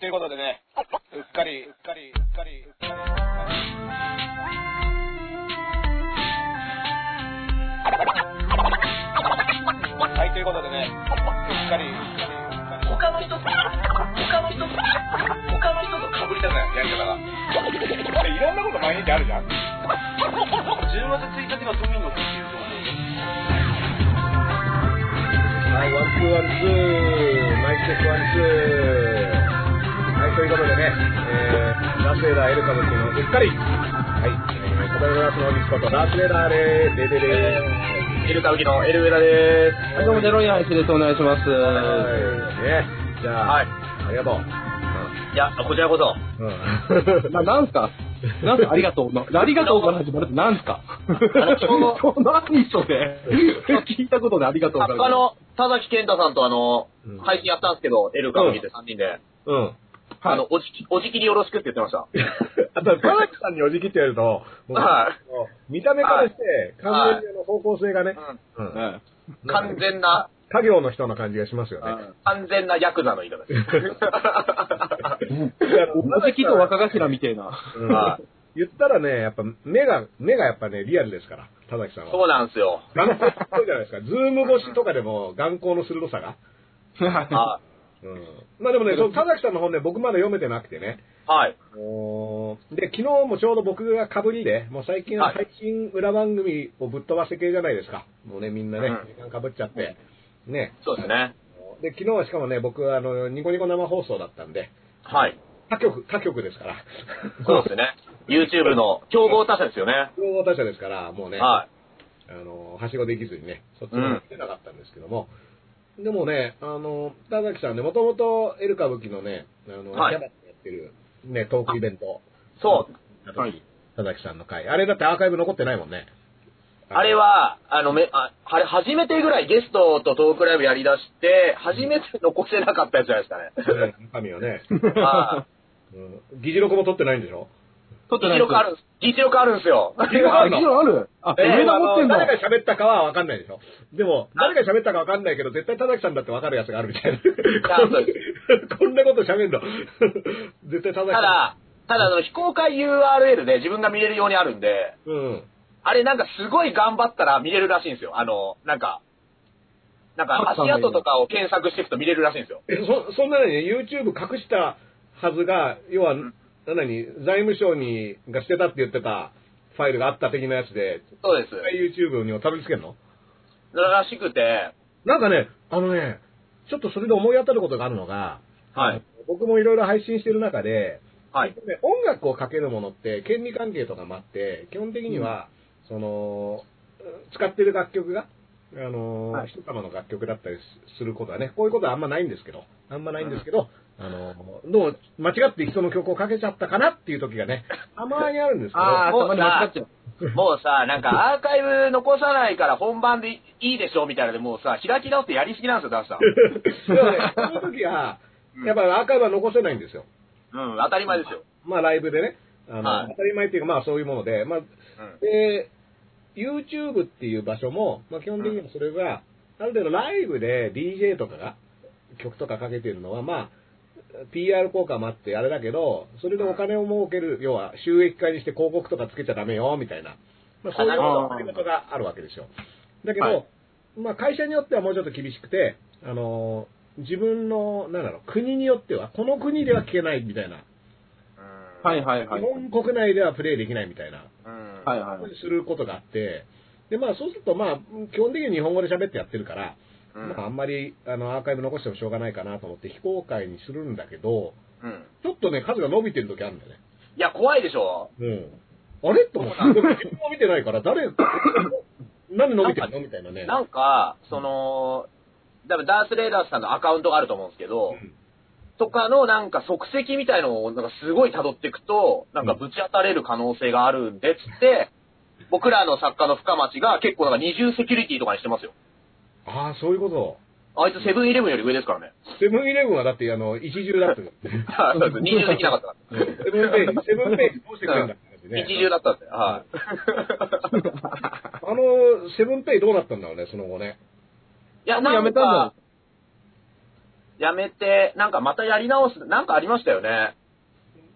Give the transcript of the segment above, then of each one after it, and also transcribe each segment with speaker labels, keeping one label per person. Speaker 1: ということでね、うっかり、うっかり、うっかり、うっかり。うっかりはい、ということでね、うっかり、うっかり、うっかり。
Speaker 2: 他の人と、他の人と、他の人と被りたくない、やり方が。
Speaker 1: いろんなこと毎日あるじゃん。
Speaker 2: 10月1日が都民の日っていうと思う。
Speaker 3: はい、ワンツーワンツー、マイクチェックワンツー。はい、ということでね、えー、ダースレーダーエルカブキのうっかり。はい、えー、コタルラスのミスことダースレーダーでーす。でででーエルカブキのエルウェダでーす。
Speaker 4: はい、どうも、デロイヤー、です。お願いします。
Speaker 3: はい、ね、じゃあ、
Speaker 2: はい
Speaker 3: ありがとう。
Speaker 2: いや、こちらこそ。
Speaker 3: うん。
Speaker 4: な、なんすかなんすかありがとうの。ありがとうから始まるってなんすか
Speaker 2: のちょうど
Speaker 4: この何それ聞いたことでありがとうから
Speaker 2: 作家の田崎健太さんとあの
Speaker 3: うん、
Speaker 2: 配信やったんですけど、エルカブキで3人で。
Speaker 3: うん。
Speaker 2: あの、おじき、おじきりよろしくって言ってました。
Speaker 3: あと、田崎さんにおじきってやると、もう
Speaker 2: はい
Speaker 3: 見た目からして、
Speaker 2: はい
Speaker 3: 完全にあの方向性がね、うん
Speaker 4: うん
Speaker 2: 完全な、
Speaker 3: 家業の人の感じがしますよね。
Speaker 2: 完全なヤクザの言い方です。
Speaker 3: いや田崎さん
Speaker 4: おじきと若頭みたいな。
Speaker 3: うん
Speaker 2: はい
Speaker 3: 言ったらね、やっぱ目が、目がやっぱね、リアルですから、田崎さんは。
Speaker 2: そうなんですよ。
Speaker 3: 眼光そうじゃないですか。ズーム越しとかでも眼光の鋭さが。
Speaker 2: は
Speaker 3: うん。まあでもね、その田崎さんの本ね、僕まだ読めてなくてね。
Speaker 2: い。はい。
Speaker 3: おーで、昨日もちょうど僕が被りで、もう最近は
Speaker 2: はい
Speaker 3: 最新裏番組をぶっ飛ばせ系じゃないですか。もうね、みんなね
Speaker 2: うん、
Speaker 3: 時間被っちゃって。ね。
Speaker 2: そうですね。
Speaker 3: で、昨日はしかもね、僕はあの、ニコニコ生放送だったんで、
Speaker 2: はい。
Speaker 3: 他局、他局ですから。
Speaker 2: そうですね。YouTube の競合他社ですよね。
Speaker 3: 競合他社ですから、もうね、
Speaker 2: は
Speaker 3: あの、はしごできずにね、そっちも出なかったんですけども、でもね、あの、田崎さんね、もともとエル歌舞伎のね、あの、
Speaker 2: はい
Speaker 3: キャラでやってる、ね、トークイベント、
Speaker 2: い。そう。
Speaker 4: はい。
Speaker 3: 田崎さんの回。あれだってアーカイブ残ってないもんね。
Speaker 2: あれは、あの、め、あ、あれ、初めてぐらいゲストとトークライブやりだして、初めて残せなかったやつじゃないです
Speaker 3: あの、ね中身はね、
Speaker 2: かね。は
Speaker 3: うん議事録も取ってないんでしょ
Speaker 4: 撮っ
Speaker 2: い。議事録あるんす、議事録あるんですよ。
Speaker 4: あ、議事録あるあ、上田持ってんの
Speaker 3: あの誰が喋ったかは分かんないでしょ。でも、誰が喋ったか分かんないけど、絶対田崎さんだって分かるやつがあるみたいな。こん
Speaker 2: そうで
Speaker 3: こんなこと喋んの。絶対田崎
Speaker 2: た
Speaker 3: さ
Speaker 2: だ、ただ、あの、非公開 URL で自分が見れるようにあるんで、
Speaker 3: ん。うん。
Speaker 2: あれなんかすごい頑張ったら見れるらしいんですよ。あの、なんか、なんか足跡とかを検索していくと見れるらしいんですよ。
Speaker 3: え、そ、そんなのに YouTube 隠したはずが、要は、なに、財務省に、がしてたって言ってたファイルがあった的なやつで、
Speaker 2: そうです。
Speaker 3: YouTube にもたどり着けんの
Speaker 2: らしくて、
Speaker 3: なんかね、あのね、ちょっとそれで思い当たることがあるのが、
Speaker 2: はい。
Speaker 3: 僕もいろいろ配信してる中で、
Speaker 2: はい。
Speaker 3: ね音楽をかけるものって、権利関係とかもあって、基本的には、その、使ってる楽曲が、あの、
Speaker 4: はい
Speaker 3: 人様の楽曲だったりすすることはね、こういうことはあんまないんですけど、あんまないんですけど、あの、どう、間違って人の曲をかけちゃったかなっていう時がね、たまにあるんですけど、
Speaker 4: あー、頭に間違っちゃう。
Speaker 2: もうさ、なんかアーカイブ残さないから本番でいいでしょみたいなので、もうさ、開き直ってやりすぎなんですよ、ダンスさん。
Speaker 3: でもねそういう時は、やっぱアーカイブは残せないんですよ。
Speaker 2: うん、当たり前ですよ。
Speaker 3: まあライブでね、あの、
Speaker 2: はい
Speaker 3: 当たり前っていうか、まあそういうもので、まあ
Speaker 2: うん。
Speaker 3: で、YouTube っていう場所も、まあ、基本的にはそれが、ある程度ライブで DJ とかが曲とかかけてるのは、まあ、PR 効果もあってあれだけど、それでお金を儲ける、要は収益化にして広告とかつけちゃダメよ、みたいな。まあ、そうい
Speaker 2: あ
Speaker 3: う
Speaker 2: なるほど。
Speaker 3: 考え方があるわけですよ。だけど、
Speaker 4: はい
Speaker 3: まあ会社によってはもうちょっと厳しくて、あの、自分の、なんだろう、国によっては、この国では聞けないみたいな。
Speaker 4: はいいはいはい
Speaker 3: 日。本国内ではプレイできないみたいな。
Speaker 2: うん。
Speaker 4: はいはい。
Speaker 3: することがあって、で、まあそうすると、まあ、基本的に日本語で喋ってやってるから、
Speaker 2: うん
Speaker 3: まああんまり、あの、アーカイブ残してもしょうがないかなと思って非公開にするんだけど、
Speaker 2: うん。
Speaker 3: ちょっとね、数が伸びてる時あるんだよね。
Speaker 2: いや、怖いでしょ。
Speaker 3: うん。あれと思って、自分も見てないから、誰、何伸びてるのみたいなね。
Speaker 2: なんか、その、多分ダースレーダースさんのアカウントがあると思うんですけど、
Speaker 3: うん
Speaker 2: とかのなんか即席みたいのをなんかすごい辿っていくと、なんかぶち当たれる可能性があるんでっつって、僕らの作家の深町が結構なんか二重セキュリティとかにしてますよ。
Speaker 3: ああ、そういうこと。
Speaker 2: あいつセブンイレブンより上ですからね。
Speaker 3: セブンイレブンはだって、あの、一重だったから
Speaker 2: そうです二重できなかったから。
Speaker 3: セブンページ、セブンページどうしてくれんだって話ね。
Speaker 2: 一重だったんで、はい。
Speaker 3: あの、セブンペイどうなったんだろうね、その後ね。
Speaker 2: いや、
Speaker 4: もう
Speaker 2: な
Speaker 4: やめ
Speaker 2: ん
Speaker 4: たんだ
Speaker 2: か、やめて、なんかまたやり直す、なんかありましたよね。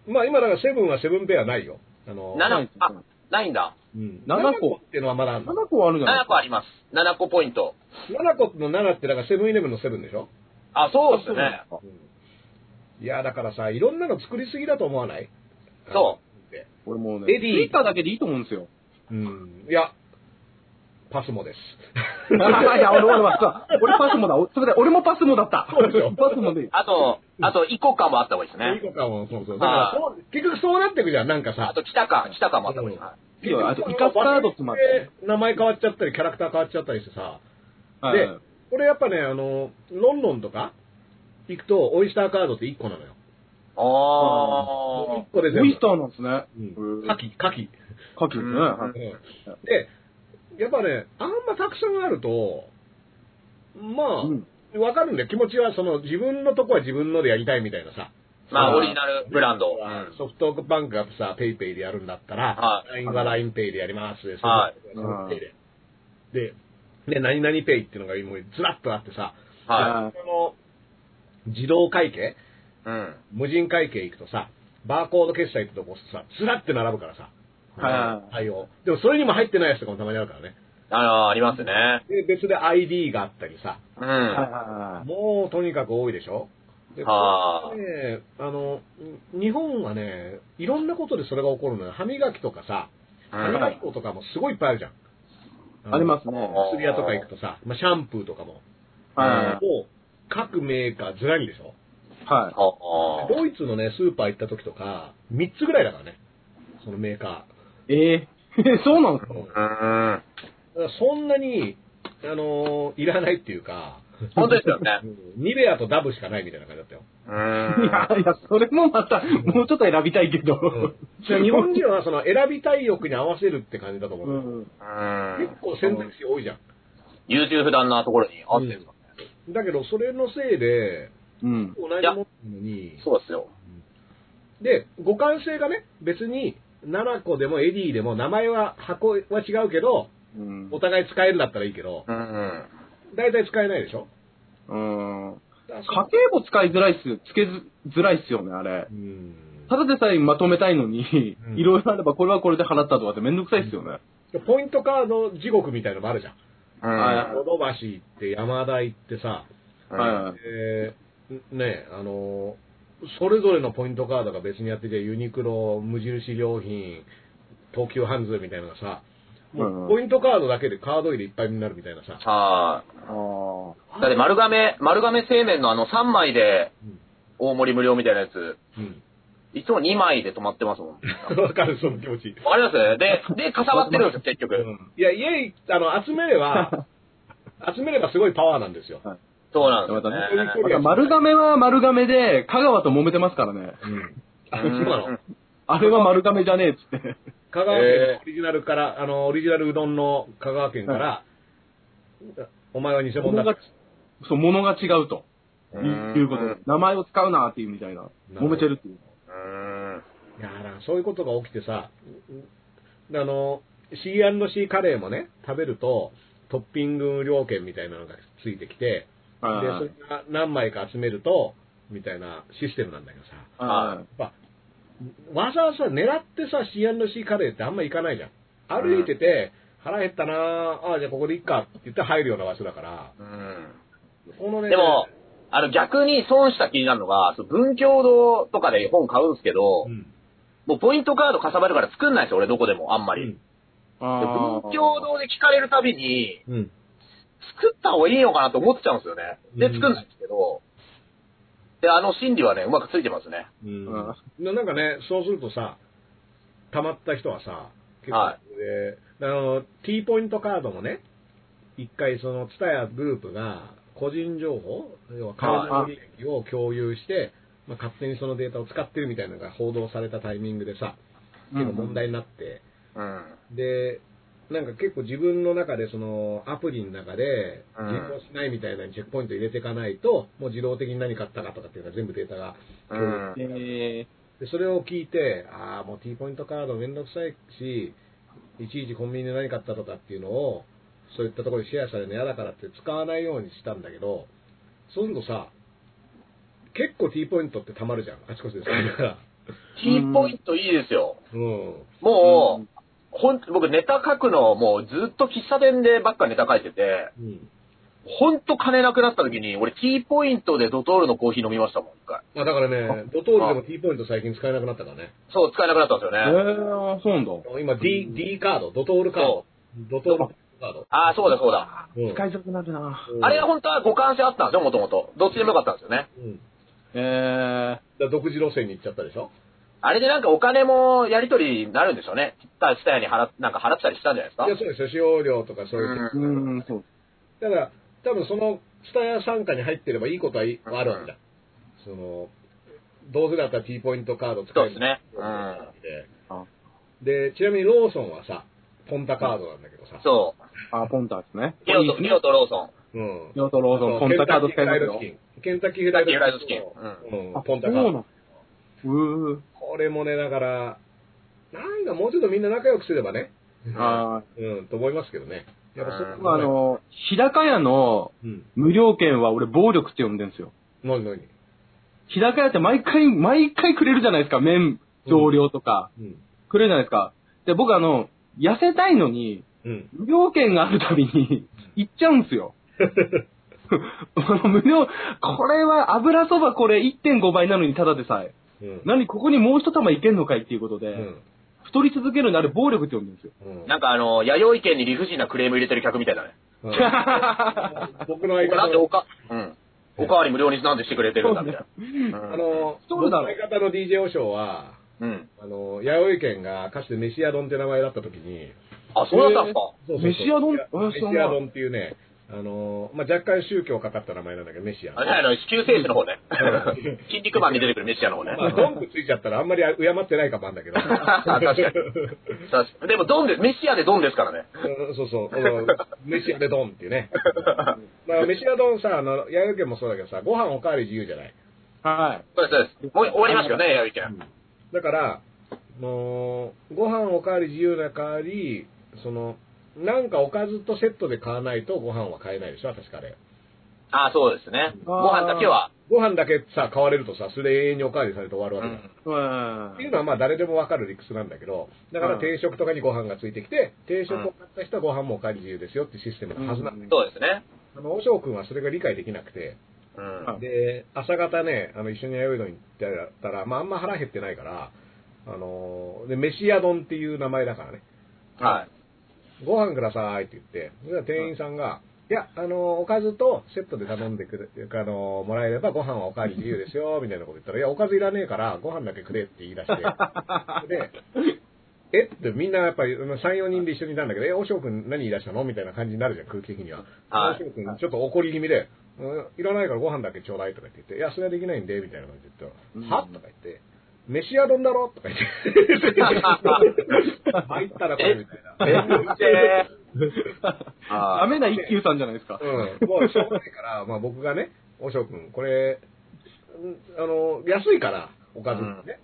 Speaker 3: まあ今だからセブンはセブンペアないよ。あの、
Speaker 4: な
Speaker 2: 7、あ、ないんだ。
Speaker 3: うん、
Speaker 4: 七個
Speaker 3: 七っていうのはまだあるの。
Speaker 4: 7個あるじゃない
Speaker 2: 7個あります。7個ポイント。
Speaker 3: 7個の7ってだからセブンイレブンのセブンでしょ、
Speaker 2: あ、そうですね。
Speaker 3: いやだからさ、いろんなの作りすぎだと思わない。
Speaker 2: そう
Speaker 3: で
Speaker 4: 俺もうね、
Speaker 3: エディ
Speaker 4: スイカだけでいいと思うんですよ。
Speaker 3: うん。いや、パスモです。
Speaker 4: いや、俺、俺は、俺パスモだ。おそれで俺もパスモだった。
Speaker 3: そうでしょ
Speaker 4: パスモでいい。
Speaker 2: あと、あと、イコカもあった方がいいです
Speaker 3: いい子
Speaker 2: ね。
Speaker 3: かも、そうそう。だからそう、結局そうなってくじゃん、なんか
Speaker 2: あ
Speaker 3: さ。
Speaker 2: と、北か、北かもあった方がいい。
Speaker 3: うん
Speaker 2: はい
Speaker 4: いよあと、イカスタードつまって。
Speaker 3: で名前変わっちゃったり、キャラクター変わっちゃったりしてさ。
Speaker 4: はい
Speaker 3: でこれやっぱね、あの、ロンロンとか行くと、オイスターカードって1個なのよ。
Speaker 2: あ
Speaker 3: 1個で全
Speaker 4: オ
Speaker 3: 部。
Speaker 4: イスターなんですね。
Speaker 3: うん。カキ、カキ。
Speaker 4: カキですね。
Speaker 2: うん
Speaker 4: はい
Speaker 3: で、やっぱね、あんまたくさんあると、ま
Speaker 4: うん
Speaker 3: あ、わかるんだよ。気持ちは、その、自分のとこは自分のでやりたいみたいなさ。
Speaker 2: ー。まあ、オリジナルブランド。うん
Speaker 3: ソフトバンクがさ、ペイペイでやるんだったら
Speaker 2: は、
Speaker 3: LINE は LINEPay でやります。
Speaker 2: はい
Speaker 3: そのペイで。で、で、何々ペイっていうのがもうずらっとあってさ、
Speaker 2: は
Speaker 4: は
Speaker 3: その自動会計、
Speaker 2: い。うん。
Speaker 3: 無人会計行くとさ、バーコード決済ってとこさ、ずらって並ぶからさ、
Speaker 4: はい
Speaker 3: 対応。でもそれにも入ってないやつとかもたまにあるからね。
Speaker 2: あの、ありますね。
Speaker 3: で、別で ID があったりさ、
Speaker 2: う
Speaker 4: いはい
Speaker 2: ん。
Speaker 4: は
Speaker 3: もうとにかく多いでしょで
Speaker 2: はあ
Speaker 3: これね、あの、日本はね、いろんなことでそれが起こるのよ。歯磨きとかさ、
Speaker 2: う
Speaker 3: 歯
Speaker 2: ん
Speaker 3: 磨き粉とかもすごいいっぱいあるじゃん。。
Speaker 4: い。ありますすね。
Speaker 3: 薬屋とか行くとさ、まあ、シャンプーとかも。
Speaker 4: は
Speaker 3: もう、各メーカーずらりでしょ。
Speaker 4: い。はい。
Speaker 2: ああ
Speaker 3: ドイツのね、スーパー行った時とか、3つぐらいだからね。そのメーカ
Speaker 4: ええ そうなんで
Speaker 3: ー。
Speaker 4: すか
Speaker 3: うんだ
Speaker 2: うん。
Speaker 3: からそんなに、あのーいらないっていうか、
Speaker 2: 本当ですよね。
Speaker 3: ニベアとダブしかないみたいな感じだったよ。
Speaker 2: うん。
Speaker 4: いやいや、それもまた、もうちょっと選びたいけど。
Speaker 3: うん日本人はその選びたい欲に合わせるって感じだと思う。
Speaker 4: うん。
Speaker 2: うん
Speaker 3: 結構選択肢多いじゃん。
Speaker 2: 優柔不断なところに合ってるんですかね
Speaker 3: だけど、それのせいで、
Speaker 4: うん。
Speaker 3: 同じものなのに、
Speaker 2: そうですよ。
Speaker 3: で、互換性がね、別に、7個でもエディでも、名前は、箱は違うけど、
Speaker 4: うん
Speaker 3: お互い使えるんだったらいいけど、
Speaker 2: うん。
Speaker 3: 大体使えないでしょ
Speaker 4: うん。
Speaker 3: だから
Speaker 4: 家計簿使いづらいっすよ。つけづらいっすよね、あれ
Speaker 3: う。ん
Speaker 4: ただでさえまとめたいのに
Speaker 3: う、ん
Speaker 4: いろいろあればこれはこれで払ったとかってめんどくさいっすよね。
Speaker 3: ポイントカード地獄みたいなのもあるじゃん。
Speaker 2: う
Speaker 4: は
Speaker 2: ん。
Speaker 3: ヨドバシ行って、山田行ってさ、
Speaker 4: はいはい。
Speaker 3: えー、ね、あの、それぞれのポイントカードが別にやってて、ユニクロ、無印良品、東急ハンズみたいなのがさ、もうポイントカードだけでカード入れいっぱいになるみたいなさ、
Speaker 2: は
Speaker 4: あ
Speaker 2: い。だって丸亀、丸亀製麺のあの3枚で
Speaker 3: うん
Speaker 2: 大盛り無料みたいなやつ、
Speaker 3: うん。
Speaker 2: いつも2枚で止まってますもん。わか
Speaker 3: わかる、その気持ち。
Speaker 2: りますで、で、かさばってるんですよ、結局。
Speaker 3: いや、家、あの、集めれ ば、集めればすごいパワーなんですよ。
Speaker 2: そうなんです
Speaker 4: また
Speaker 2: よね
Speaker 4: ね。
Speaker 3: こ
Speaker 4: あ。丸亀は丸亀で、香川と揉めてますからね。
Speaker 3: うん。あ、そううんなの
Speaker 4: あれは丸亀じゃねえっつって。
Speaker 3: 香川県のオリジナルから、あの、オリジナルうどんの香川県から、お前は偽物
Speaker 4: 物
Speaker 3: だ
Speaker 4: が。、そう、物が違うと。い
Speaker 2: うん
Speaker 4: うことで。名前を使うなっていうみたいな。
Speaker 3: ど
Speaker 4: 揉めてるっていう。
Speaker 2: うん。
Speaker 3: いやーだからそういうことが起きてさ、あの、C&C カレーもね、食べると、トッピング料券みたいなのがついてきて、で、
Speaker 4: はい
Speaker 3: それが何枚か集めると、みたいなシステムなんだけどさ、
Speaker 4: はい
Speaker 3: まあ、わざわざ狙ってさ、C&C カレーってあんま行かないじゃん。歩いてて、腹減ったなああ、じゃあここでいっかって言って入るような場所だから、
Speaker 2: うん。
Speaker 3: このね、
Speaker 2: でも、あの逆に損した気になるのが、その文教堂とかで本買うんですけど
Speaker 3: う、ん、
Speaker 2: もうポイントカードかさばるから作んないんですよ、俺どこでも、あんまり。で
Speaker 4: あー
Speaker 2: 文教堂で聞かれるたびに、
Speaker 3: うん。
Speaker 2: 作った方がいいのかなと思っちゃうんですよね。で、
Speaker 3: うん
Speaker 2: 作んないんですけど、で、あの心理はね、うまくついてますね。
Speaker 3: うん
Speaker 4: あ
Speaker 3: ななんかね、そうするとさ、溜まった人はさ、結構、
Speaker 2: はい
Speaker 3: えーあの、T ポイントカードもね、一回その、ツタヤグループが、個人情報、要はカードの履歴を共有して、まあ、勝手にそのデータを使ってるみたいなのが報道されたタイミングでさ、
Speaker 4: うん
Speaker 3: 結構問題になって、
Speaker 2: うん。
Speaker 3: で、なんか結構自分の中でそのアプリの中で
Speaker 2: うん
Speaker 3: 実行しないみたいなのにチェックポイント入れていかないと、もう自動的に何買ったかとかっていうのは全部データが
Speaker 2: う
Speaker 3: 共有
Speaker 2: ん。
Speaker 4: え
Speaker 3: で、それを聞いて、ああ、もう T ポイントカードめんどくさいし、いちいちコンビニで何買ったとかっていうのを、そういったところにシェアされるの嫌だからって使わないようにしたんだけど、そうするとさ、結構 T ポイントって溜まるじゃん、あちこちでそれが。
Speaker 2: キーポイントいいですよ。
Speaker 3: うん。
Speaker 2: もう、
Speaker 4: うん
Speaker 2: ほん、僕ネタ書くの、もうずっと喫茶店でばっかネタ書いてて、
Speaker 3: うん。
Speaker 2: ほんと金なくなった時に、俺キーポイントでドトールのコーヒー飲みましたもん、一回。
Speaker 3: まあだからね、ドトールでも T ポイント最近使えなくなったからね。
Speaker 2: そう、使えなくなったんですよ
Speaker 4: え
Speaker 2: ね。
Speaker 4: ー、そうなんだ。
Speaker 3: 今 D、D カード、ドトールカード。ドトールカード。
Speaker 2: ああ、そうだそうだ。
Speaker 3: うん
Speaker 4: 使いづらくなるな。
Speaker 3: うん
Speaker 2: あれは本当は互換性あったんですよ、もともと。どっちでもよかったんですよね。
Speaker 3: うん。だか
Speaker 4: え
Speaker 3: ら独自路線に行っちゃったでしょ
Speaker 2: あれでなんかお金もやり取りになるんでしょうね。切った、したやに払っ、なんか払ったりしたんじゃないですか
Speaker 3: いや、そうですよ。使用料とかそういう。
Speaker 2: うん
Speaker 4: ー、うん、そう。
Speaker 3: だから、多分その、スタヤ参加に入ってればいいことはいあるわけだ。その、どうせだったら T ポイントカード使え
Speaker 2: そう
Speaker 3: る
Speaker 2: ですね。う
Speaker 3: わ
Speaker 2: ん。
Speaker 3: けで
Speaker 4: あ
Speaker 3: で、ちなみにローソンはさ、ポンタカードなんだけどさ。
Speaker 2: そ
Speaker 4: あ、ポンタですね
Speaker 2: う。。リオと、リオとローソン。
Speaker 3: う。ん。
Speaker 4: ヨトローソン、ポンタカード使いますよ。
Speaker 3: ケンタッキーフライドチキン。ケンタッキーフライドチキン
Speaker 2: ケンタッキーフライドチ。
Speaker 3: うん。ポンタカ
Speaker 4: そう
Speaker 3: ード。
Speaker 4: なの。うー。
Speaker 3: これもね、だから、なんかもうちょっとみんな仲良くすればね。
Speaker 4: あ
Speaker 3: うん、と思いますけどね。やっぱそ
Speaker 2: うん
Speaker 4: ーあ、の、日高屋の
Speaker 3: うん。
Speaker 4: 無料券は俺暴力って呼んでんですよ。
Speaker 3: 何何
Speaker 4: 日高屋って毎回、毎回くれるじゃないですか、麺、増量とか。
Speaker 3: うん。
Speaker 4: くれるじゃないですか。で、僕あの、痩せたいのに、
Speaker 3: うん。
Speaker 4: 無料券があるたびに 行っちゃうんですよ。 あの無料、これは油そばこれ1.5倍なのにただでさえ。
Speaker 3: うん。
Speaker 4: 何ここにもう一玉いけんのかいっていうことで、
Speaker 3: うん。
Speaker 4: 太り続けるのあれ暴力って呼んでる んですよ。
Speaker 3: うん
Speaker 2: なんかあの、弥生県に理不尽なクレーム入れてる客みたいだね。
Speaker 3: うん 僕の相
Speaker 2: な
Speaker 3: 方
Speaker 2: んでお
Speaker 3: の、
Speaker 2: か、うん。おかわり無料になんでしてくれてるんだみたいな。
Speaker 3: あの、
Speaker 4: 太
Speaker 3: 僕
Speaker 4: るだ
Speaker 3: の
Speaker 4: ろ
Speaker 3: 相方の DJ 和尚は、
Speaker 2: うん。うん。
Speaker 3: あの、弥生県がかつて飯屋丼って名前だった時に、
Speaker 2: あ、そうだったんすか
Speaker 3: そうそうそう
Speaker 4: 飯屋丼
Speaker 3: いや
Speaker 4: あそうなん
Speaker 3: 飯屋丼っていうね、あの、まあ、若干宗教かかった名前なんだけど、飯屋
Speaker 2: あ
Speaker 3: 丼
Speaker 2: れ。あの、救世主の方ね
Speaker 3: うん。
Speaker 2: 筋肉マンに出てくるメシアの方ね。
Speaker 3: まあ、丼ってついちゃったらあんまり敬ってないかもあんだけど。
Speaker 2: あ確かに。確かにでも、ドンで、メシアでドンですからね。
Speaker 3: うんそうそう、あの飯屋で丼っていう ね。まあ、飯屋丼さ、あの、弥生県もそうだけどさ、ご飯おかわり自由じゃない。
Speaker 4: は
Speaker 2: そうです、そうです。もう終わりますよね、やびけん。
Speaker 3: だから、もう、ご飯おかわり自由な代わり、その、なんかおかずとセットで買わないとご飯は買えないでしょ、確かあれ。
Speaker 2: あ、そうですね。
Speaker 4: あー
Speaker 2: ご飯だけは。
Speaker 3: ご飯だけさ、買われるとさ、それで永遠におかわりされて終わる
Speaker 2: う
Speaker 3: わけだ。
Speaker 2: ん。
Speaker 4: い。うん
Speaker 3: っていうのはまあ誰でもわかる理屈なんだけど、だから定食とかにご飯がついてきて、定食を買った人はご飯もおかわり自由ですよってシステムのはずなんだよ。
Speaker 2: そうですね。
Speaker 3: あの、おしょうくんはそれが理解できなくて、
Speaker 2: うん。
Speaker 4: はい
Speaker 3: で、朝方ね、あの、一緒に弥生丼行ったら、まああんま腹減ってないから、あのー、で、飯屋丼っていう名前だからね。
Speaker 2: はい。
Speaker 3: ご飯くださいって言って、そしたら店員さんが、いや、あの、おかずとセットで頼んでくれ、あの、もらえればご飯はおかわり自由ですよ、みたいなこと言ったら、いや、おかずいらねえから、ご飯だけくれって言い出 して、で、えってみんなやっぱり3、4人で一緒にいたんだけど、え、おしょうくん何言い出したのみたいな感じになるじゃん、空気的には。
Speaker 2: はい
Speaker 3: おしょうくん、ちょっと怒り気味で、うん、いらないからご飯だけちょうだいとか言って、いや、それはできないんで、みたいな感じで言ったら、はとか言って、飯屋丼だろとか言 って。入ったらこれみたいな。
Speaker 2: えあー
Speaker 4: ダメな一休さんじゃないですか。
Speaker 3: うん、もうしょうがないから、 まあ僕がね、おしょうくん、これ、うんあの、安いから、おかずね。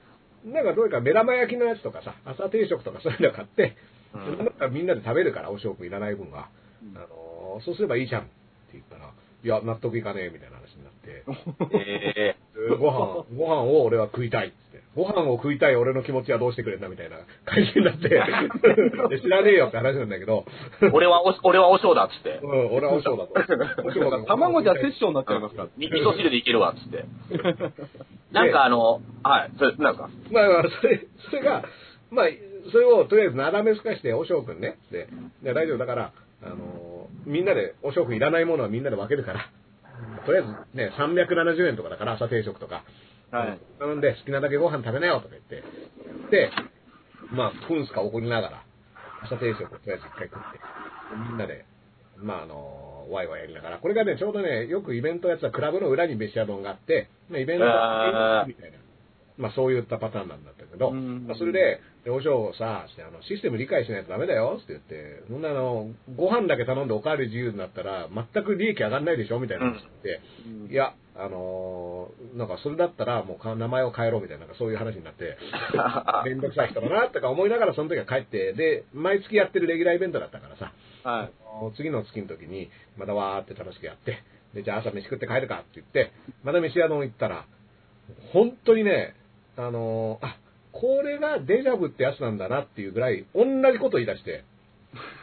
Speaker 3: なんかどういうか目玉焼きのやつとかさ、朝定食とかそういうの買って、
Speaker 2: うん
Speaker 3: なんかみんなで食べるから、おしょうくんいらない分は。あの、そうすればいいじゃんって言ったら、いや、納得いかねえみたいな話になって、
Speaker 2: え
Speaker 3: ご飯、ご飯を俺は食いたいっつって。ご飯を食いたい俺の気持ちはどうしてくれんだみたいな感じになって、いや知らねえよって話なんだけど、
Speaker 2: え俺はお、俺はお尚だっつって
Speaker 3: う。ん、俺はおしょうだと。おしょうだと
Speaker 4: 卵じゃセッションになっちゃいますから。
Speaker 2: み味噌汁でいけるわっ つって。なんかあの、はい、それ、なんか。
Speaker 3: まあまあ、それ、それが、まあ、それをとりあえずなだめすかして、おしょうくんね、で、いや大丈夫だから、あのーみんなで、おしょうくんいらないものはみんなで分けるから、とりあえずね、370円とかだから、朝定食とか、
Speaker 4: はい。
Speaker 3: 頼んで、好きなだけご飯食べなよとか言って、で、まあ、ふんすか怒りながら、朝定食をとりあえず一回食って、みんなで、まあ、あのーワイワイやりながら、これがね、ちょうどね、よくイベントやってたクラブの裏に飯屋丼があって、まあイベント
Speaker 2: あー
Speaker 3: みたいな。まあそういったパターンなんだったけど、
Speaker 4: うん
Speaker 3: まあ、それで、でお嬢をさ、してあのシステム理解しないとダメだよって言って、そんなあの、ご飯だけ頼んでおかわり自由になったら、全く利益上がんないでしょみたいな話になって、いや、あのーなんかそれだったらもうか名前を変えろみたいな、なんかそういう話になって、めんどくさい人だなとか思いながらその時は帰って、で、毎月やってるレギュラーイベントだったからさ、
Speaker 4: はい。
Speaker 3: あの次の月の時に、またわーって楽しくやって、で、じゃあ朝飯食って帰るかって言って、また飯屋丼行ったら、本当にね、あのーあ、これがデジャブってやつなんだなっていうぐらい、同じこと言い出して、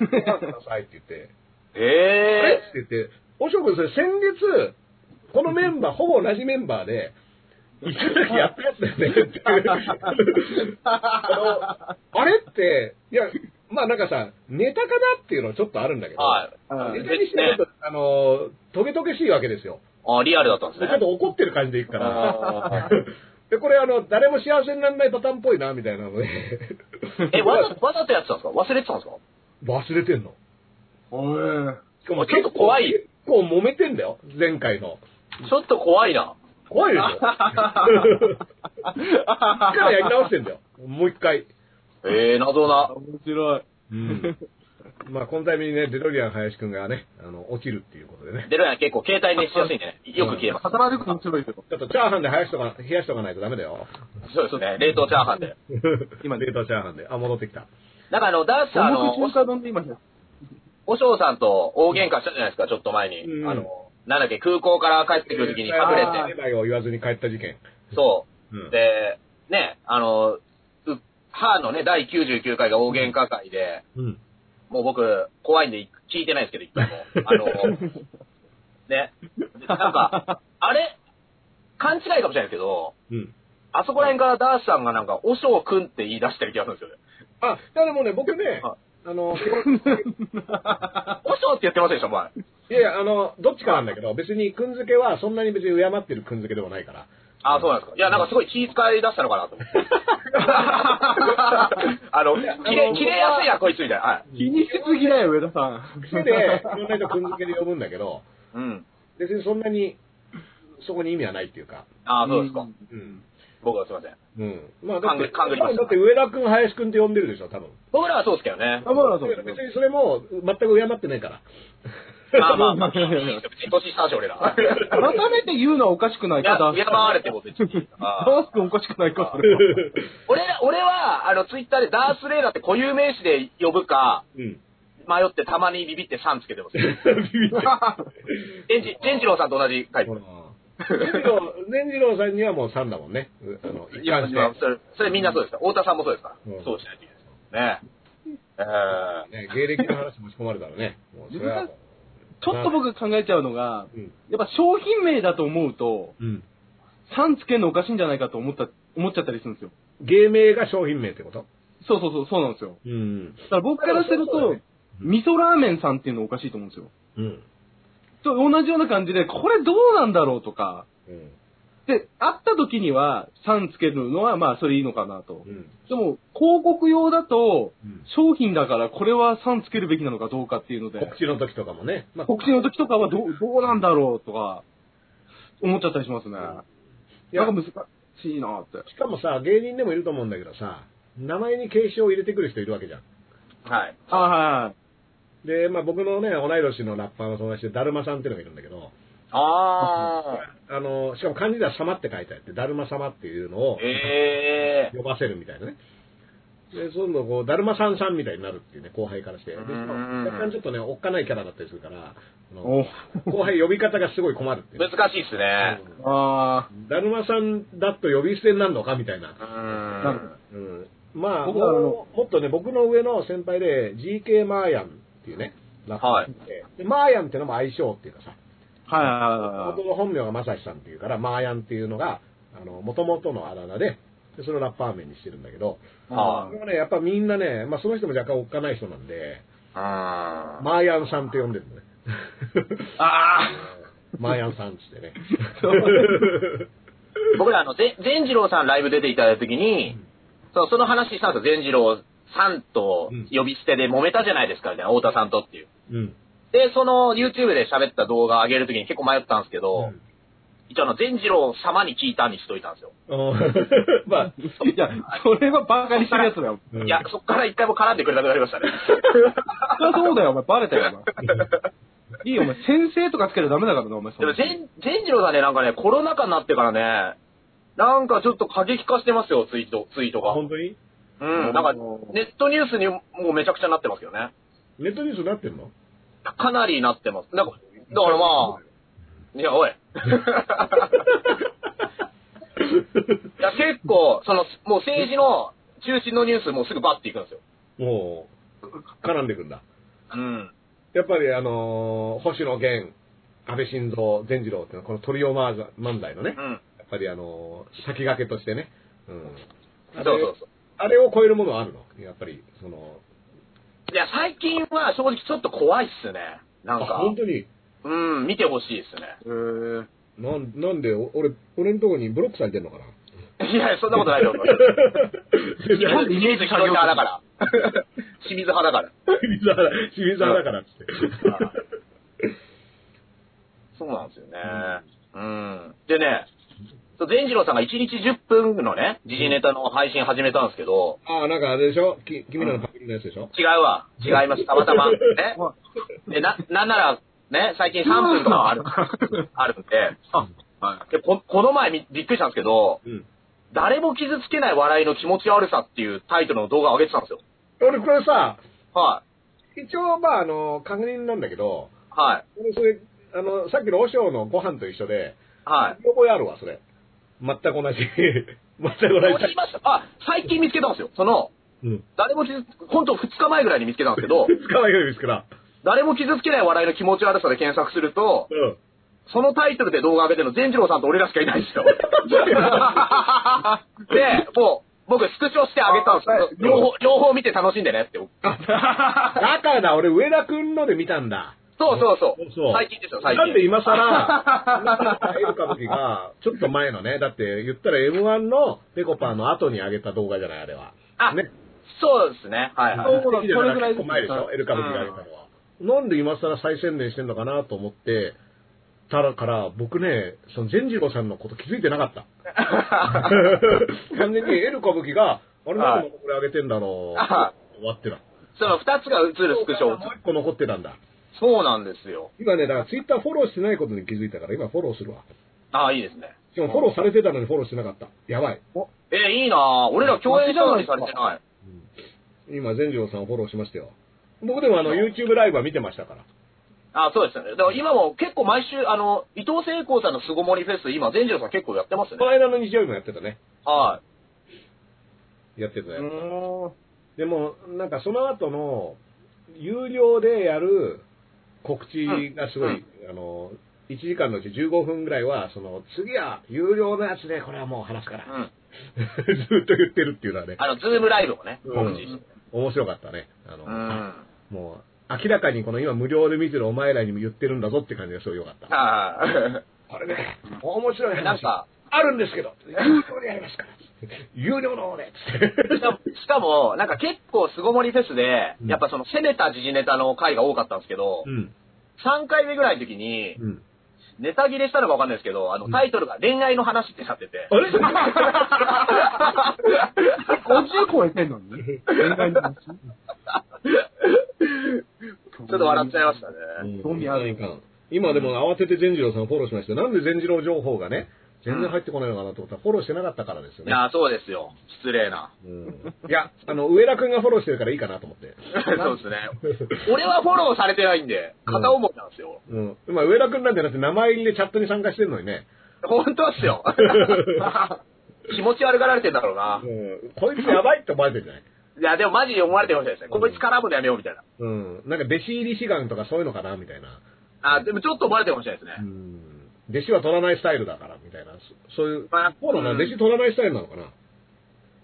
Speaker 3: ご飯くださいって言って、あれ
Speaker 2: え
Speaker 3: って言って、おしょくんそれ先月、このメンバー、ほぼ同じメンバーで、一時やったやつだよねって。あのあれって、いや、まあなんかさ、ネタかなっていうのはちょっとあるんだけ
Speaker 2: え
Speaker 3: ど、
Speaker 2: はい。
Speaker 4: はい
Speaker 3: ネタにしてると、あの、トゲトゲしいわけですよ。
Speaker 2: あリアルだったんです
Speaker 3: で
Speaker 2: ね
Speaker 3: ちょっ。と怒ってる感じでいくから。
Speaker 2: あ
Speaker 3: で、これあの、誰も幸せにならないパターンっぽいな、みたいなので。
Speaker 2: ーえ、わざわざとやってたんですか忘れてたんですか
Speaker 3: 忘れてんの。
Speaker 4: おい。
Speaker 3: しか
Speaker 2: ちょっと怖い
Speaker 3: 結構揉めてんだよ、前回の。
Speaker 2: ちょっと怖いな。
Speaker 3: 怖い でしょ一からやり直してんだよ。もう一回。
Speaker 2: えー、謎な。
Speaker 4: 面白い。
Speaker 3: まあ、このタイミングにね、デロリアン林くんがね、あの、落ちるっていうことでね。
Speaker 2: デロリアン結構携帯熱しやすいんでね。よく消えます。
Speaker 4: 働くの面白いけど。
Speaker 3: ちょっとチャーハンで林とか、冷やしとかないとダメだよ。
Speaker 2: そうですね。冷凍チャーハンで。
Speaker 4: 今
Speaker 3: 冷凍チャーハンで。あ、戻ってきた。
Speaker 2: なんかあの、ダースさん、あの、
Speaker 4: 重く中華丼で今、
Speaker 2: おしょうさんと大喧嘩したじゃないですか、ちょっと前に。
Speaker 3: うん
Speaker 2: あの、なんだっけ、空港から帰ってくるときに隠れ
Speaker 4: あ
Speaker 2: て、
Speaker 3: バイバイを言わずに帰った事件。
Speaker 2: そうう。
Speaker 3: ん。
Speaker 2: で、ね、あの、う歯のね、第99回が大喧嘩会で、
Speaker 3: うん。
Speaker 2: もう僕、怖いんで聞いてないですけど、一回も。あ の、ね、なんか、あれ、勘違いかもしれないですけど、
Speaker 3: うん。
Speaker 2: あそこら辺からダースさんがなんか、おしょうくんって言い出してる気がするんですよね。
Speaker 3: あ、ただもうね、僕ね
Speaker 2: あ、
Speaker 3: あの、
Speaker 2: おしょうって言ってませんでした、お前。
Speaker 3: いやいや、あの、どっちかなんだけど、別に、くんづけはそんなに別に敬ってるくんづけでもないから。
Speaker 2: ああ、そうなんですか。いや、なんかすごい気遣い出したのかなと思 って。あの、切れ、切れやすいや、こいつみたいな。はい。
Speaker 4: 気にしすぎだよ、上田さん。
Speaker 3: 癖で、いろんな人くんづけで呼ぶんだけど、
Speaker 2: うん。
Speaker 3: 別にそんなに、そこに意味はないっていうか。
Speaker 2: ああ、そうですか。
Speaker 3: うん。
Speaker 2: 僕はすいません。
Speaker 3: うん。まあ、だって、
Speaker 2: 勘繰りました
Speaker 3: だって上田くん、林くんって呼んでるでしょ、多分。
Speaker 2: 僕らはそうですけどね。
Speaker 4: あ、まあ、そう。
Speaker 3: 別にそれも、全く敬ってないから。
Speaker 2: まあまあまあ、いいですよ別に年下し、俺ら。い
Speaker 4: 改めて言うのはおかしくない
Speaker 2: や、
Speaker 4: か、ダー
Speaker 2: 敬
Speaker 4: ス。
Speaker 2: われても別に。あー
Speaker 4: ダ ース君おかしくないか、それは。
Speaker 2: 俺ら、俺は、あの、ツイッターでダース・レイダーって固有名詞で呼ぶか、
Speaker 3: うん。
Speaker 2: 迷ってたまにビビって3つけて ます。
Speaker 3: ビビって
Speaker 2: ジェンジ、ジェンジローさんと同じ回。
Speaker 3: ほら年次郎年次郎さんにはもう3だもんね。うあの、一貫して。
Speaker 2: それ、それみんなそうですか。太田さんもそうですか。
Speaker 3: うん
Speaker 2: そうしないといけないです。ねえ。
Speaker 3: ね、
Speaker 2: えー
Speaker 3: 芸歴の話持ち込まれたらね。もうそれはも
Speaker 4: ちょっと僕考えちゃうのが、
Speaker 3: う。うん。
Speaker 4: やっぱ商品名だと思うと、
Speaker 3: うん。
Speaker 4: 3つけるのおかしいんじゃないかと思った、思っちゃったりするんですよ。
Speaker 3: 芸名が商品名ってこと
Speaker 4: そうそうそう、そうなんですよ。
Speaker 3: うん。
Speaker 4: だから僕からする
Speaker 3: そうだ
Speaker 4: と
Speaker 3: ね、
Speaker 4: 味噌ラーメンさんっていうのおかしいと思うんですよ。
Speaker 3: うん。
Speaker 4: と同じような感じで、これどうなんだろうとか、
Speaker 3: うん。
Speaker 4: で、会った時には3つけるのはまあそれいいのかなと
Speaker 3: う。ん。
Speaker 4: でも、広告用だと、
Speaker 3: うん
Speaker 4: 商品だからこれは3つけるべきなのかどうかっていうので、
Speaker 3: 告知の時とかもね。まあ、
Speaker 4: 告知の時とかはどう、どうなんだろうとか、思っちゃったりしますね。
Speaker 3: いや
Speaker 4: なんか難しいなって。
Speaker 3: しかもさ、芸人でもいると思うんだけどさ、名前に形詞を入れてくる人いるわけじゃん。
Speaker 2: はい。
Speaker 4: あはい。
Speaker 3: で、まあ僕のね、同い年のラッパーの友達で、だるまさんっていうのがいるんだけど、
Speaker 2: あ
Speaker 3: あの、しかも漢字では様って書いてあって、だるま様っていうのを
Speaker 2: あ。ええ
Speaker 3: 呼ばせるみたいなね。で、そういうのこう、だるまさんさんみたいになるっていうね、後輩からして。で、し
Speaker 2: う
Speaker 3: か
Speaker 2: ん
Speaker 3: も若干ちょっとね、おっかないキャラだったりするから、あの
Speaker 4: お
Speaker 3: 後輩呼び方がすごい困るっていうね、
Speaker 2: 難しいっすね。
Speaker 4: あ
Speaker 3: だるまさんだと呼び捨てになるのかみたいな
Speaker 2: う。
Speaker 4: なるほ
Speaker 2: ん。
Speaker 3: うんまあ、
Speaker 4: 僕
Speaker 3: 僕
Speaker 4: はあの
Speaker 3: ももっとね、僕の上の先輩で、GK マーヤンっていうね、ラッパーがいてでマーヤンっていうのも相性っていうかさ、
Speaker 4: あ。はいはいはいは
Speaker 3: 元の本名がまさしさんっていうから、マーヤンっていうのが、あの、元々のあだ名で、でそれをラッパー名にしてるんだけど、
Speaker 4: い。
Speaker 2: は
Speaker 3: これはね、やっぱみんなね、まあその人も若干おっかない人なんで、マーヤンさんって呼んでるのね。
Speaker 4: ああ
Speaker 3: マーヤンさんっつっ てね。
Speaker 2: 僕ら、あの、ぜ善次郎さんライブ出ていただいたときに、そう、その話したんですよ。善次郎さんと呼び捨てで揉めたじゃないですか、みたいな。太田さんとっていう。
Speaker 3: うん。
Speaker 2: で、その YouTube で喋った動画上げるときに結構迷ったんですけど、一応あの、善次郎様に聞いたにしといたんですよ。
Speaker 3: うん まあ、
Speaker 4: いや、それはバカにしてるやつだよ。
Speaker 3: うん
Speaker 2: いや、そっから一回も絡んでくれなくなりましたね。
Speaker 4: そりゃそうだよ、お前。バレたよ、お 前。いいよ、お前。先生とかつけるゃダメだからな、お前。そ
Speaker 2: で
Speaker 4: んな
Speaker 2: も、善善次郎さんね、なんかね、コロナ禍になってからね、なんかちょっと過激化してますよ、ツイート、ツイートが。
Speaker 3: 本当に
Speaker 2: うん、なんか、ネットニュースにもうめちゃくちゃなってますよね。
Speaker 3: ネットニュースになってんの
Speaker 2: かなりなってます。なんか、 だからまあ、いや、おい。いや結構、その、もう政治の中心のニュースもうすぐバッていくんですよ。
Speaker 3: もう、絡んでくんだ。
Speaker 2: うん。
Speaker 3: やっぱりあのー星野源、安倍晋三、善次郎っていうのは、このトリオマージャ漫才のね
Speaker 2: う、ん。
Speaker 3: やっぱりあのー先駆けとしてね、うん。
Speaker 2: そ
Speaker 3: あ
Speaker 2: う
Speaker 3: れ
Speaker 2: そうそう。
Speaker 3: あれを超えるものはあるのやっぱり、その、
Speaker 2: いや、最近は正直ちょっと怖いっすね。なん
Speaker 3: あ
Speaker 2: か、
Speaker 3: 本当に、
Speaker 2: うん、見てほしいっすね。
Speaker 3: なんなんで、お俺、俺のとこにブロックされてんのかない
Speaker 2: や、そんなことないと思う。
Speaker 3: 全
Speaker 2: 日
Speaker 3: 然
Speaker 2: 本でイメージ清水派だ から。清水派だから。
Speaker 3: 清水原、清水原だからっつって。
Speaker 2: そうなんですよね。うん。でね、そう善次郎さんが1日10分のね、時事ネタの配信始めたんですけど、
Speaker 3: ああ、なんかあれでしょき君らのパクリのやつでしょ
Speaker 2: 違うわ。違います。たまたま。ね。で、な、なんなら、ね、最近3分とかある、あるんで
Speaker 4: は
Speaker 2: でこ、この前みびっくりしたんですけど、
Speaker 3: うん
Speaker 2: 誰も傷つけない笑いの気持ち悪さっていうタイトルの動画を上げてたんですよ。
Speaker 3: 俺これさ、
Speaker 2: は
Speaker 3: 一応まああの、確認なんだけど
Speaker 2: い。、はい。
Speaker 3: 俺それ、あの、さっきの和尚のご飯と一緒で、
Speaker 2: はい。
Speaker 3: 見覚えあるわ、それ。全く同じ。 全く同
Speaker 2: 思いました。あ、最近見つけたんですよ。その、
Speaker 3: じ。うん。
Speaker 2: 誰も傷つ、本当2日前ぐらいに見つけたんですけど、
Speaker 3: 使わないようですから。
Speaker 2: 誰も傷つけない笑いの気持ち悪さで検索すると、
Speaker 3: うん。
Speaker 2: そのタイトルで動画上げてるの、善次郎さんと俺らしかいないん ですよ。で、もう、僕スクショしてあげたんですけど、両方、両方見て楽しんでねって。
Speaker 3: だからだ、俺、上田くんので見たんだ。
Speaker 2: そうそうそ
Speaker 3: そう
Speaker 2: う。最近ですよ、最
Speaker 3: な
Speaker 2: 近。
Speaker 3: んで 今更、今更エル歌舞伎が、ちょっと前のね、だって言ったら M1 のペコパーの後に上げた動画じゃない、あれは。
Speaker 2: あ、
Speaker 3: ね。
Speaker 2: そうですね。はいは
Speaker 4: そ
Speaker 2: い。
Speaker 4: う
Speaker 3: それぐらい
Speaker 4: それぐらい
Speaker 3: 結
Speaker 4: です
Speaker 3: 構前でしょ、エル歌舞伎が上げたのは。なんで今更再宣伝してんのかなと思って、ただから、僕ね、その善次郎さんのこと気づいてなか った。完全にエル歌舞伎が、あれなんでこれ上げてんだろう、
Speaker 2: あ
Speaker 3: 終わってた。
Speaker 2: その2つが映るスクシ
Speaker 3: もう
Speaker 2: ョ。
Speaker 3: 一個残ってたんだ。
Speaker 2: そうなんですよ。
Speaker 3: 今ね、だからツイッターフォローしてないことに気づいたから、今フォローするわ。
Speaker 2: あ、いいですね。
Speaker 3: しかもフォローされてたのにフォローしてなかった。やばい。
Speaker 2: えーいいなぁ。俺ら共演者のにされてない。
Speaker 3: 今、全城さんをフォローしましたよ。僕でもあの、YouTube ライブは見てましたから。
Speaker 2: あ、そうですよね。だから今も結構毎週、あの、伊藤聖光さんの凄盛りフェス、今、善次郎さん結構やってますよ
Speaker 3: この
Speaker 2: ね。
Speaker 3: 間の日曜日もやってたね。
Speaker 2: は
Speaker 3: やってた
Speaker 4: い。
Speaker 3: やつ。でも、なんかその後の、有料でやる告知がすごい、あの、1時間のうち15分ぐらいは、その、次は有料のやつで、これはもう話すか
Speaker 2: い。う
Speaker 3: ら。
Speaker 2: ん。
Speaker 3: ずっと言ってるっていうのはね、
Speaker 2: あの、ズームライブもね、
Speaker 3: うん
Speaker 2: 告知して。
Speaker 3: 面白かったね。あの、
Speaker 2: うん。
Speaker 3: もう、明らかにこの今無料で見てるお前らにも言ってるんだぞって感じがすごい良かった。
Speaker 2: は
Speaker 3: これね、面白い
Speaker 2: い。なん
Speaker 3: 話
Speaker 2: か、
Speaker 3: あるんですけど、有料でやります から。有料の方で。
Speaker 2: しかもしかも、なんか結構凄盛りフェスで
Speaker 3: う、ん
Speaker 2: やっぱその攻めた時事ネタの回が多かったんですけど、
Speaker 3: うん。
Speaker 2: 3回目ぐらいの時に、
Speaker 3: うん。
Speaker 2: ネタ切れしたのかわかんないですけど、あの、タイトルが恋愛の話ってなってて
Speaker 3: あ、れ
Speaker 4: 50超えてんのに恋愛の話ちょ
Speaker 2: ちょっと笑っちゃいましたね。
Speaker 4: 興味ある
Speaker 3: か。今でも慌てて善次郎さんをフォローしました。なんで善次郎情報がね、全然入ってこないのかなと思ったら、フォローしてなかったからですよ
Speaker 2: い
Speaker 3: ね。
Speaker 2: やー、そうですよ。失礼な。
Speaker 3: うんいや、あの、上田くんがフォローしてるからいいかなと思って。
Speaker 2: そうですね。俺はフォローされてないんで、片思いなんですよ。
Speaker 3: うん。まあ、上田くんなんじゃなくて名前入りでチャットに参加してるのにね。
Speaker 2: 本当っす よ。気持ち悪がられてんだろうな。
Speaker 3: うん。こいつやばいって思われてるじゃない
Speaker 2: いや、でもマジで思われてましたですね。こいつ絡むのやめようみたいな。
Speaker 3: うん。なんか弟子入り志願とかそういうのかなみたいな。
Speaker 2: あ、でもちょっと思われてましたですね。
Speaker 3: うん。弟子は取らないスタイルだから、みたいな。そそういう。
Speaker 2: まあ
Speaker 3: そうなの、
Speaker 2: うん
Speaker 3: 弟子取らないスタイルなのかない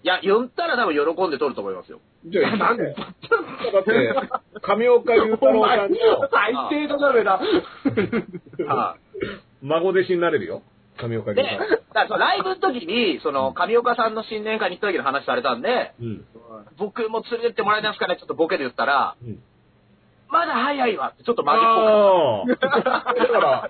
Speaker 2: や、呼んだら多分喜んで撮ると思いますよ。
Speaker 3: じゃあ、
Speaker 4: なんで
Speaker 3: だって、上岡龍太郎さんの
Speaker 4: 最低のダメだ。
Speaker 2: は
Speaker 3: 孫弟子になれるよ。上岡
Speaker 2: い。
Speaker 3: 龍
Speaker 2: で、
Speaker 3: 太
Speaker 2: だ
Speaker 3: 郎。
Speaker 2: からそのライブの時に、その、上岡さんの新年会に行った時の話されたんで、
Speaker 3: うん。
Speaker 2: 僕も連れてってもらえますかね、ちょっとボケで言ったら、
Speaker 3: うん
Speaker 2: まだ早いわって、ちょっとマジっ
Speaker 3: ああ。だから、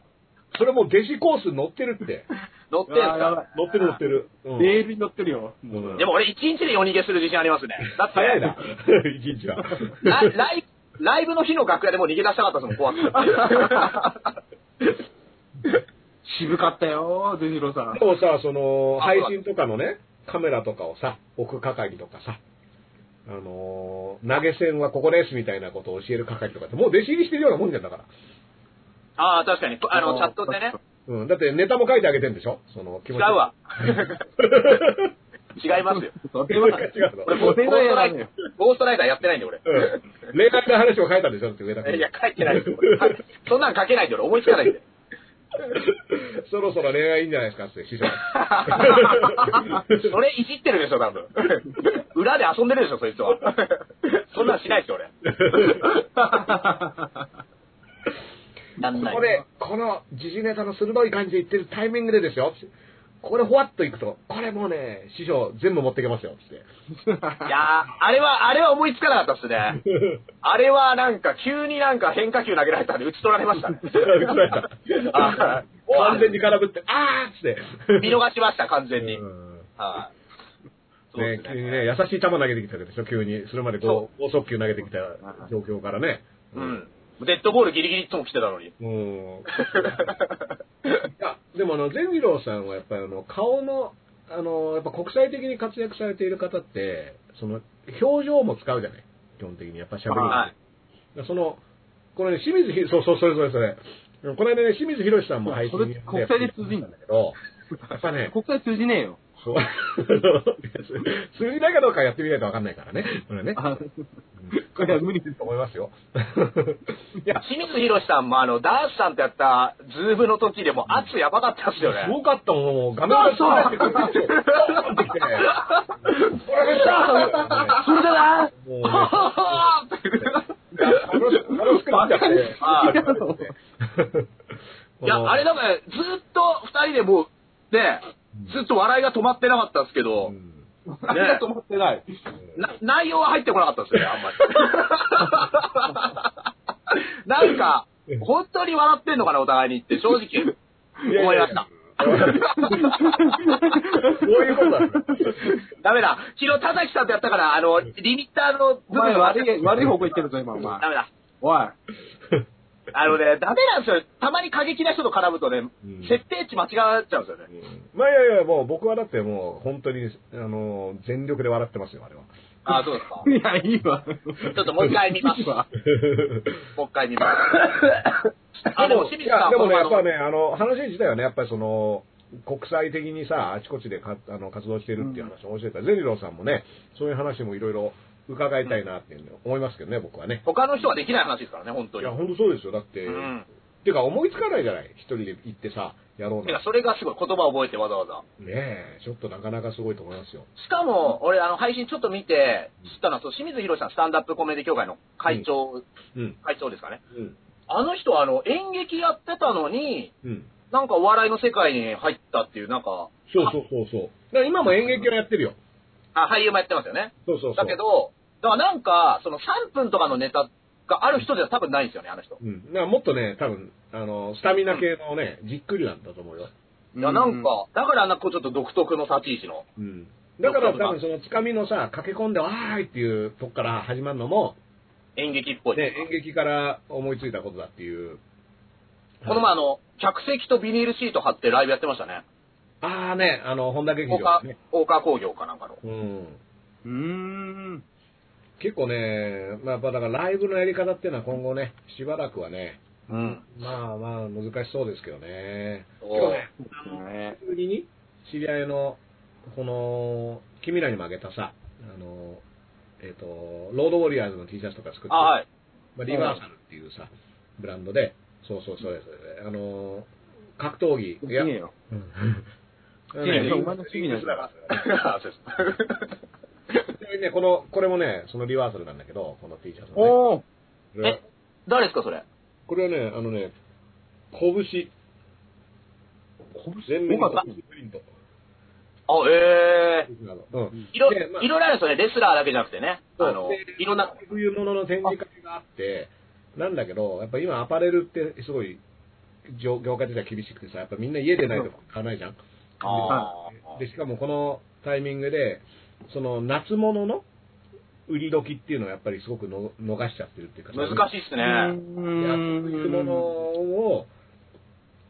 Speaker 3: それもう弟子コースに乗ってるって。
Speaker 2: ぽく乗ってんすか
Speaker 3: 乗ってる乗ってる。うん
Speaker 4: レールに乗ってるよ。
Speaker 3: うん
Speaker 2: でも俺一日で夜逃げする自信ありますね。だって、
Speaker 3: 早いな。 一日は。
Speaker 2: ラライブライブの日の楽屋でもう逃げ出したかったですもん、怖 くて。
Speaker 4: 渋かったよ、デジローさん
Speaker 3: で。もさ、その、配信とかのね、カメラとかをさ、置く係とかさ、あのー投げ銭はここですみたいなことを教える係とかって、もう弟子入りしてるようなもんじゃんだから。
Speaker 2: ああ、確かに。あの、チャットでね。
Speaker 3: うん。だってネタも書いてあげてんでしょその気
Speaker 2: 違
Speaker 3: 持
Speaker 2: う
Speaker 3: ち。
Speaker 2: わ。違いますよ。
Speaker 4: それ
Speaker 3: 違う
Speaker 4: は、
Speaker 3: の
Speaker 4: 俺もう恋愛なのよ。
Speaker 2: ゴーストライダーやってないんで俺。
Speaker 3: うん恋愛の話も書いたんでしょって上田君。
Speaker 2: いや、書いてないですよ。俺はいそんなん書けないんで俺思いつかないんで。
Speaker 3: そろそろ恋愛いいんじゃないですかって、師 匠。
Speaker 2: それいじってるでしょ、多分。裏で遊んでるでしょ、そいつは。そんなんしないです よ、俺。なんない。
Speaker 3: これ、この時事ネタの鋭い感じで言ってるタイミングでですよ。これ、ほわっといくと、これもうね、師匠、全部持ってけますよ。って。
Speaker 2: いやー、あれは、あれは思いつかなかったっすね。あれはなんか、急になんか変化球投げられたんで、打ち取られまし たね。 あー
Speaker 3: 完全に空振って、あーっつって。
Speaker 2: 見逃しました、完全に。
Speaker 3: うん
Speaker 2: はい。そう
Speaker 3: ね
Speaker 2: です、
Speaker 3: 急にね、優しい球投げてきたわけでしょ、急に。それまでこう、高速球投げてきた状況からね。
Speaker 2: うん。デッドボールギリギリいつも来てたのに。
Speaker 3: もういや、でもあの、善次郎さんはやっぱりあの、顔の、あの、やっぱ国際的に活躍されている方って、その、表情も使うじゃない基本的に。やっぱ喋る。
Speaker 2: は
Speaker 3: その、これね、清水ひ、そうそう、それそれそれ。この間ね、清水博さんも配信
Speaker 4: それ国際で通じんだ
Speaker 3: けど、やっぱね、
Speaker 4: 国際通じねえよ。
Speaker 3: そう。 釣りだかどうかやってみないとわかんないからね。これね。
Speaker 4: あこれは無理です
Speaker 3: と思います よ。い
Speaker 2: い
Speaker 3: や、
Speaker 2: 清水博さんもあの、ダースさんとやったズームの時でも圧やばかったっすよ
Speaker 3: す
Speaker 2: ね。
Speaker 3: ごかったもん、もう画面がそうなってくるんですよ。ドーンってきてね。これめっちゃ
Speaker 4: それだ な
Speaker 3: もうね、楽しく、楽しくなっちゃって。
Speaker 2: あ
Speaker 4: ー
Speaker 2: いや、あれなんか、ずっと二人でもう、ね、ずっと笑いが止まってなかったっすけ
Speaker 3: う
Speaker 2: ど、
Speaker 3: ん
Speaker 4: ありがとう思ってない。
Speaker 2: な内容は入ってこなかったっすよね、あんまり。 なんか、本当に笑ってんのかな、お互いにって、正直、思いました。
Speaker 3: そういうことなんだ。
Speaker 2: ダメだ。昨日、田崎さんとやったから、あの、リミッターの
Speaker 4: お前
Speaker 2: 悪
Speaker 4: 悪い、悪い方向行ってるぞ、今、お前。
Speaker 2: ダメだ。
Speaker 4: おい。
Speaker 2: あのね、ダメなんですよ。たまに過激な人と絡むとね、
Speaker 3: うん
Speaker 2: 設定値間違っちゃうんですよね。
Speaker 3: まあいやいや、もう僕はだってもう本当に、あの、全力で笑ってますよ、あれは。
Speaker 2: ああ、そうですか。
Speaker 4: いや、いいわ。
Speaker 2: ちょっともう一回見 ます。
Speaker 4: いいわ
Speaker 2: もう一回見ます。あ、でも清水さん
Speaker 3: いやでもね、
Speaker 2: あ
Speaker 3: や
Speaker 2: の
Speaker 3: っぱね、あの、話自体はね、やっぱりその、国際的にさ、あちこちでかあの活動してるっていう話を面白いから、ゼリローさんもね、そういう話もいろいろ伺いたいなっていうの思いますけどね、僕はね。
Speaker 2: 他の人はできない話ですからね、本当
Speaker 3: い
Speaker 2: に。
Speaker 3: や、
Speaker 2: う
Speaker 3: ほんとそうですよ。だって、
Speaker 2: ん。
Speaker 3: てか思いつかないじゃない一人で行ってさ、やろう
Speaker 2: て
Speaker 3: な
Speaker 2: か、。それがすごい。言葉を覚えてわざわざ。
Speaker 3: ねえ、ちょっとなかなかすごいと思いますよ。
Speaker 2: しかも、俺、あの、配信ちょっと見て、知ったのは、そう清水博さん、スタンダップコメディ協会の会長、
Speaker 3: うん。
Speaker 2: 会長ですかね。
Speaker 3: うん。
Speaker 2: あの人、あの、演劇やってたのに、
Speaker 3: うん。
Speaker 2: なんかお笑いの世界に入ったっていう、なんか、
Speaker 3: そうそうそうそう。だから今も演劇をやってるよ。
Speaker 2: あ、俳優もやってますよね。
Speaker 3: そうそうそう。
Speaker 2: だけど、だからなんか、その3分とかのネタがある人では多分ないんですよね、あの人。
Speaker 3: うん。だからもっとね、多分、あの、スタミナ系のね、じっくりなんだと思うよ。
Speaker 2: いや、なんか、だからなんかこうちょっと独特の立ち位置の。
Speaker 3: うん。だから多分そのつかみのさ、駆け込んで、わーいっていうとこから始まるのも、
Speaker 2: 演劇っぽい。
Speaker 3: ね、演劇から思いついたことだっていう。
Speaker 2: この前あの、客席とビニールシート貼ってライブやってましたね。
Speaker 3: あーね、あの、本田劇
Speaker 2: 大
Speaker 3: 場
Speaker 2: 川
Speaker 3: ですね。、
Speaker 2: 大川工業かなんかの。
Speaker 3: うん。
Speaker 4: うーん。
Speaker 3: 結構ね、まあ、やっぱだからライブのやり方っていうのは今後ね、しばらくはね、
Speaker 4: うん。
Speaker 3: まあまあ難しそうですけどね。
Speaker 2: お
Speaker 3: 今日ね、
Speaker 4: ね
Speaker 3: 急に知り合いの、この、君らにもあげたさ、あの、えっ、と、ロードウォリアーズの T シャツとか作ってる、
Speaker 2: あ、はい。
Speaker 3: まあ、リバーサルっていうさ、ブランドで、そうそうそうです、あのー、格闘技、
Speaker 4: い
Speaker 3: いや、
Speaker 4: ねえよ。
Speaker 3: うん
Speaker 4: いやいや
Speaker 3: リン
Speaker 4: お前の趣味のやつだか
Speaker 2: あそうです。
Speaker 3: ちなみに ね、この、これもね、そのリバーサルなんだけど、この T シャツのね。
Speaker 4: おー。
Speaker 3: これは
Speaker 2: え誰ですか、それ。
Speaker 3: これはね、あのね、拳、全面
Speaker 4: よ
Speaker 3: に
Speaker 4: かっ
Speaker 3: 拳プリント。
Speaker 2: あ、ええ
Speaker 3: うん。
Speaker 2: いろ、
Speaker 3: でまあ
Speaker 2: いろいろあるんですよね。レスラーだけじゃなくてね。
Speaker 3: そう
Speaker 2: あの
Speaker 3: で、
Speaker 2: いろんな、
Speaker 3: 冬物の展示会があって、なんだけど、やっぱ今アパレルってすごい、業業界的には厳しくてさ、やっぱみんな家でないと買わないじゃん。
Speaker 2: あー
Speaker 3: で、しかもこのタイミングで、その夏物の売り時っていうのをやっぱりすごくの逃しちゃってるっていうか、
Speaker 2: 難
Speaker 3: し
Speaker 2: しいっす
Speaker 4: う
Speaker 2: ね。
Speaker 3: いや
Speaker 4: ー
Speaker 3: 冬
Speaker 4: ん。
Speaker 3: 物を、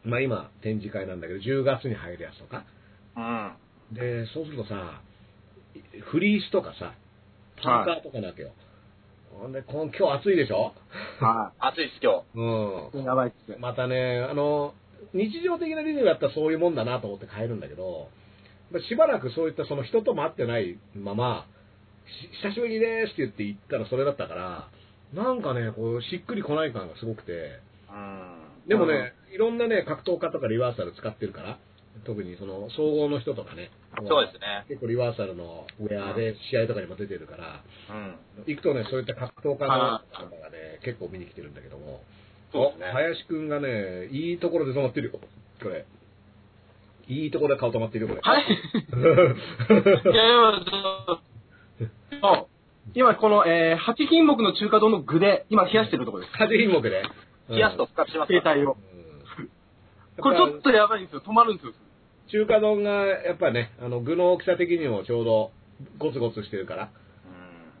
Speaker 3: まあ今展示会なんだけど、10月に入るやつとか。
Speaker 2: うん。
Speaker 3: で、そうするとさ、フリースとかさ、パーカーとかなわけよ。ほんで、こん今日暑いでしょ
Speaker 4: は
Speaker 2: 暑いっす、今日。
Speaker 3: う
Speaker 4: い。やばいっすね
Speaker 3: ん。。またね、あの、日常的なリズムだったらそういうもんだなと思って買えるんだけど、まあしばらくそういったその人とも会ってないまま、し久しぶりですって言って行ったらそれだったから、なんかね、こう、しっくりこない感がすごくて、でもね、いろんなね、格闘家とかリバーサル使ってるから、特にその、総合の人とかね、
Speaker 2: そうですね。
Speaker 3: 結構リバーサルのウェアで試合とかにも出てるから、
Speaker 2: うん。
Speaker 3: 行くとね、そういった格闘家の
Speaker 2: あ
Speaker 3: 方がね、結構見に来てるんだけども、
Speaker 2: そうですね
Speaker 3: お林くんがね、いいところで止まってるよ、これ。いいところで顔止まってるよ、これ。
Speaker 2: はい。いや、
Speaker 4: あ今この、えー、8品目の中華丼の具で、今冷やしてるところです。
Speaker 3: 風品目で。
Speaker 2: 冷やすと復活します
Speaker 4: 携
Speaker 2: から。
Speaker 4: 帯を。
Speaker 3: うん。
Speaker 4: これち
Speaker 3: や
Speaker 4: ょっ
Speaker 3: っ
Speaker 4: とやばいんですよ。止まるんですよ。。
Speaker 3: ぱ中華丼が、やっぱね、あの、具の大きさ的にもちょうど、ゴツゴツしてるから、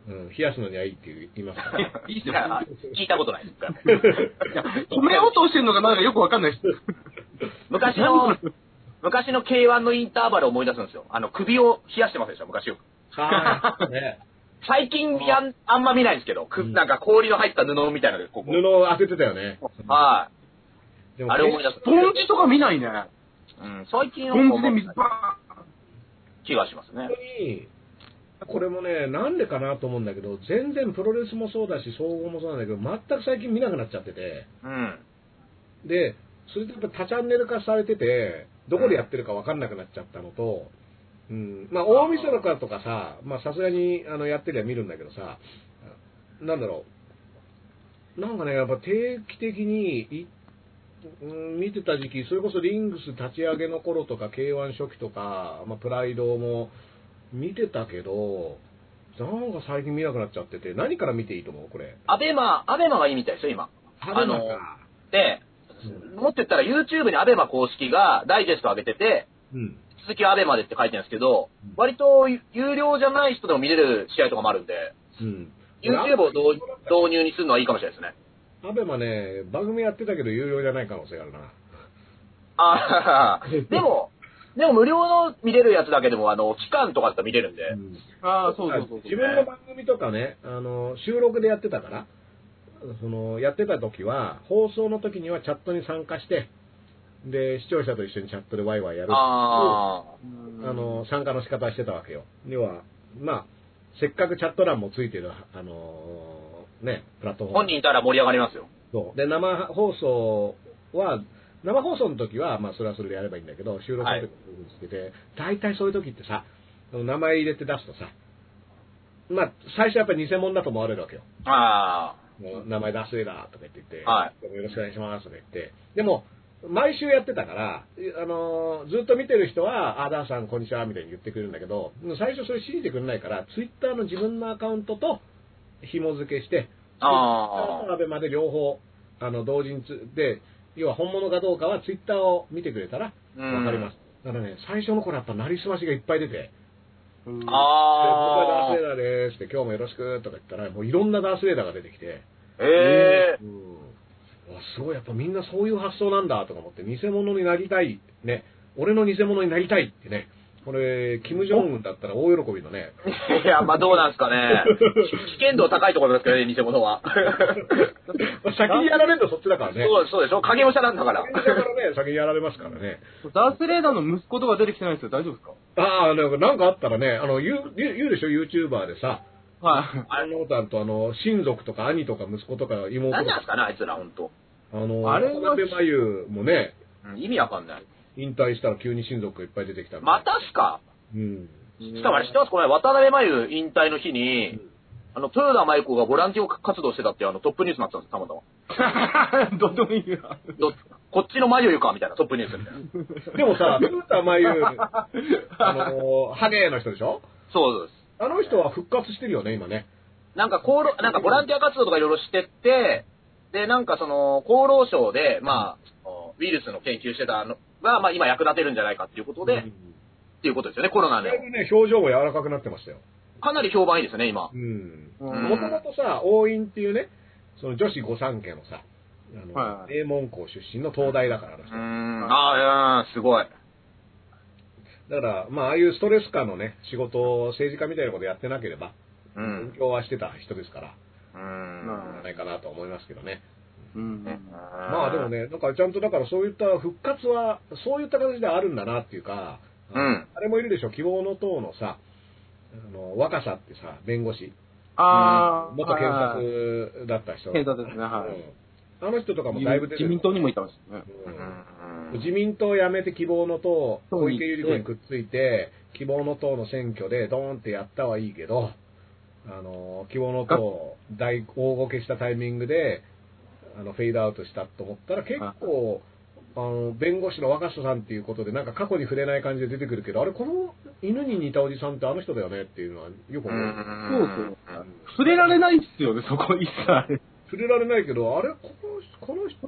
Speaker 3: うん、冷やすのにはいいって言いますから
Speaker 4: いいっす
Speaker 2: い
Speaker 4: よ。
Speaker 2: や聞いたことないです から。
Speaker 4: 止めようとしてるのがなんかよくわかんないです。
Speaker 2: 昔の、昔の K1 のインターバルを思い出すんですよ。あの、首を冷やしてますでしょ、昔よく。
Speaker 3: はい。ね、
Speaker 2: 最近やん、あんま見ないんですけど、く
Speaker 3: うん
Speaker 2: なんか氷の入った布みたいなので、ここ。
Speaker 3: 布を当ててたよね。
Speaker 2: は
Speaker 3: で
Speaker 2: い。
Speaker 3: も
Speaker 2: あれ思い出す。
Speaker 4: ポンジとか見ないね。
Speaker 2: うん、最近
Speaker 4: ポンジで
Speaker 2: 見
Speaker 4: 水バ
Speaker 2: 気がしますね
Speaker 3: 本。当に、これもね、なんでかなと思うんだけど、全然プロレスもそうだし、総合もそうなんだけど、全く最近見なくなっちゃってて、
Speaker 2: うん。
Speaker 3: で、それでやっぱ多チャンネル化されてて、どこでやってるか分かんなくなっちゃったのと、うん、まあ、大晦日とかさ、まあ、さすがに、あの、やってりゃ見るんだけどさ、なんだろう、なんかね、やっぱ定期的にい、うん、見てた時期、それこそリングス立ち上げの頃とか、K1 初期とか、まあ、プライドも見てたけど、なんか最近見なくなっちゃってて、何から見ていいと思うこれ。
Speaker 2: アベマ、アベマがいいみたいですよ、今。あの
Speaker 3: ABEMA か
Speaker 2: で、持ってったら YouTube にアベマ公式がダイジェスト上げてて、
Speaker 3: うん。
Speaker 2: 続きはアベマでって書いてるんですけど
Speaker 3: うん、
Speaker 2: 割と有料じゃない人でも見れる試合とかもあるんで、
Speaker 3: うん。
Speaker 2: YouTube を導導入にするのはいいかもしれないですね。
Speaker 3: アベマね、番組やってたけど有料じゃない可能性があるな。
Speaker 2: ああ、でも、でも無料の見れるやつだけでも、あの、期間とかだったら見れるんで、
Speaker 4: ーああ、そうそうそうそう。
Speaker 3: 自分の番組とかね、あの、収録でやってたから、その、やってた時は、放送の時にはチャットに参加して、で、視聴者と一緒にチャットでワイワイやる。
Speaker 2: あ
Speaker 3: あの、参加の仕方してたわけよ。要は、まあ、せっかくチャット欄もついてる、あの、ね、プラットフォー
Speaker 2: あ、
Speaker 3: ム。
Speaker 2: 本人いたら盛り上がりますよ。
Speaker 3: そう。で、生放送は、生放送の時は、まあ、それはそれでやればいいんだけど、収録の時にしてて、大体そういう時ってさ、あの名前入れて出すとさ、まあ、最初やっぱり偽物だと思われるわけよ。
Speaker 2: あ
Speaker 3: もう名前出すえだとか言って言って、
Speaker 2: は
Speaker 3: よろしくお願いしますとか言って、でも、毎週やってたから、いあのーずっと見てる人は、あ、ダーさんこんにちはみたいに言ってくれるんだけど、最初それ信じてくれないから、ツイッターの自分のアカウントと紐付けして、
Speaker 2: あ、ああ、
Speaker 3: アベまで両方、あの、同時につ、で、要は本物かどうかはツイッターを見てくれたら、
Speaker 2: うん
Speaker 3: わかります。。だからね、最初の頃やっぱなりすましがいっぱい出て、で
Speaker 4: うん
Speaker 3: 僕
Speaker 2: あ
Speaker 3: はダー
Speaker 2: あ
Speaker 3: スレ、ーダーですって、今日もよろしくとか言ったら、もういろんなダースレーダーが出てきて、
Speaker 2: ええ
Speaker 3: うんあすごい、やっぱみんなそういう発想なんだとか思って、偽物になりたい、ね、俺の偽物になりたいってね、これ、キム・ジョンウンだったら大喜びのね、
Speaker 2: いや、まあどうなんです かね。危険度高いところですけどね、偽物は。
Speaker 3: まあ先にやられるのそっちだからね。
Speaker 2: そうそうでしょ影武者なんだから。
Speaker 3: 先にやられるね先にやられますからね。
Speaker 4: ダースレーダーの息子とか出てきてないですよ。大丈夫ですか
Speaker 3: ああ、なんかなんかあったらね、あの、言う、言う言うでしょ、YouTuber でさ、
Speaker 4: はい。
Speaker 3: あのさんとあの、親族とか兄とか息子とか妹
Speaker 2: 何
Speaker 3: と
Speaker 2: なんです
Speaker 3: か、
Speaker 2: かね、あいつら、ほんと。
Speaker 3: あの、
Speaker 4: あれは
Speaker 3: 渡辺真由もね、
Speaker 2: うん意味わかんない。
Speaker 3: 引退したら急に親族がいっぱい出てきたんで
Speaker 2: またっすか
Speaker 3: うん。
Speaker 2: しかもあれ知ってますこれ、渡辺真由引退の日に、あの、豊田真由子がボランティア活動してたっていうあのトップニュースになってたんです、たまた ま。
Speaker 4: どうでもいいわ。
Speaker 2: どこっちの真由か、みたいな、トップニュースみたいな。
Speaker 3: でもさ、古田真由、あの、ハゲの人でしょ
Speaker 2: そうです。
Speaker 3: あの人は復活してるよね、今ね。
Speaker 2: なんか、厚労、なんかボランティア活動とかいろいろしてって、で、なんかその、厚労省で、まあ、そのウイルスの研究してたのが、まあ今役立てるんじゃないかっていうことで、
Speaker 3: う
Speaker 2: っ
Speaker 3: ん
Speaker 2: ていうことですよね、コロナ
Speaker 3: だ
Speaker 2: で
Speaker 3: い。ぶね、表情も柔らかくなってましたよ。
Speaker 2: かなり評判いいですね、今。
Speaker 3: うん。
Speaker 4: う
Speaker 2: うん
Speaker 4: ん
Speaker 3: もともとさ、王院っていうね、その女子御三家のさ、あの、
Speaker 4: はい
Speaker 3: 名門校出身の東大だから、あの
Speaker 2: う
Speaker 3: 人
Speaker 2: ーん、ああ、うん、すごい。
Speaker 3: だから、まあ、ああいうストレス下のね、仕事を政治家みたいなことやってなければ、
Speaker 2: う
Speaker 3: 勉
Speaker 2: ん。
Speaker 3: 強はしてた人ですから、
Speaker 2: う
Speaker 3: じゃ
Speaker 2: ん。
Speaker 3: ないかなと思いますけどね。
Speaker 4: うん
Speaker 3: まあでもね、なんかちゃんとだからそういった復活は、そういった形であるんだなっていうか、
Speaker 2: うん。
Speaker 3: あれもいるでしょ、希望の党のさ、あの若さってさ、弁護士、
Speaker 4: ああ、
Speaker 3: 元検察だった人、
Speaker 4: 検察ですね、は
Speaker 3: うんあの人とかも
Speaker 4: い。
Speaker 3: だいぶ出て
Speaker 4: 自
Speaker 3: る
Speaker 4: 民党にもいたんですよね。
Speaker 3: うん自民党を辞めて希望の党、
Speaker 4: そう
Speaker 3: 小池百合子にくっついて、希望の党の選挙でドーンってやったはいいけど、あの希望の党、大大ごけしたタイミングであのフェードアウトしたと思ったら、結構、あの弁護士の若狭さんっていうことで、なんか過去に触れない感じで出てくるけど、あれ、この犬に似たおじさんってあの人だよねっていうのはよく
Speaker 2: う。
Speaker 3: 思う。
Speaker 4: そうんそう。触れられないっすよね、そこ一切。
Speaker 3: 触れられないけど、あれ、このこの人、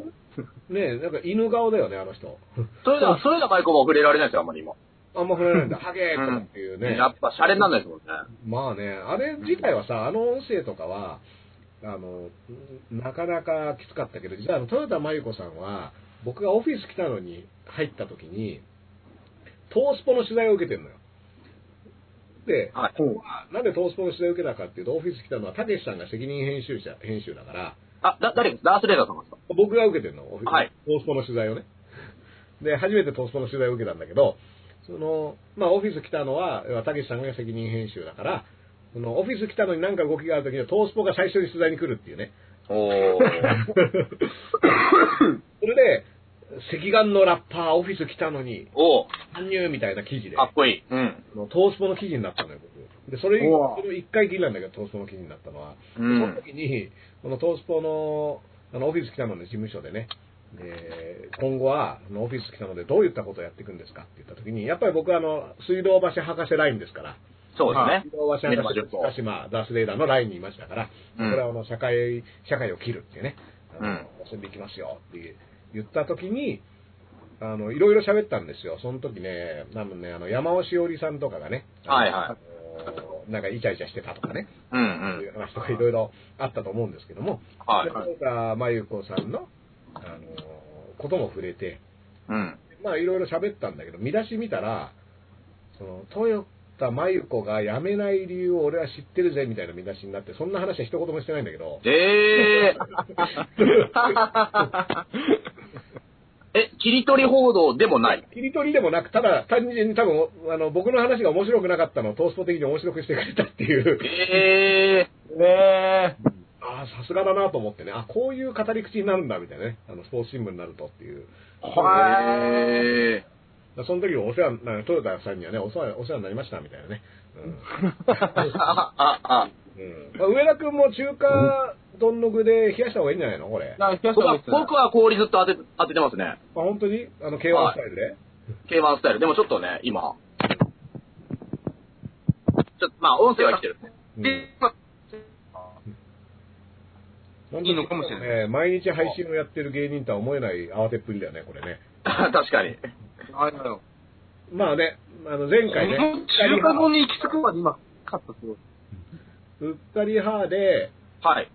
Speaker 3: ねえ、なんか犬顔だよね、あの人。
Speaker 2: それでは、それではマイコも触れられないですよ、あんまり今。
Speaker 3: あんま触れられない んだ、ハゲーとかっていうね。
Speaker 2: やっぱ、シャレになんないですもんね。
Speaker 3: まあね、あれ自体はさ、あの音声とかは、あの、なかなかきつかったけど、実はあの、豊田真由子さんは、僕がオフィス来たのに入った時に、トースポの取材を受けてるのよ。で、
Speaker 2: はい。
Speaker 4: ほう。
Speaker 3: なんでトースポの取材を受けたかっていうと、オフィス来たのは、たけしさんが責任編集者、編集だから、
Speaker 2: あ、だ、誰ダースレーダーさんですか
Speaker 3: 僕が受けてるの、オフィス
Speaker 2: はい
Speaker 3: トースポの取材をね。で、初めてトースポの取材を受けたんだけど、その、まあ、オフィス来たのは、要はたけしさんが責任編集だから、その、オフィス来たのに何か動きがあるときには、トースポが最初に取材に来るっていうね。
Speaker 2: おー。
Speaker 3: それで、赤眼のラッパー、オフィス来たのに、
Speaker 2: おー。
Speaker 3: 搬入みたいな記事で、
Speaker 2: か
Speaker 3: あ
Speaker 2: っこいい。うん。
Speaker 3: のトースポの記事になったのよ、僕。で、それ、
Speaker 4: うわ
Speaker 3: それ一回きりなんだけど、トースポの記事になったのは。
Speaker 2: う
Speaker 3: その
Speaker 2: ん。
Speaker 3: 時に、このトースポのあのオフィス北野の事務所でね、で今後はあのオフィス北野でどういったことをやっていくんですかって言った時に、やっぱり僕はあの水道橋博士ラインですから、
Speaker 2: そうですね
Speaker 3: 水。道橋
Speaker 2: 練馬
Speaker 3: 博
Speaker 2: 十
Speaker 3: 士、
Speaker 2: 号
Speaker 3: 鹿島、ダースレーダーのラインにいましたから、
Speaker 2: うん
Speaker 3: これはあの社会社会を切るっていうね、あ
Speaker 2: うん
Speaker 3: の遊んでいきますよって言った時に、あのいろいろ喋ったんですよ、その時ね、多分ね、あの山尾しおりさんとかがね、
Speaker 2: はい
Speaker 3: あ
Speaker 2: はい
Speaker 3: のなんかイチャイチャしてたとかね、
Speaker 2: うん
Speaker 3: そ
Speaker 2: う
Speaker 3: うい
Speaker 2: ん。
Speaker 3: う話とかいろいろあったと思うんですけども、
Speaker 2: はい。
Speaker 3: で豊田真由子さんの、あのことも触れて、
Speaker 2: うん。
Speaker 3: まあいろいろ喋ったんだけど、見出し見たら、その豊田真由子が辞めない理由を俺は知ってるぜみたいな見出しになって、そんな話は一言もしてないんだけど、
Speaker 2: えー。え、切り取り報道でもない。
Speaker 3: 切り取りでもなく、ただ単純に多分、あの僕の話が面白くなかったのをトースポ的に面白くしてくれたっていう、
Speaker 2: え
Speaker 4: ねえ。
Speaker 3: ああ、さすがだなと思ってね、あこういう語り口になるんだみたいなね、あのスポーツ新聞になるとっていう。
Speaker 2: ー。
Speaker 4: は
Speaker 2: え
Speaker 3: だからその時お世話にな、トヨタさんにはね、お世話お世話になりましたみたいなね。
Speaker 2: ー。あ、あ、あ。
Speaker 3: うん。 うんまあ、上田君も中華どんの具で冷やした方がいいんじゃないのこれ。あ、
Speaker 4: い。冷やした
Speaker 2: 僕
Speaker 4: 方がいい
Speaker 2: は
Speaker 4: っ、すね
Speaker 2: 僕は氷ずっと当て、当ててますね。
Speaker 3: 本当にあの、K1 スタイルで、
Speaker 2: K1 スタイル。でもちょっとね、今。ちょっと、まあ、音声は来てる。
Speaker 3: うん
Speaker 2: で、まあ
Speaker 3: 本当に
Speaker 4: いいのかもしれない
Speaker 3: ね毎日配信をやってる芸人とは思えない慌てっぷりだよね、これね。
Speaker 2: 確かに。
Speaker 4: あれだよ。
Speaker 3: まあね、あの、前回ね、うっかり
Speaker 4: 中華
Speaker 3: ハ
Speaker 4: 丼に行き着くまで今、勝ったっすよ。
Speaker 3: ー、うっかりハーで、
Speaker 2: はい。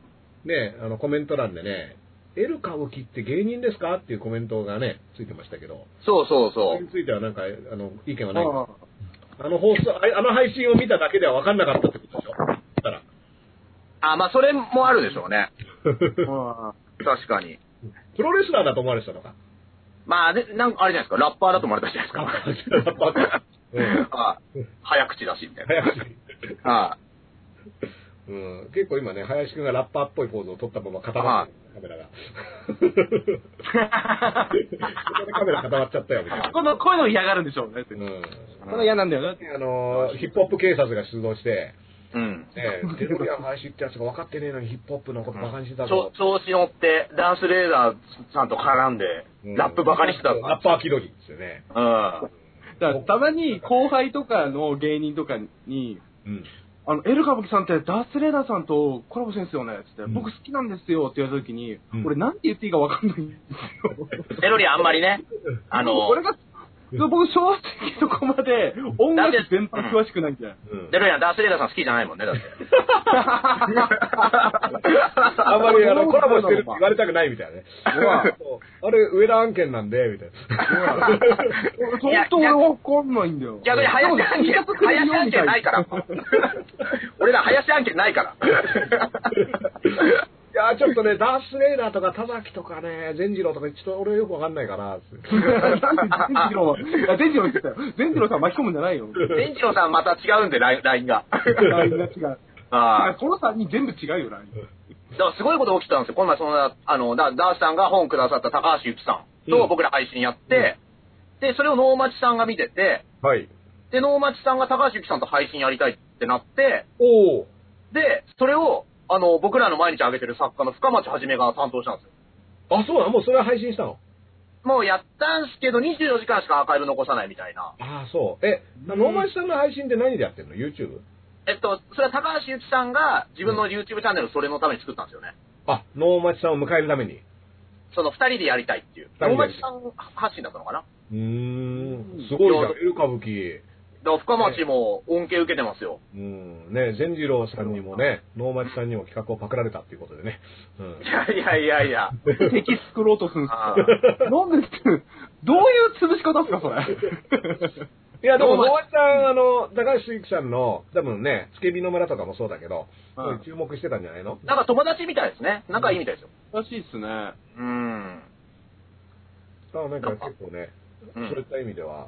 Speaker 3: ね、あの、コメント欄でね、エル歌舞伎って芸人ですかっていうコメントがね、ついてましたけど、
Speaker 2: そうそう
Speaker 3: そ
Speaker 2: そ
Speaker 3: れ
Speaker 2: う
Speaker 3: に。ついてはなんか、あの、意見はない
Speaker 4: あ
Speaker 3: あの放送、ああの配信を見ただけでは分かんなかったってことでしょだった ら。
Speaker 2: あ、まあ、それもあるでしょうね。
Speaker 4: ああ
Speaker 2: 確かに。
Speaker 3: プロレスラーだと思われてたの か。
Speaker 2: まあ、で、なんかあれじゃないですか、ラッパーだと思われたじゃないですか。
Speaker 3: うん
Speaker 2: はい早口だし、みたい
Speaker 3: 林
Speaker 2: な。は
Speaker 3: うん、結構今ね、林くんがラッパーっぽいポーズを取ったまま固まってる、カメラが。そこでカメラ固まっちゃったよ、みたいな。
Speaker 4: この、こういうの嫌がるんでしょうね。
Speaker 3: うん。
Speaker 4: これ嫌なんだよな。
Speaker 3: あのーヒップホップ警察が出動して、
Speaker 2: い。うん。
Speaker 3: ね、 テレビは林ってやつが分かってねえのにヒップホップのことバカにしてた
Speaker 2: ちょ
Speaker 3: ぞ。
Speaker 2: 調子乗って、ダンスレーダーさんと絡んで、
Speaker 3: うん
Speaker 2: ラップばかりしてた
Speaker 3: ラッ
Speaker 2: か
Speaker 3: パー気取りですよね。
Speaker 2: ら。うん。
Speaker 4: だからたまに後輩とかの芸人とかに、
Speaker 3: うん。
Speaker 4: あの、エル歌舞伎さんってダースレーダーさんとコラボしてんすよねっつって、
Speaker 3: うん
Speaker 4: 僕好きなんですよって言われた時に、
Speaker 3: うん
Speaker 4: 俺なんて言っていいかわかんないんですよ。
Speaker 2: エロリあんまりね、あの、
Speaker 4: 俺が、僕正直そこまで音楽全般詳しくないんじゃん。
Speaker 3: うん
Speaker 2: エロリアンダースレーダーさん好きじゃないもんね、だって。
Speaker 3: あんまりあのコラボしてるって言われたくないみたいなね。 そうあれ、上田案件なんで、みたいな。
Speaker 4: 本当俺わかんないんだよ。
Speaker 2: 逆に林案件、林案件 ないから。俺ら林案件ないから。
Speaker 3: いや、やーちょっとね、ダース・レイダーとか、田崎とかね、善次郎とか、ちょっと俺よくわかんないから、
Speaker 4: 善次郎は、いや、善次郎言ってたよ。善次郎さん巻き込むんじゃないよ。
Speaker 2: 善次郎さんまた違うんで、ラインラインが。
Speaker 4: ラインが違う。
Speaker 2: ああ。
Speaker 4: この3人全部違うよ、 ライン。
Speaker 2: だからすごいこと起きたんですよ。この前、その、あの、だダースさんが本くださった高橋由紀さん
Speaker 3: う
Speaker 2: と
Speaker 3: ん
Speaker 2: 僕ら配信やって、で、それを能町さんが見てて、
Speaker 3: はい。
Speaker 2: で、能町さんが高橋由紀さんと配信やりたいってなって、
Speaker 3: おお。
Speaker 2: で、それを、あの、僕らの毎日上げてる作家の深町はじめが担当したんですよ。
Speaker 3: あ、そうなのもうそれは配信したの
Speaker 2: もうやったんすけど、24時間しかアーカイブ残さないみたいな。
Speaker 3: ああ、そう。え、能町さんの配信って何でやってんの ?YouTube?
Speaker 2: えっと、それは高橋由紀さんが自分の YouTube チャンネルをそれのために作ったんですよね。
Speaker 3: あ、能町さんを迎えるために。
Speaker 2: その二人でやりたいっていう。
Speaker 3: 二人で
Speaker 2: 能町さん発信だったのかな
Speaker 3: うーん。すごいじゃん。エル歌舞伎。
Speaker 2: だから深町も恩恵受けてますよ。
Speaker 3: うん。ね、善次郎さんにもね、能町さんにも企画をパクられたっていうことでね。うん
Speaker 2: い。やいやいやいや。
Speaker 4: 敵作ろうとするんです
Speaker 2: あ
Speaker 4: か
Speaker 2: ー
Speaker 4: なんですけど、どういう潰し方ですか、それ。
Speaker 3: いや、でも、能
Speaker 2: 能町
Speaker 3: 町さん、あの、高橋幸さんの、多分ね、つけびの村とかもそうだけど、
Speaker 4: うん
Speaker 3: 注目してたんじゃないの
Speaker 2: なんか友達みたいですね。仲いいみたいですよ。
Speaker 4: らしいっすね。
Speaker 2: うーん。
Speaker 3: だからなんか結構ね、
Speaker 2: う
Speaker 3: そうい
Speaker 2: ん
Speaker 3: った意味では、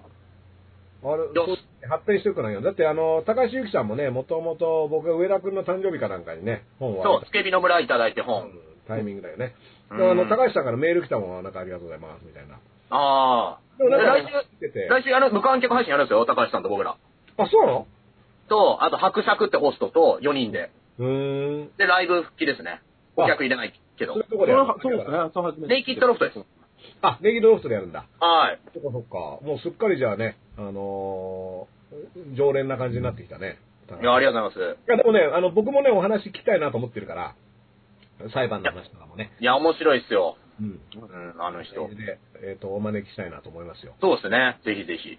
Speaker 3: あれ、
Speaker 2: よ
Speaker 3: そう発展してよくないよ。だって、あの、高橋幸さんもね、もともと僕が上田君の誕生日かなんかにね、本を
Speaker 2: そ
Speaker 3: 渡
Speaker 2: う、
Speaker 3: し
Speaker 2: つけびの村いただいて
Speaker 3: た
Speaker 2: 本。
Speaker 3: タイミングだよね。だ
Speaker 2: うん
Speaker 3: からあの、高橋さんからメール来たもん、なんかありがとうございます、みたいな。
Speaker 2: ああ。
Speaker 3: でもなん
Speaker 2: 来
Speaker 3: か、
Speaker 2: 週、
Speaker 3: 来てて。
Speaker 2: 来週やる、無観客配信やるんですよ、高橋さんと僕ら。
Speaker 3: あ、そうなの
Speaker 2: と、あと、伯爵ってホストと4人で。
Speaker 3: うーん。
Speaker 2: で、ライブ復帰ですね。お客入れないけど
Speaker 3: そうい。うと
Speaker 4: そ
Speaker 3: こで
Speaker 4: れ
Speaker 3: やる
Speaker 4: はそうですね、そう初めて。
Speaker 2: ネイキッドロフトです。
Speaker 3: あ、ネギドロフトでやるんだ。
Speaker 2: はい。
Speaker 3: そっかそっか。もうすっかりじゃあね、あのー常連な感じになってきたね。
Speaker 2: いや、あり
Speaker 3: が
Speaker 2: がとうございま
Speaker 3: で
Speaker 2: す。
Speaker 3: もね、あの、僕もね、お話聞きたいなと思ってるから、裁判の話とかもね。
Speaker 2: いや、面白いっすよ。
Speaker 3: うん。
Speaker 2: うん、あの人。
Speaker 3: で、えっ、と、お招きしたいなと思いますよ。
Speaker 2: そうですね。ぜひぜひ。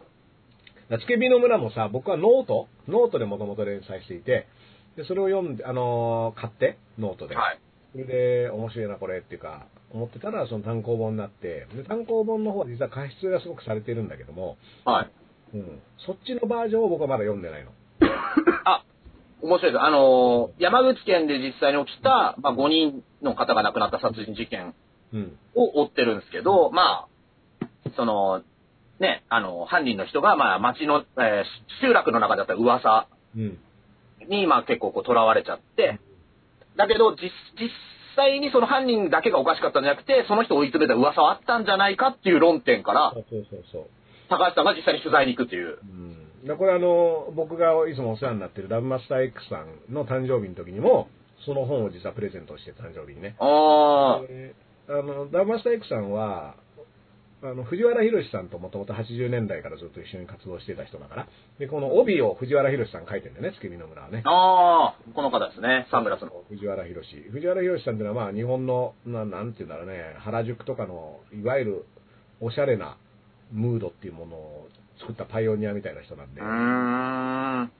Speaker 3: だつけびの村もさ、僕はノート、ノートでもともと連載していて、で、それを読んで、あのー買って、ノートで。
Speaker 2: はい。
Speaker 3: それで、面白いな、これっていうか、思ってたら、その単行本になって、で、単行本の方は実は過失がすごくされてるんだけども、
Speaker 2: はい。
Speaker 3: うん。そっちのバージョンを僕はまだ読んでないの。
Speaker 2: あ、面白いです。あのー山口県で実際に起きた、まあ、5人の方が亡くなった殺人事件
Speaker 3: うん。
Speaker 2: を追ってるんですけど、まあ、その、ね、あの、犯人の人が、まあ、町の、えー集落の中だった噂
Speaker 3: うん。
Speaker 2: に、まあ、結構こう、囚われちゃって、だけど、実、実際にその犯人だけがおかしかったんじゃなくて、その人を追い詰めた噂はあったんじゃないかっていう論点から
Speaker 3: そ、うそうそうそう。
Speaker 2: 高橋さんが実際に取材に行くっていう。
Speaker 3: うん、だこれあの、僕がいつもお世話になってるダブマスター X さんの誕生日の時にも、その本を実はプレゼントして誕生日にね。
Speaker 2: あー
Speaker 3: であの、ダブマスター X さんは、あの、藤原宏さんともともと80年代からずっと一緒に活動してた人だから、で、この帯を藤原宏さん書いてるんだよね、月見の村はね。
Speaker 2: あー、この方ですね、サングラスの。
Speaker 3: 藤原宏。藤原宏さんっていうのは、まあ、日本のな、なんていうんだろうね、原宿とかの、いわゆる、おしゃれなムードっていうものを作ったパイオニアみたいな人なん
Speaker 2: う
Speaker 3: で、
Speaker 2: ーん。
Speaker 3: ま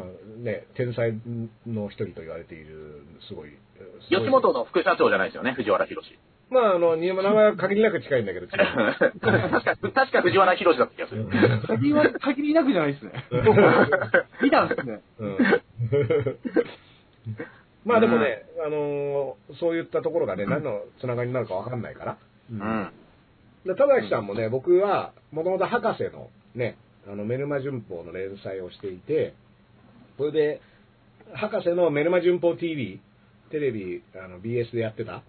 Speaker 3: あね、天才の一人と言われている、すごい。すごい
Speaker 2: 吉本の副社長じゃないですよね、藤原博士。
Speaker 3: まあ、あの、に名前は限りなく近いんだけ ど、違う
Speaker 2: 確か、確か藤原博士だった気がする。
Speaker 4: 限りは、限りなくじゃないっ すね。見たんですね。
Speaker 3: うん まあでもね、あのーそういったところがね、何のつながりになるかわかんないから。う
Speaker 2: う。ん。
Speaker 3: で、田崎さんもね、僕は、もともと博士のね、あの、メルマ旬報の連載をしていて、それで、博士のメルマ旬報 TV、テレビ、あの、BS でやってた、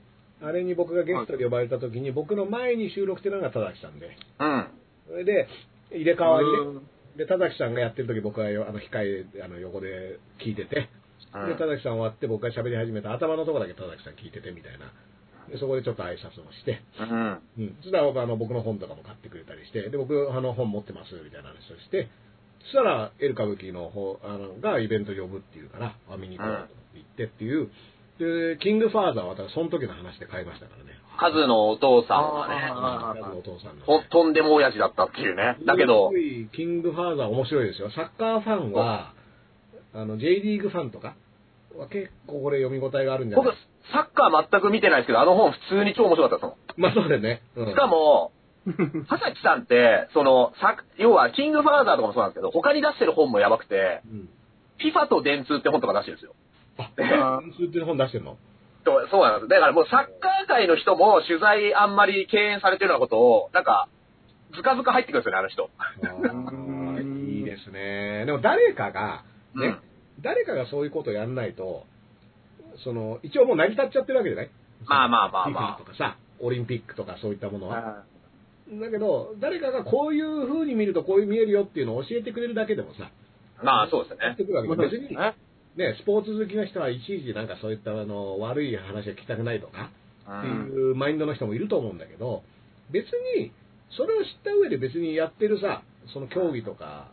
Speaker 3: あれに僕がゲストで呼ばれた時に、僕の前に収録してたのが田崎さんで、
Speaker 2: うん。
Speaker 3: それで、入れ替わり
Speaker 4: う
Speaker 3: で、で、
Speaker 4: ん
Speaker 3: 田崎さんがやってる時僕はよあの、控えで、あの、横で聞いてて、
Speaker 2: うん
Speaker 3: で、田崎さん終わって僕が喋り始めた頭のとこだけ田崎さん聞いててみたいな。で、そこでちょっと挨拶をして、
Speaker 2: うん。
Speaker 3: うん。そしたら、あの、僕の本とかも買ってくれたりして、で、僕、あの、本持ってます、みたいな話をして、そしたら、エル歌舞伎の方、あの、がイベント呼ぶっていうから、あ見に行こうと思って行ってっていう、で、キングファーザーは、その時の話で買いましたからね。
Speaker 2: カズのお父さんは
Speaker 4: あ
Speaker 2: ね、
Speaker 4: ああ
Speaker 3: お父さんの
Speaker 2: と、とんでも親父だったっていうね。だけど
Speaker 3: すご、いキングファーザー面白いですよ。サッカーファンは、あの、J リーグファンとかは結構これ読み応えがあるんじゃ
Speaker 2: 僕
Speaker 3: ない、
Speaker 2: サッカー全く見てないですけど、あの本普通に超面白かったです
Speaker 3: まあそうだよね。うん
Speaker 2: もん。しかも、田崎さんって、その、さ要は、キングファーザーとかもそうなんですけど、他に出してる本もやばくて、
Speaker 3: うん。
Speaker 2: FIFA と電通って本とか出してるんですよ。
Speaker 3: あ、
Speaker 2: で
Speaker 3: 電通っていう本出してんの
Speaker 2: と、そうなんです。だからもうサッカー界の人も取材あんまり敬遠されてるようなことを、なんか、ずかずか入ってくるんですよね、あの人。
Speaker 3: あーいいですね。でも誰かが、ね、
Speaker 2: うん
Speaker 3: 誰かがそういうことをやんないと、その、一応もう成り立っちゃってるわけじゃない
Speaker 2: まあまあまあまあ
Speaker 3: FIFA とかさ、オリンピックとかそういったものは。
Speaker 2: あ
Speaker 3: だけど、誰かがこういう風に見るとこういう見えるよっていうのを教えてくれるだけでもさ、
Speaker 2: まあ、そうです
Speaker 3: やっ
Speaker 2: ね。
Speaker 3: てくるわけ
Speaker 4: まあ
Speaker 3: で
Speaker 4: そ
Speaker 3: 別
Speaker 4: うです
Speaker 3: に、
Speaker 4: ね
Speaker 3: ね、スポーツ好きな人はいちいちなんかそういったあの悪い話が聞きたくないとか、
Speaker 2: う
Speaker 3: って
Speaker 2: ん。
Speaker 3: いうマインドの人もいると思うんだけど、別に、それを知った上で別にやってるさ、その競技とか、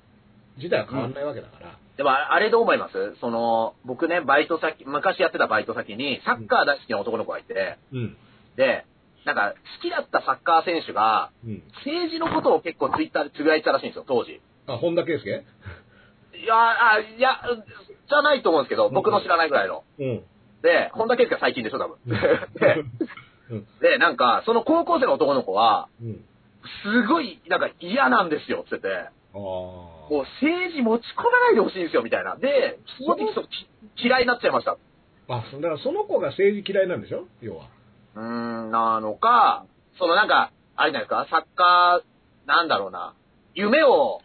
Speaker 3: 自体は変わんないわけだから、
Speaker 2: でも、ああれどう思いますその、僕ね、バイト先、昔やってたバイト先に、サッカー大好きな男の子がいて、
Speaker 3: うん。
Speaker 2: で、なんか、好きだったサッカー選手が、
Speaker 3: うん。
Speaker 2: 政治のことを結構ツイッターでつぶやいてたらしいんですよ、当時。
Speaker 3: あ、本田圭佑
Speaker 2: いやーあ、いや、うんじゃないと思うんですけど、僕の知らないぐらいの。
Speaker 3: うん。
Speaker 2: で、本田圭佑は最近でしょ、多分。
Speaker 3: うん
Speaker 2: で、なんか、その高校生の男の子は、
Speaker 3: うん。
Speaker 2: すごい、なんか嫌なんですよ、つってて。
Speaker 3: ああ。
Speaker 2: もう政治持ち込まないでほしいんですよ、みたいな。で、気持ちそうき嫌いになっちゃいました。
Speaker 3: あ、そだからその子が政治嫌いなんでしょ要は。
Speaker 2: うーん、なのか、そのなんか、あれじゃないですか、サッカー、なんだろうな、夢を、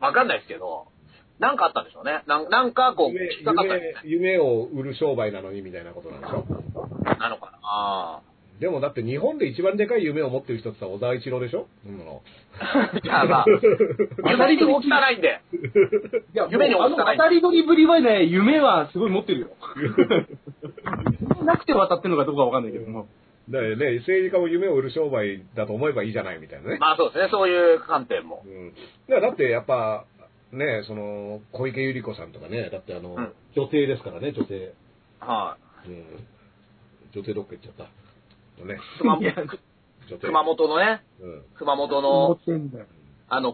Speaker 2: わかんないですけど、なんかあったんでしょうね。なんなんか、こう、
Speaker 3: 夢
Speaker 2: 引っかかったんですね
Speaker 3: 夢夢を売る商売なのにみたいなことなんでしょ
Speaker 2: なのかな。あ
Speaker 3: でもだって日本で一番でかい夢を持ってる人ってさ、小沢一郎でしょそんなの。
Speaker 2: ーいや、 まあ、夢に落ちたないんで。
Speaker 4: いや、
Speaker 2: 夢に
Speaker 4: もうあ
Speaker 2: 落
Speaker 4: の
Speaker 2: ちたない
Speaker 4: 渡り鳥ぶりはね、夢はすごい持 ってるよ。なくて渡ってるのかどうかわかんないけども。
Speaker 3: だからね、政治家も夢を売る商売だと思えばいいじゃないみたいなね。
Speaker 2: まあそうですね、そういう観点も
Speaker 3: う。ん。だからだってやっぱ、ね、その、小池百合子さんとかね、だってあの、
Speaker 2: うん
Speaker 3: 女帝ですからね、女帝。
Speaker 2: は
Speaker 3: うん。女帝どっか行っちゃった。ね、
Speaker 2: い。熊
Speaker 4: いや
Speaker 3: 女帝。
Speaker 2: 熊本のね、
Speaker 3: うん。
Speaker 2: 熊
Speaker 4: 持
Speaker 2: 本の
Speaker 4: っ、てんだよ。
Speaker 2: あの、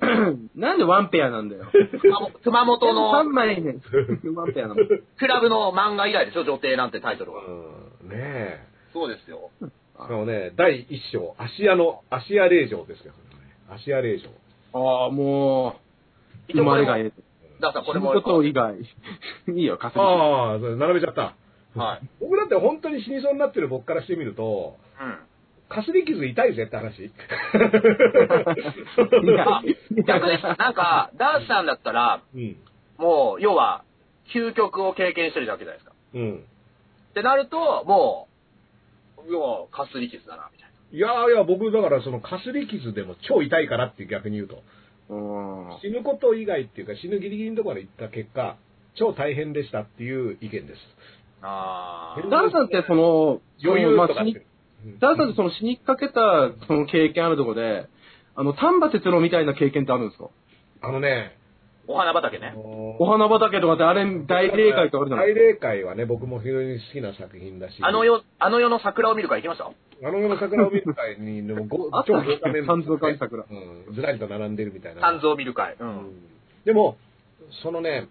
Speaker 4: なんでワンペアなんだよ。
Speaker 2: 熊本熊本
Speaker 4: 3
Speaker 2: の
Speaker 4: 枚ね、ワンペア なの。
Speaker 2: クラブの漫画以来でしょ、女帝なんてタイトルは。
Speaker 3: うん。ねえ。
Speaker 2: そうですよ。
Speaker 3: あのね、第一章、芦屋の、芦屋霊場ですけどね。芦屋霊場。
Speaker 4: ああ、もう、生
Speaker 2: 一応こ
Speaker 4: ま
Speaker 2: れ
Speaker 4: れ
Speaker 2: も
Speaker 4: がええ。
Speaker 2: だからこれも、
Speaker 4: 仕事以外。 いいよ、稼ぎ。
Speaker 3: ああ、それ並べちゃった。
Speaker 2: はい。
Speaker 3: 僕だって本当に死にそうになってる僕からしてみると、
Speaker 2: うん。
Speaker 3: かすり傷痛いぜって話。
Speaker 4: いや
Speaker 2: あ逆です。なん か、ダンスさんだったら、
Speaker 3: うん。
Speaker 2: もう、要は、究極を経験してるわけじゃないですか。
Speaker 3: うん。
Speaker 2: ってなると、もう、要は、かすり傷だな、みたい
Speaker 3: いやいや、僕だからそのかすり傷でも超痛いからって逆に言うと。
Speaker 4: うん
Speaker 3: 死ぬこと以外っていうか死ぬギリギリのところまで行った結果、超大変でしたっていう意見です。
Speaker 2: な。あ
Speaker 3: ー
Speaker 4: ダンさんってその、
Speaker 3: 余裕
Speaker 4: そのまあ
Speaker 3: とかっ
Speaker 4: 死
Speaker 3: て
Speaker 4: にダンさんってその死にかけたその経験あるとこで、あの、丹波哲郎みたいな経験ってあるんですか
Speaker 3: あのね、
Speaker 2: お花畑ね。
Speaker 4: お花畑とかってあれ、大霊界とかあるじゃない
Speaker 3: 大
Speaker 4: です
Speaker 3: 霊界はね、僕も非常に好きな作品だし。
Speaker 2: あの世、あの世の桜を見る会行きました
Speaker 3: あの世の桜を見る会に、でも、ご
Speaker 4: あったっけ三蔵会桜
Speaker 3: うん、ずらりと並んでるみたいな。
Speaker 2: 三蔵見る会。う。
Speaker 3: うんん。でも、そのね、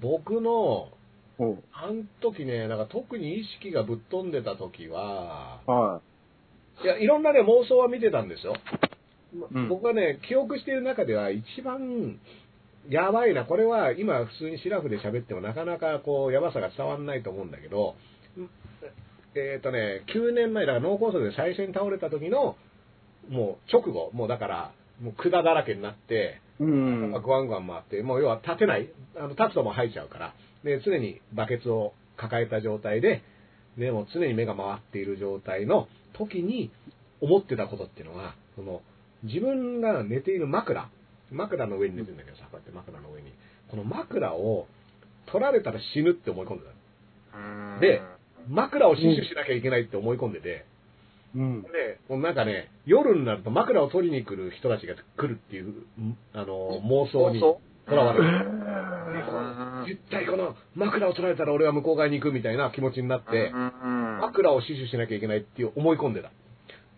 Speaker 3: 僕の、
Speaker 4: か。おう
Speaker 3: あの時ね、なんか特に意識がぶっ飛んでた時は、
Speaker 4: はい
Speaker 3: や、いろんなね、妄想は見てたんですよ。
Speaker 4: うん
Speaker 3: 僕はね、記憶している中では一番、やばいな、これは今普通にシラフで喋ってもなかなかこう、やばさが伝わんないと思うんだけど、えっ、とね、9年前、だから脳梗塞で最初に倒れた時の、もう直後、もうだから、もう管だらけになって、
Speaker 4: い。うん。
Speaker 3: グワングワン回って、もう要は立てない、あの立つともう吐いちゃうから、で常にバケツを抱えた状態で、でもう常に目が回っている状態の時に思ってたことっていうのは、その自分が寝ている枕、枕の上に寝てるんだけどさ、こうやって枕の上に、この枕を取られたら死ぬって思い込んでた。
Speaker 2: うん
Speaker 3: で、枕を死守しなきゃいけないって思い込んでて、
Speaker 4: うん。
Speaker 3: で、もうなんかね、夜になると枕を取りに来る人たちが来るっていう、んあの、妄想に。
Speaker 2: そう
Speaker 3: とらわれる
Speaker 2: うん
Speaker 3: 絶対この枕を取られたら俺は向こう側に行くみたいな気持ちになって
Speaker 2: う、んうんうん
Speaker 3: 枕を死守しなきゃいけないっていう思い込んでた。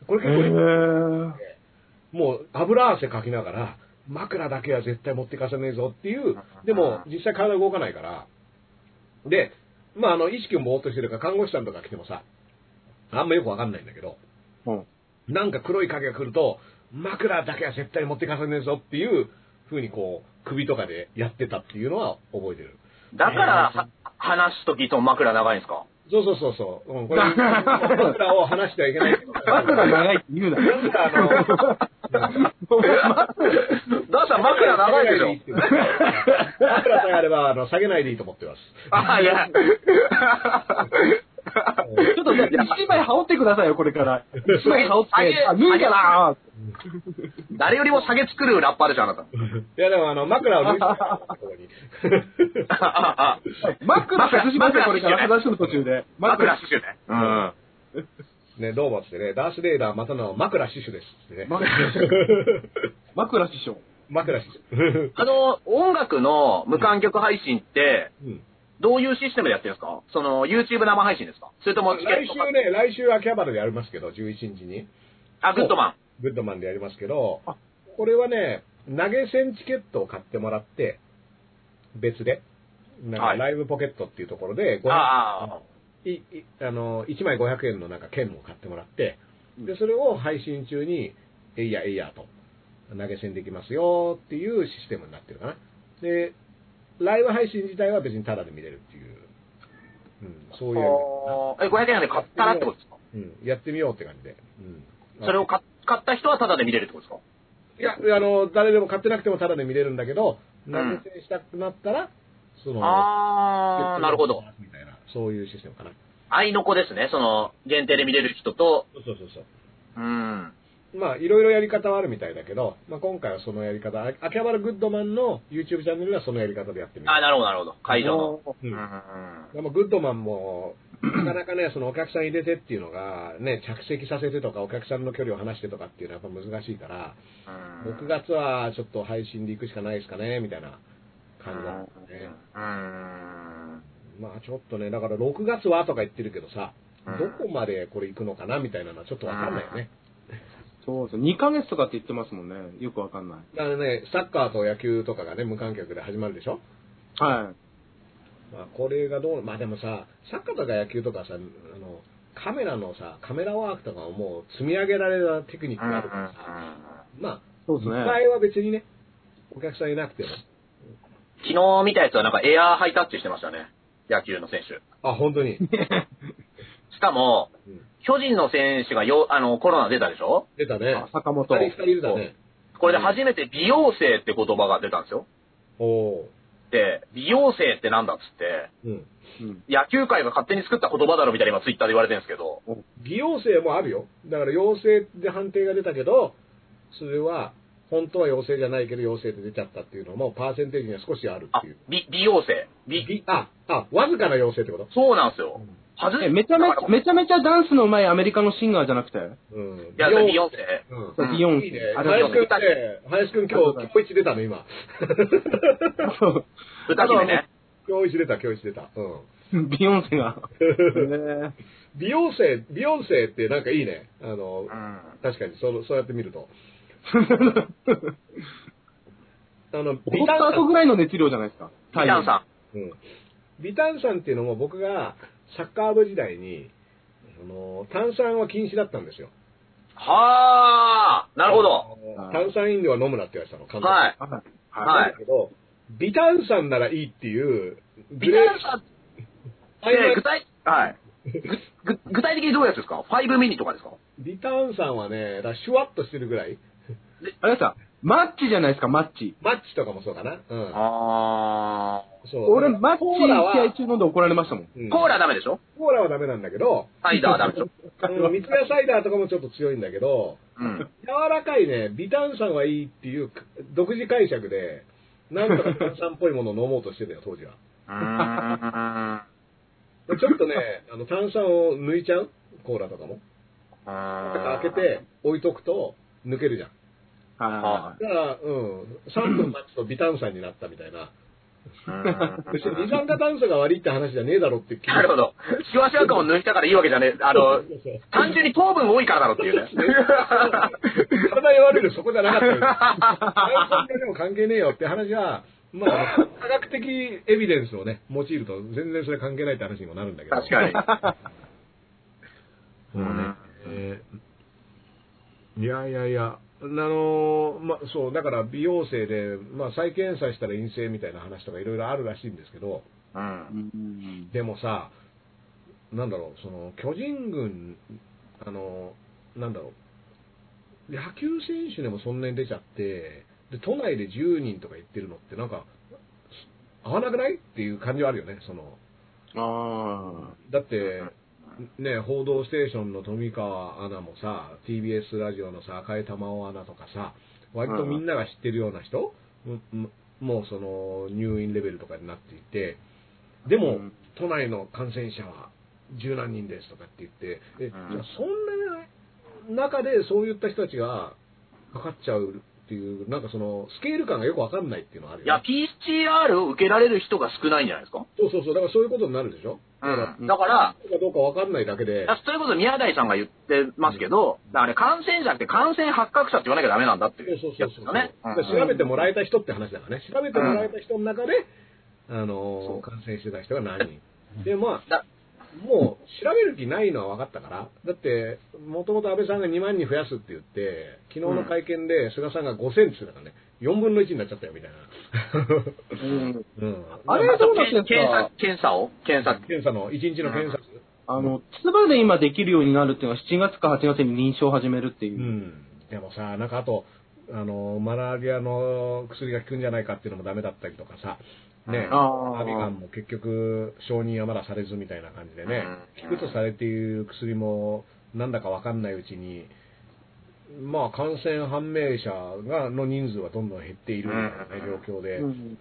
Speaker 3: これ
Speaker 4: へ
Speaker 3: 結構ね、
Speaker 4: ー
Speaker 3: もう油汗かきながら、枕だけは絶対持ってかせねえぞっていう、でも実際体動かないから、で、まああの意識をぼーっとしてるから看護師さんとか来てもさ、あんまよくわかんないんだけど、
Speaker 4: うん
Speaker 3: なんか黒い影が来ると、枕だけは絶対持ってかせねえぞっていう風にこう首とかでやってたっていうのは覚えてる。
Speaker 2: だから、は話すときとも枕長いんですか
Speaker 3: そうそうそうそう。うん、これ、枕を話してはいけないけど。
Speaker 4: 枕長いって言うな。
Speaker 3: 枕あの、
Speaker 2: ダーさん枕長いでしょ。
Speaker 3: 枕さえあれば、あの、下げないでいいと思ってます。
Speaker 2: あ、いや。
Speaker 4: ちょっとね、一枚羽織ってくださいよ、これから。一枚羽織っ
Speaker 2: あげ
Speaker 4: て。あ、脱いだな
Speaker 2: 誰よりも下げ作るラッパーでしょ、あな た。
Speaker 3: いや、でもあの、枕を脱いでここに。
Speaker 2: ああ、あ
Speaker 4: 枕外しますよ、これから。
Speaker 2: 枕
Speaker 4: 話してる途中で。
Speaker 2: 枕死守ね。 うん。
Speaker 3: ね、どうもっつってね、ダースレーダーまたのは枕死守ですっつってね。
Speaker 4: ま枕師匠。
Speaker 3: 枕死守。
Speaker 2: あの、音楽の無観客配信って、
Speaker 3: うん
Speaker 2: どういうシステムでやってるんですかその、YouTube 生配信ですかそれともチケ
Speaker 3: 来
Speaker 2: ット
Speaker 3: 週
Speaker 2: とか
Speaker 3: ね、来週秋葉原でやりますけど、11日に。
Speaker 2: あ、グッドマン。
Speaker 3: グッドマンでやりますけど
Speaker 4: あ、
Speaker 3: これはね、投げ銭チケットを買ってもらって、別で、なん
Speaker 2: は
Speaker 3: か
Speaker 2: い
Speaker 3: ライブポケットっていうところで、500
Speaker 2: あ
Speaker 3: いいあの1枚500円のなんか券を買ってもらって、でそれを配信中に、えいやえいやと、投げ銭できますよっていうシステムになってるかな。で、ライブ配信自体は別にタダで見れるっていう、うん、そういうや
Speaker 2: あ。え、500円で買ったらってことですか
Speaker 3: り方、うん、やってみようって感じで。うん
Speaker 2: それを買買った人はタダで見れるってことですか
Speaker 3: いや、あの、誰でも買ってなくてもタダで見れるんだけど、投げ銭したくなったら、その、
Speaker 2: ああ、なるほど。。
Speaker 3: みたいな、そういうシステムかな。
Speaker 2: 愛の子ですね。その、限定で見れる人と、
Speaker 3: そうそうそうそう。
Speaker 2: うん。
Speaker 3: まあ、いろいろやり方はあるみたいだけど、まあ、今回はそのやり方、あ秋葉原グッドマンの YouTube チャンネルではそのやり方でやってみる
Speaker 2: あ、なるほど、なるほど。会場の。
Speaker 4: の。
Speaker 3: うん
Speaker 2: うん
Speaker 3: でもグッドマンも、なかなかね、そのお客さん入れてっていうのが、ね、着席させてとか、お客さんの距離を離してとかっていうのはやっぱ難しいから、
Speaker 2: うん
Speaker 3: 6月はちょっと配信で行くしかないですかね、みたいな感じだったね。
Speaker 2: うん。
Speaker 3: まあちょっとね、だから6月はとか言ってるけどさ、
Speaker 2: うん
Speaker 3: どこまでこれ行くのかなみたいなのはちょっとわかんないよね。
Speaker 4: そうそう。2ヶ月とかって言ってますもんね。よくわかんない。
Speaker 3: だからね、サッカーと野球とかがね、無観客で始まるでしょ
Speaker 4: は
Speaker 3: まあ、これがどう、まあでもさ、サッカーとか野球とかさ、あの、カメラのさ、カメラワークとかはもう積み上げられたテクニックがあるからさ、まあ、
Speaker 4: い。そうです
Speaker 3: 実
Speaker 4: ね。
Speaker 3: 際は別にね、お客さんいなくても、
Speaker 2: 昨日見たやつはなんかエアーハイタッチしてましたね。野球の選手。
Speaker 3: あ、本当に、
Speaker 2: しかも、
Speaker 3: うん
Speaker 2: 巨人の選手がよあのコロナ出たでしょ
Speaker 3: 出たね
Speaker 4: あ。坂
Speaker 3: 二
Speaker 4: 本
Speaker 3: 人。二人いるだね。
Speaker 2: これで初めて美容生って言葉が出たんですよ。
Speaker 3: おお
Speaker 2: で、美容生ってなんだっつって、
Speaker 3: ー。うん。
Speaker 4: うん
Speaker 2: 野球界が勝手に作った言葉だろみたいな今ツイッターで言われてるんですけど、
Speaker 3: 偽陽性もあるよ。だから陽性で判定が出たけど、それは、本当は陽性じゃないけど陽性で出ちゃったっていうのも、パーセンテージには少しあるっ
Speaker 2: あ
Speaker 3: ていう。、
Speaker 2: 美美容生。美、
Speaker 3: ぎあ、あ、わずかな陽性ってこと
Speaker 2: そうなんですよ。はず
Speaker 4: えめちゃめちゃ、め
Speaker 2: ち
Speaker 4: ちゃめちゃダンスの上手いアメリカのシンガーじゃなくて、
Speaker 3: うん。い
Speaker 2: ゃ。いや、美容生。
Speaker 3: うん。
Speaker 2: うん
Speaker 4: ビヨン
Speaker 3: いいね。
Speaker 4: あ
Speaker 2: れ
Speaker 4: れ
Speaker 3: 林くんね
Speaker 2: ありがとうござい、
Speaker 3: 林くん今日、今日一出たの、今。
Speaker 2: 歌姫ね。
Speaker 3: 今日一出た、今日一出た。うん。
Speaker 4: ビヨンセが。ね
Speaker 3: 美容生、美容生ってなんかいいね。あの
Speaker 2: う、ん。
Speaker 3: 確かに、そう、そうやって見ると。あの、ビ
Speaker 4: 踊っ
Speaker 3: タ
Speaker 4: た
Speaker 3: ンさ
Speaker 4: 後ぐらいの熱量じゃないですか。
Speaker 2: 美男さ
Speaker 3: ん。うん。ビタンさんっていうのも僕がサッカー部時代に、あの、炭酸は禁止だったんですよ。
Speaker 2: ん。はー、なるほど。
Speaker 3: あの。炭酸飲料は飲むなって言われてたの、監督
Speaker 2: はい。
Speaker 4: 太陽。
Speaker 2: は
Speaker 4: はいい。
Speaker 3: だけど、ビタンさんならいいっていう、
Speaker 2: 美男さんって
Speaker 3: はい
Speaker 2: 具体、はい。ぐぐ具体的にどういうやつですか ?5 ミニとかですか
Speaker 3: リターンさんはね、だからシュワッとしてるぐらい、
Speaker 4: あれさ、マッチじゃないですか、マッチ。
Speaker 3: マッチとかもそうかな。うん。
Speaker 2: あ
Speaker 3: そう
Speaker 4: 俺、マッチ
Speaker 3: コーラは、
Speaker 4: 試合中飲んで怒られましたもん。
Speaker 3: うん
Speaker 2: ー。コーラダメでしょ
Speaker 3: コーラはダメなんだけど、
Speaker 2: サイダーはダ メでしょ
Speaker 3: うん三ツ矢サイダーとかもちょっと強いんだけど、
Speaker 2: うん。
Speaker 3: 柔らかいね、ビターンさんはいいっていう独自解釈で、なんとか炭酸っぽいものを飲もうとしてたよ、当時は。
Speaker 2: うーん。
Speaker 3: でちょっ とね、あの炭酸を抜いちゃうコーラとかも。だから開けて置いとくと抜けるじゃん。
Speaker 4: は
Speaker 3: だから、うん、3分待つとビターンさんになったみたいな。
Speaker 2: うーん。
Speaker 3: 別に二酸化炭素が悪いって話じゃねえだろって気
Speaker 2: なるほど。シワシワ感を抜いたからいいわけじゃねえ。あの、単純に糖分多いからだろっていうね。
Speaker 3: 体に悪いのそこじゃなかったよ。大酸化でも関係ねえよって話 は、まあ、科学的エビデンスをね、用いると全然それ関係ないって話にもなるんだけど。
Speaker 2: 確かに。
Speaker 3: そうね。えーいやいやいや、あのーまあ、そう、だから美容生で、まあ、再検査したら陰性みたいな話とかいろいろあるらしいんですけど、
Speaker 2: うん
Speaker 4: い。うん
Speaker 3: でもさ、なんだろう、その、巨人軍、あの、なんだろう、野球選手でもそんなに出ちゃって、で、都内で10人とか行ってるのって、なんか、合わなくないっていう感じはあるよね、その、
Speaker 4: あ
Speaker 3: だって、ね、報道ステーションの富川アナもさ、TBS ラジオのさ、赤江玉緒アナとかさ、割とみんなが知ってるような人、うんもうその入院レベルとかになっていて、でも、
Speaker 4: うん
Speaker 3: 都内の感染者は十何人ですとかって言って、え
Speaker 4: うん
Speaker 3: じゃあそんな中でそういった人たちがかかっちゃうっていう、なんかそのスケール感がよくわかんないっていうのはある
Speaker 2: いや
Speaker 3: よ、ね。
Speaker 2: PCR を受けられる人が少ないんじゃないですか
Speaker 3: そうそうそう、だからそういうことになるでしょ。
Speaker 2: うん。だから、
Speaker 3: かどうかわかんないだけで。
Speaker 2: だそれこそ宮台さんが言ってますけど、だからあれ感染者って感染発覚者って言わなきゃダメなんだってい
Speaker 3: そう
Speaker 2: う
Speaker 3: そうそ
Speaker 2: や
Speaker 3: う
Speaker 2: つ
Speaker 3: そう。
Speaker 2: だね。うん
Speaker 3: だから調べてもらえた人って話だからね。調べてもらえた人の中で、あ
Speaker 2: そ
Speaker 3: のー
Speaker 2: う
Speaker 3: 感染してた人が何人。で、まあ
Speaker 2: だ、
Speaker 3: もう調べる気ないのは分かったから。だって、もともと安倍さんが2万人増やすって言って、昨日の会見で菅さんが5000って言ってたからね、4分の1になっちゃったよみたいな。
Speaker 4: うん。
Speaker 3: うん。
Speaker 4: あれどうなってんすか
Speaker 2: 検査、検査を検査。
Speaker 3: 検査の、1日の検査数。
Speaker 4: あの、つばで今できるようになるっていうのは7月か8月に認証を始めるっていうう。
Speaker 3: ん、でもさ、なんかあと、あのマラリアの薬が効くんじゃないかっていうのもダメだったりとかさ、ね、
Speaker 4: あー
Speaker 3: アビガンも結局、承認はまだされずみたいな感じでね、
Speaker 2: うん
Speaker 3: 効くとされている薬も、なんだかわかんないうちに、まあ、感染判明者がの人数はどんどん減っているみたいなね状況で、
Speaker 4: うん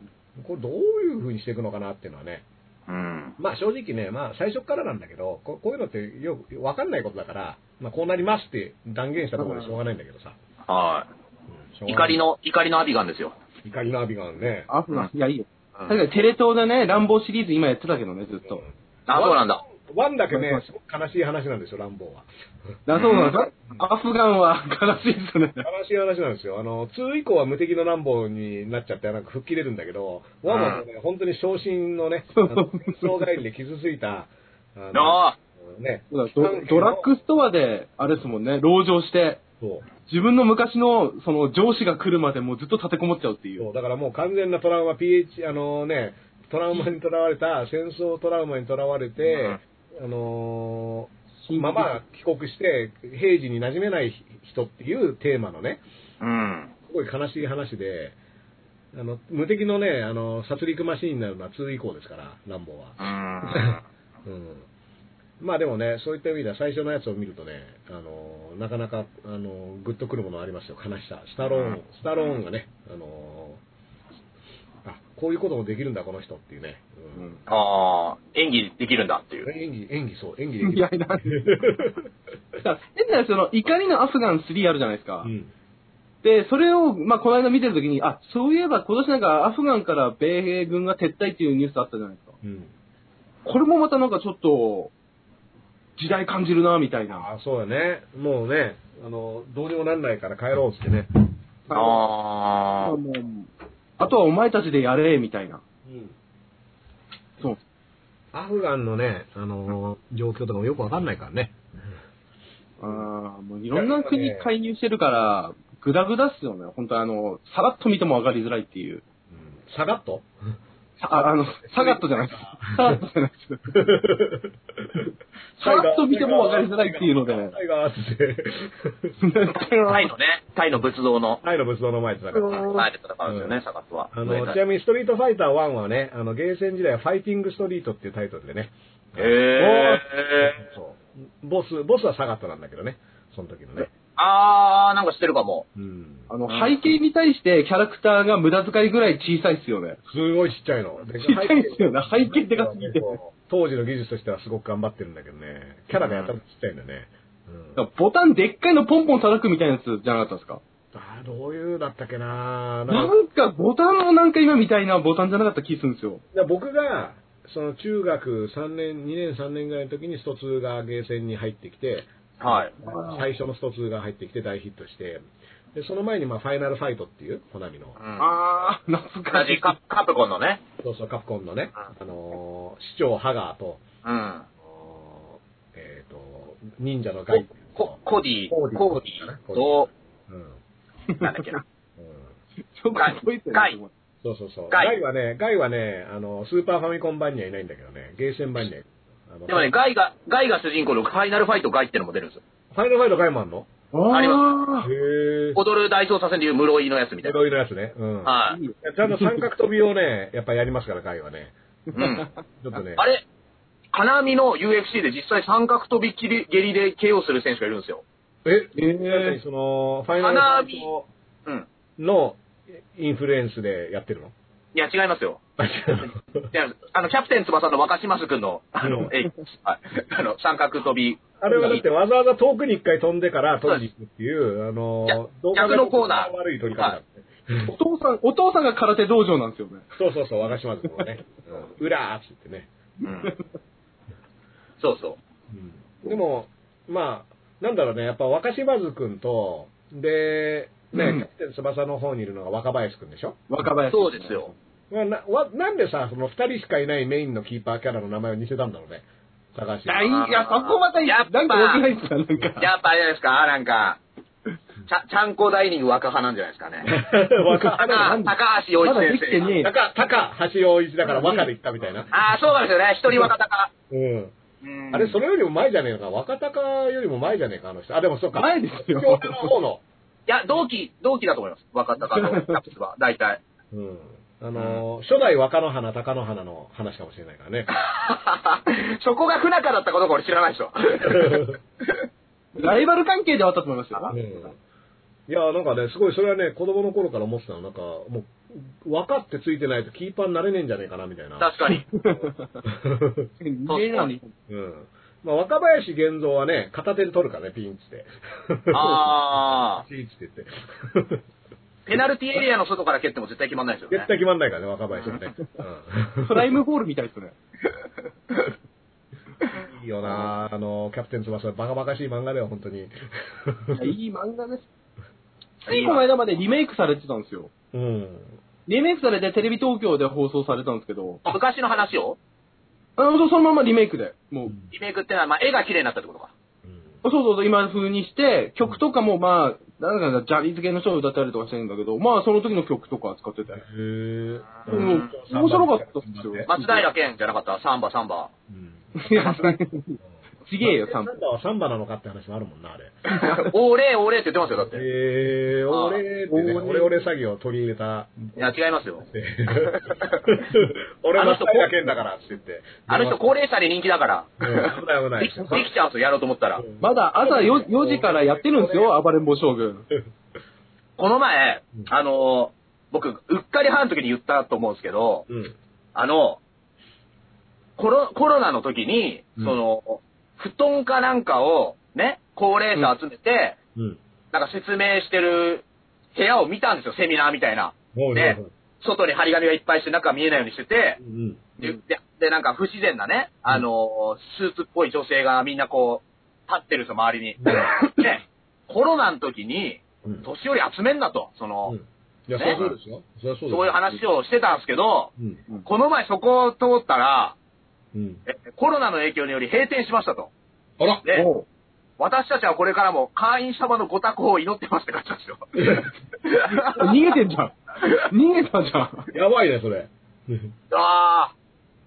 Speaker 3: これ、どういうふうにしていくのかなっていうのはね、
Speaker 2: うん。
Speaker 3: まあ正直ね、まあ最初からなんだけど、ここういうのってよくわかんないことだから、まあこうなりますって断言したところでしょうがないんだけどさ。
Speaker 2: は
Speaker 3: しょう
Speaker 2: い。
Speaker 3: がな
Speaker 2: 怒
Speaker 3: い
Speaker 2: り。の、怒りのアビガンですよ。
Speaker 3: 怒りのアビガンね。
Speaker 4: あ、そうなんいや、いいよ。
Speaker 2: うん
Speaker 4: 確かにテレ東でね、乱暴シリーズ今やってたけどね、ずっと。
Speaker 2: あ、そうなんだ。
Speaker 3: ワンだけね、すごく悲しい話なんですよ、乱暴は。
Speaker 4: だそうなんだ。アフガンは悲しいっすね。
Speaker 3: 悲しい話なんですよ。あの、2以降は無敵の乱暴になっちゃって、なんか吹っ切れるんだけど、ワンはね、本当に昇進のね、あ の戦争帰りで傷ついた、あ
Speaker 2: ああ。
Speaker 3: の、ね、
Speaker 4: そうだドドラッグストアで、あれですもんね、籠城して、
Speaker 3: そう。
Speaker 4: 自分の昔の、その、上司が来るまでもうずっと立てこもっちゃうっていう。
Speaker 3: そうだからもう完全なトラウマ、PH、あのね、トラウマにとらわれた、戦争トラウマにとらわれて、あのーまあまあ帰国して、平時に馴染めない人っていうテーマのね、
Speaker 2: うん。
Speaker 3: すごい悲しい話で、あの無敵のね、あの殺戮マシーンになるのは2以降ですから、乱暴は。
Speaker 2: うん。
Speaker 3: うんまあでもね、そういった意味では最初のやつを見るとね、あのーなかなか、あのーグッとくるものありますよ、悲しさ。スタローン、スタローンがね、あのーあ、こういうこともできるんだ、この人っていうね。うん
Speaker 2: ああ、演技できるんだっていう。
Speaker 3: 演技、演技、そう、演技でき
Speaker 4: いや、
Speaker 3: る。
Speaker 4: なんで。だから変な、その、怒りのアフガン3あるじゃないですか。
Speaker 3: うん
Speaker 4: で、それを、まあ、この間見てるときに、あ、そういえば今年なんかアフガンから米兵軍が撤退っていうニュースあったじゃないですか。
Speaker 3: うん。
Speaker 4: これもまたなんかちょっと、時代感じるな、みたいな。
Speaker 3: ああ、そうだね。もうね、あのーどうにもなんないから帰ろうっつってね。
Speaker 2: あ
Speaker 4: あ
Speaker 2: あ。
Speaker 4: もうあとはお前たちでやれ、みたいな。
Speaker 3: うん。
Speaker 4: そう。
Speaker 3: アフガンのね、あのー状況とかもよくわかんないからね。
Speaker 4: ああ、もういろんな国介入してるから、グダグダっすよね。本当あの、さらっと見てもわかりづらいっていう。
Speaker 3: うん、下がっ と
Speaker 4: さああの、サガットじゃないです。サガットじゃないです。さらっと見てもわかりづらいっていうので
Speaker 3: タイガーって。
Speaker 2: タイのね、タイの仏像の
Speaker 3: タイの仏像の前で戦った。
Speaker 2: 前で戦うんですよ
Speaker 3: う
Speaker 2: ね、サカスは。
Speaker 3: あの、ちなみにストリートファイター1はね、あの、ゲーセン時代はファイティングストリートっていうタイトルでね。
Speaker 2: へー
Speaker 3: そう。ボス、ボスはサガットなんだけどね。その時のね。
Speaker 2: あー、なんか知ってるかも。
Speaker 3: うん。
Speaker 4: あの、背景に対してキャラクターが無駄遣いぐらい小さいっすよね。
Speaker 3: すごいちっちゃいの。で
Speaker 4: ちっちゃいっすよね。背景でかすぎ て。
Speaker 3: そう当時の技術としてはすごく頑張ってるんだけどね。キャラがやたらちっちゃいんだね。うん。
Speaker 4: ボタンでっかいのポンポン叩くみたいなやつじゃなかったですか
Speaker 3: あーどういうだったっけな
Speaker 4: な
Speaker 3: なんか
Speaker 4: んかボタンもなんか今みたいなボタンじゃなかった気するんですよ。
Speaker 3: いや僕が、その中学3年、2年3年ぐらいの時にスト2がゲーセンに入ってきて、
Speaker 2: はい。
Speaker 3: 最初のスト2が入ってきて大ヒットして、で、その前にまあファイナルファイトっていう、コナミの、
Speaker 2: うん。
Speaker 4: あー、懐
Speaker 2: 同
Speaker 4: かしい
Speaker 2: じ。カカプコンのね。
Speaker 3: そうそう、カプコンのね、あのー市長ハガーと、
Speaker 2: うん。
Speaker 3: あのーえっ、と、忍者のガイっていうの
Speaker 2: ココディ、
Speaker 3: コ
Speaker 2: コ
Speaker 3: ー
Speaker 2: ー
Speaker 3: デ
Speaker 2: デ
Speaker 3: ィ
Speaker 2: ィ
Speaker 3: コ
Speaker 2: と、
Speaker 3: うん。うん。
Speaker 2: なんだっけな。
Speaker 4: ちょっと覚えてない。
Speaker 3: そうそうそう。ガ
Speaker 2: ガイ
Speaker 3: イはね、ガイはね、あの、スーパーファミコン版にはいないんだけどね、ゲーセン版にはいる。あの
Speaker 2: でもね、ガイが、ガイが主人公のファイナルファイトガイってのも出るんですよ。
Speaker 3: ファイナルファイトガイマンの
Speaker 2: あり
Speaker 3: へ
Speaker 4: あ
Speaker 3: ぇー。
Speaker 2: 踊る大捜査線でいう室井のやつみたい
Speaker 3: 江
Speaker 2: な。
Speaker 3: 戸井のやつね。うん。
Speaker 2: はい
Speaker 4: い。いよ
Speaker 3: ちゃんと三角飛びをね、 やっぱやりますから、会はね。
Speaker 2: うん。
Speaker 3: ちょっとね。
Speaker 2: あれ、金網の UFC で実際三角飛び切り蹴りで KO する選手がいるんですよ。
Speaker 3: え、
Speaker 4: えー、
Speaker 3: その、ファイナルファイト
Speaker 2: うん。
Speaker 3: のインフルエンスでやってるの
Speaker 2: いや、違いますよ。
Speaker 3: あ違う
Speaker 2: いや、あの、キャプテン翼の若島津くんの、あ
Speaker 3: うん
Speaker 2: の、えい、はい。あの、三角飛び。
Speaker 3: あれはだってわざわざ遠くに一回飛んでから飛んでいくっていう、あ
Speaker 2: いや
Speaker 3: の、
Speaker 2: 逆のコーナー
Speaker 3: 悪い取り方だって。
Speaker 4: お父さん、お父さんが空手道場なんですよね。
Speaker 3: そうそうそう、若島津君はね。うん裏ーっつってね。
Speaker 2: うん。そうそう。
Speaker 3: でも、まあ、なんだろうね、やっぱ若島津君と、で、ね、
Speaker 4: うん
Speaker 3: キャプテン翼の方にいるのが若林君でしょ、
Speaker 4: 若林。
Speaker 2: そうですよ。
Speaker 3: まあ、なわなんでさ、その二人しかいないメインのキーパーキャラの名前を似せたんだろうね。高橋。
Speaker 4: あ。いい、いや、そこまたいい、
Speaker 2: や
Speaker 4: な
Speaker 2: っ
Speaker 4: ん
Speaker 2: ぱ
Speaker 4: か良くないっすか、なんか。
Speaker 2: やっぱあれじゃないですか、なんか、ちゃ、ちゃんこダイニング若派なんじゃないです かね。
Speaker 3: 若、
Speaker 2: 高
Speaker 4: なんで
Speaker 2: 高橋洋一
Speaker 4: まだでき
Speaker 2: 先
Speaker 4: て
Speaker 2: 生が。
Speaker 4: ねえよ。
Speaker 3: 高、高橋洋一だから若で行ったみたいな。
Speaker 2: ああ、そうなんですよね。一人若隆。
Speaker 3: うん。
Speaker 2: うん
Speaker 3: あれ、それよりも前じゃねえのか。若隆よりも前じゃねえか、あの人。あ、でもそうか。
Speaker 4: 前です
Speaker 3: 京
Speaker 4: よ。
Speaker 3: 都の方の。
Speaker 2: いや、同期、同期だと思います。若隆のキャプツは、大体。
Speaker 3: うん。あのー、初代若の花、高の花の話かもしれないからね。
Speaker 2: そこが不仲だったことか俺知らない でしょ。
Speaker 4: ライバル関係ではあったと思いますよ。
Speaker 3: いや、なんかね、すごい、それはね、子供の頃から思ってたの、なんか、もう、分かってついてないとキーパーになれねえんじゃねえかな、みたいな。
Speaker 2: 確か に。
Speaker 4: 見えない
Speaker 3: うん。まあ、若林玄三はね、片手で取るからね、ピンチで。
Speaker 2: ああ。
Speaker 3: ピンチって言って。
Speaker 2: ペナルティーエリアの外から蹴っても絶対決まんないですよ
Speaker 3: 絶
Speaker 2: ね。
Speaker 3: 対決まんないからね、若林はね。
Speaker 4: プライムホールみたいですね。
Speaker 3: うん。いいよなあの、キャプテン翼、バカバカしい漫画だよ、本当に。
Speaker 4: いやいい漫画です。つ
Speaker 2: いい
Speaker 4: い
Speaker 2: わ
Speaker 4: この間までリメイクされてたんですよ。
Speaker 3: うん。
Speaker 4: リメイクされてテレビ東京で放送されたんですけど、
Speaker 2: 昔の話を
Speaker 4: あの、そのままリメイクで、もう、
Speaker 2: リメイクってのは、まあ、絵が綺麗になったってことか。
Speaker 4: そうそうそう、今風にして、曲とかもまあ、なんだかんだ、ジャニーズ系の人を歌ったりとかしてるんだけど、まあ、その時の曲とか使ってて。
Speaker 3: へ
Speaker 2: う
Speaker 3: え。
Speaker 4: もう面白かったっすよ。
Speaker 2: 松平健じゃなかったサンバ、サンバ。
Speaker 3: うん。
Speaker 4: いや、 ちげえよ、
Speaker 3: サ
Speaker 4: サ
Speaker 3: ン
Speaker 4: ン
Speaker 3: バ
Speaker 4: バ。
Speaker 3: はサンバなのかって話もあるもんな、あれ。
Speaker 2: オーレー、オーレーって言ってますよ、だって。
Speaker 3: えー、俺ってね、
Speaker 4: あー
Speaker 3: 俺俺詐欺を取り入れた。
Speaker 2: いや、違いますよ。
Speaker 3: 俺は詐欺だけんだからって言って。
Speaker 2: あの人、高齢者に人気だから。
Speaker 3: うん危ない危な
Speaker 2: で
Speaker 3: い
Speaker 2: き。できちゃうんですよ、やろうと思ったら。
Speaker 4: まだ朝 4, 4時からやってるんですよ、暴れん坊将軍。
Speaker 2: この前
Speaker 3: うん、
Speaker 2: あのー僕、うっかり半の時に言ったと思うんですけど、
Speaker 3: うん。
Speaker 2: あの、コロコロナの時に、
Speaker 3: う
Speaker 2: そ
Speaker 3: ん
Speaker 2: の、布団かなんかを、ね、高齢者集めて、
Speaker 3: うん。
Speaker 2: なんか説明してる部屋を見たんですよ、セミナーみたいな。
Speaker 3: もう
Speaker 2: ね外に張り紙がいっぱいして中見えないようにしてて
Speaker 3: う、ん。
Speaker 2: で
Speaker 4: うん
Speaker 2: ででなんか不自然なね、あの、スーツっぽい女性がみんなこう、立ってるんですよ、周りに。ね、コロナの時に、
Speaker 3: うん。
Speaker 2: 年寄り集めんなと、その、
Speaker 3: うんいや、そりゃそうですよ。そりゃそうですよ
Speaker 2: そういう話。をしてたんですけど、
Speaker 3: うん。
Speaker 2: この前そこを通ったら、
Speaker 3: うん。
Speaker 2: えコロナの影響により閉店しましたと。
Speaker 3: あら
Speaker 2: で、
Speaker 4: おう
Speaker 2: 私たちはこれからも会員様のご多幸を祈ってますって書いてたんですよ。
Speaker 4: 逃げてんじゃん。逃げたじゃん。
Speaker 3: やばいね、それ。うん。
Speaker 2: あ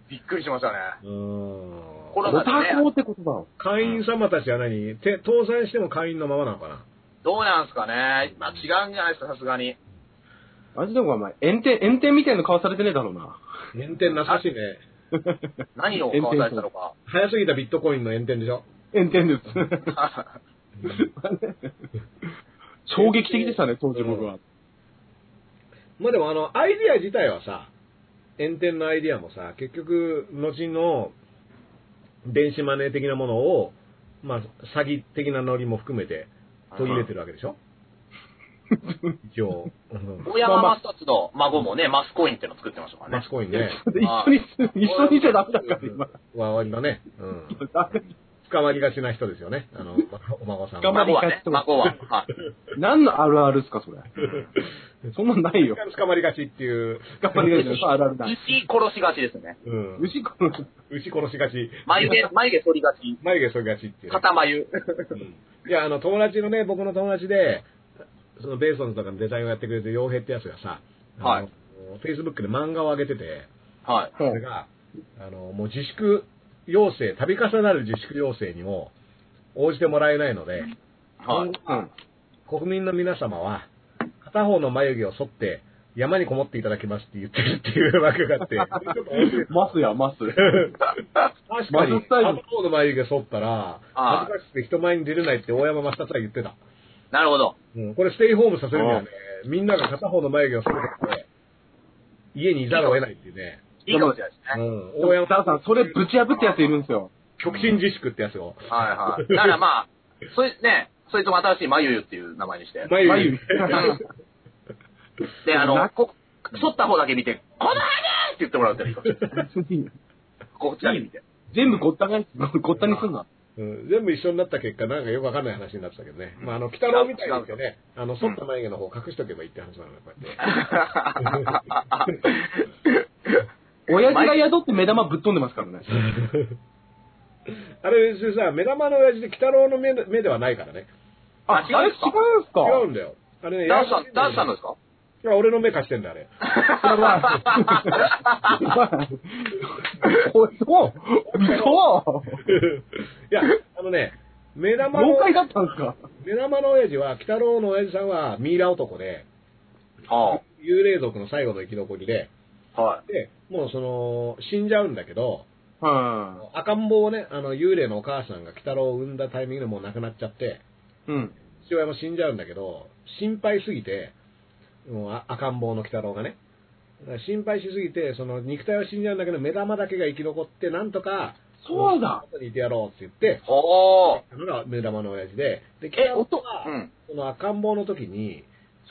Speaker 2: ー、びっくりしましたね。これ
Speaker 4: オタクってことだろ。
Speaker 3: 会員様たちは何て倒産しても会員のままなのかな
Speaker 2: どうなんすかね。まあ違うんじゃないですか、さすがに。
Speaker 4: マジでお前、炎天、炎天みたいな顔されてねえだろうな。
Speaker 3: 炎天なさしいね。
Speaker 2: 何を買わされてたのか。
Speaker 3: 早すぎたビットコインの炎天で しょ
Speaker 4: 炎天です。衝撃的でしたね、当時僕は。
Speaker 3: まあでもあの、アイディア自体はさ、炎天のアイディアもさ、結局、後の電子マネー的なものを、まあ、詐欺的なノリも含めて取り入れてるわけでし ょ一応、うん
Speaker 2: 大山マスタツの孫もね、マスコインっての作ってましたから
Speaker 3: マ
Speaker 2: ね
Speaker 3: ス。コインね。
Speaker 4: 一緒に、一緒にじゃダメだから、今。
Speaker 3: は割とね、うん、
Speaker 4: ダメ
Speaker 3: 捕まりがちな人ですよね、あの、お孫さん
Speaker 4: 捕ま
Speaker 3: は。
Speaker 2: 孫はね、
Speaker 4: マス
Speaker 2: 孫は。はい
Speaker 4: 何のあるあるっすか、それ。そんなんないよ。
Speaker 3: 捕まりがちっていう、
Speaker 4: 頑張りがちあるあるだ。
Speaker 2: 牛殺しがちですね。
Speaker 3: うん、
Speaker 4: 牛この、
Speaker 3: 牛殺しがち、
Speaker 2: 眉毛、眉毛剃りがち。
Speaker 3: 眉毛剃りがちっていうね、
Speaker 2: 肩眉。
Speaker 3: いや、あの、友達のね、僕の友達で、そのベーソンズとかのデザインをやってくれてる洋平ってやつがさ、
Speaker 2: はい
Speaker 3: フェイスブックで漫画を上げてて、
Speaker 2: はい。
Speaker 3: それが、あの、もう自粛要請、度重なる自粛要請にも応じてもらえないので、
Speaker 2: はい。
Speaker 4: うん。
Speaker 3: 国民の皆様は、片方の眉毛を剃って、山にこもっていただきますって言ってるっていうわけがあ って、ちょっと面白い
Speaker 4: マスや、マス。
Speaker 3: 確か
Speaker 4: マ
Speaker 3: に、
Speaker 4: ジスタイル
Speaker 3: 片方の眉毛剃ったら、
Speaker 2: ああ
Speaker 3: 恥ずかしくて人前に出れないって大山正達は言ってた。
Speaker 2: なるほど。
Speaker 3: うん、これステイホームさせるにはね、みんなが片方の眉毛を剃って、家にいざるを得ないっていうね、
Speaker 2: いいかもしれないです
Speaker 3: う
Speaker 2: ね。
Speaker 3: ん、
Speaker 4: で
Speaker 3: 大
Speaker 4: も
Speaker 3: 山
Speaker 4: ダーさん、それぶち破ってやついるんですよ。
Speaker 3: 極真自粛ってやつを。
Speaker 2: はいはい。だからまあ、それ、ね、それとも新しいまゆゆっていう名前にして。
Speaker 3: 眉毛。
Speaker 2: で、あの、
Speaker 4: な
Speaker 2: こ、剃った方だけ見て、このハゲって言ってもらうっていいかもしれないこっちだけ見て。
Speaker 4: 全部ごった返す、ごったにすんな。
Speaker 3: うん、全部一緒になった結果、なんかよくわかんない話になってたけどね。まあ、あの、北郎みたいにってね、あの、剃った眉毛の方を隠しとけばいいって話なのよ、こうやって。
Speaker 4: 親父が宿って目玉ぶっ飛んでますから ね。
Speaker 3: あれ、別にさ、目玉の親父で北郎の目で目ではないからね。
Speaker 2: あ
Speaker 4: あれ
Speaker 2: 違うん
Speaker 4: 違
Speaker 2: ですか
Speaker 4: うんすか
Speaker 3: 違うんだよ。あれね、
Speaker 2: ダンスさ
Speaker 3: や
Speaker 2: ん、ダンスさんのですか
Speaker 3: いや、俺の目貸してんだ、あれ。
Speaker 4: おいそうそう
Speaker 3: いや、あのね、目玉の
Speaker 4: 豪、快だったんですか
Speaker 3: 目玉の親父は、北郎の親父さんはミイラ男で、
Speaker 2: は
Speaker 3: 幽霊族の最後の生き残りで、
Speaker 2: あ、はい。
Speaker 3: で、もうその、死んじゃうんだけど、
Speaker 4: は
Speaker 3: 赤ん坊をね、あの、幽霊のお母さんが鬼太郎を産んだタイミングでもう亡くなっちゃって、
Speaker 4: い。うん。
Speaker 3: 父親も死んじゃうんだけど、心配すぎて、もうあ赤ん坊の鬼太郎がね、だから心配しすぎて、その肉体は死んじゃうんだけど、目玉だけが生き残って、なんとか、
Speaker 4: そうだ
Speaker 3: 後にいてやろうって言って、
Speaker 2: は
Speaker 3: のが目玉の親父で、で、鬼
Speaker 2: え
Speaker 3: 太郎
Speaker 2: あ。う
Speaker 3: は、
Speaker 2: ん。
Speaker 3: その赤ん坊の時に、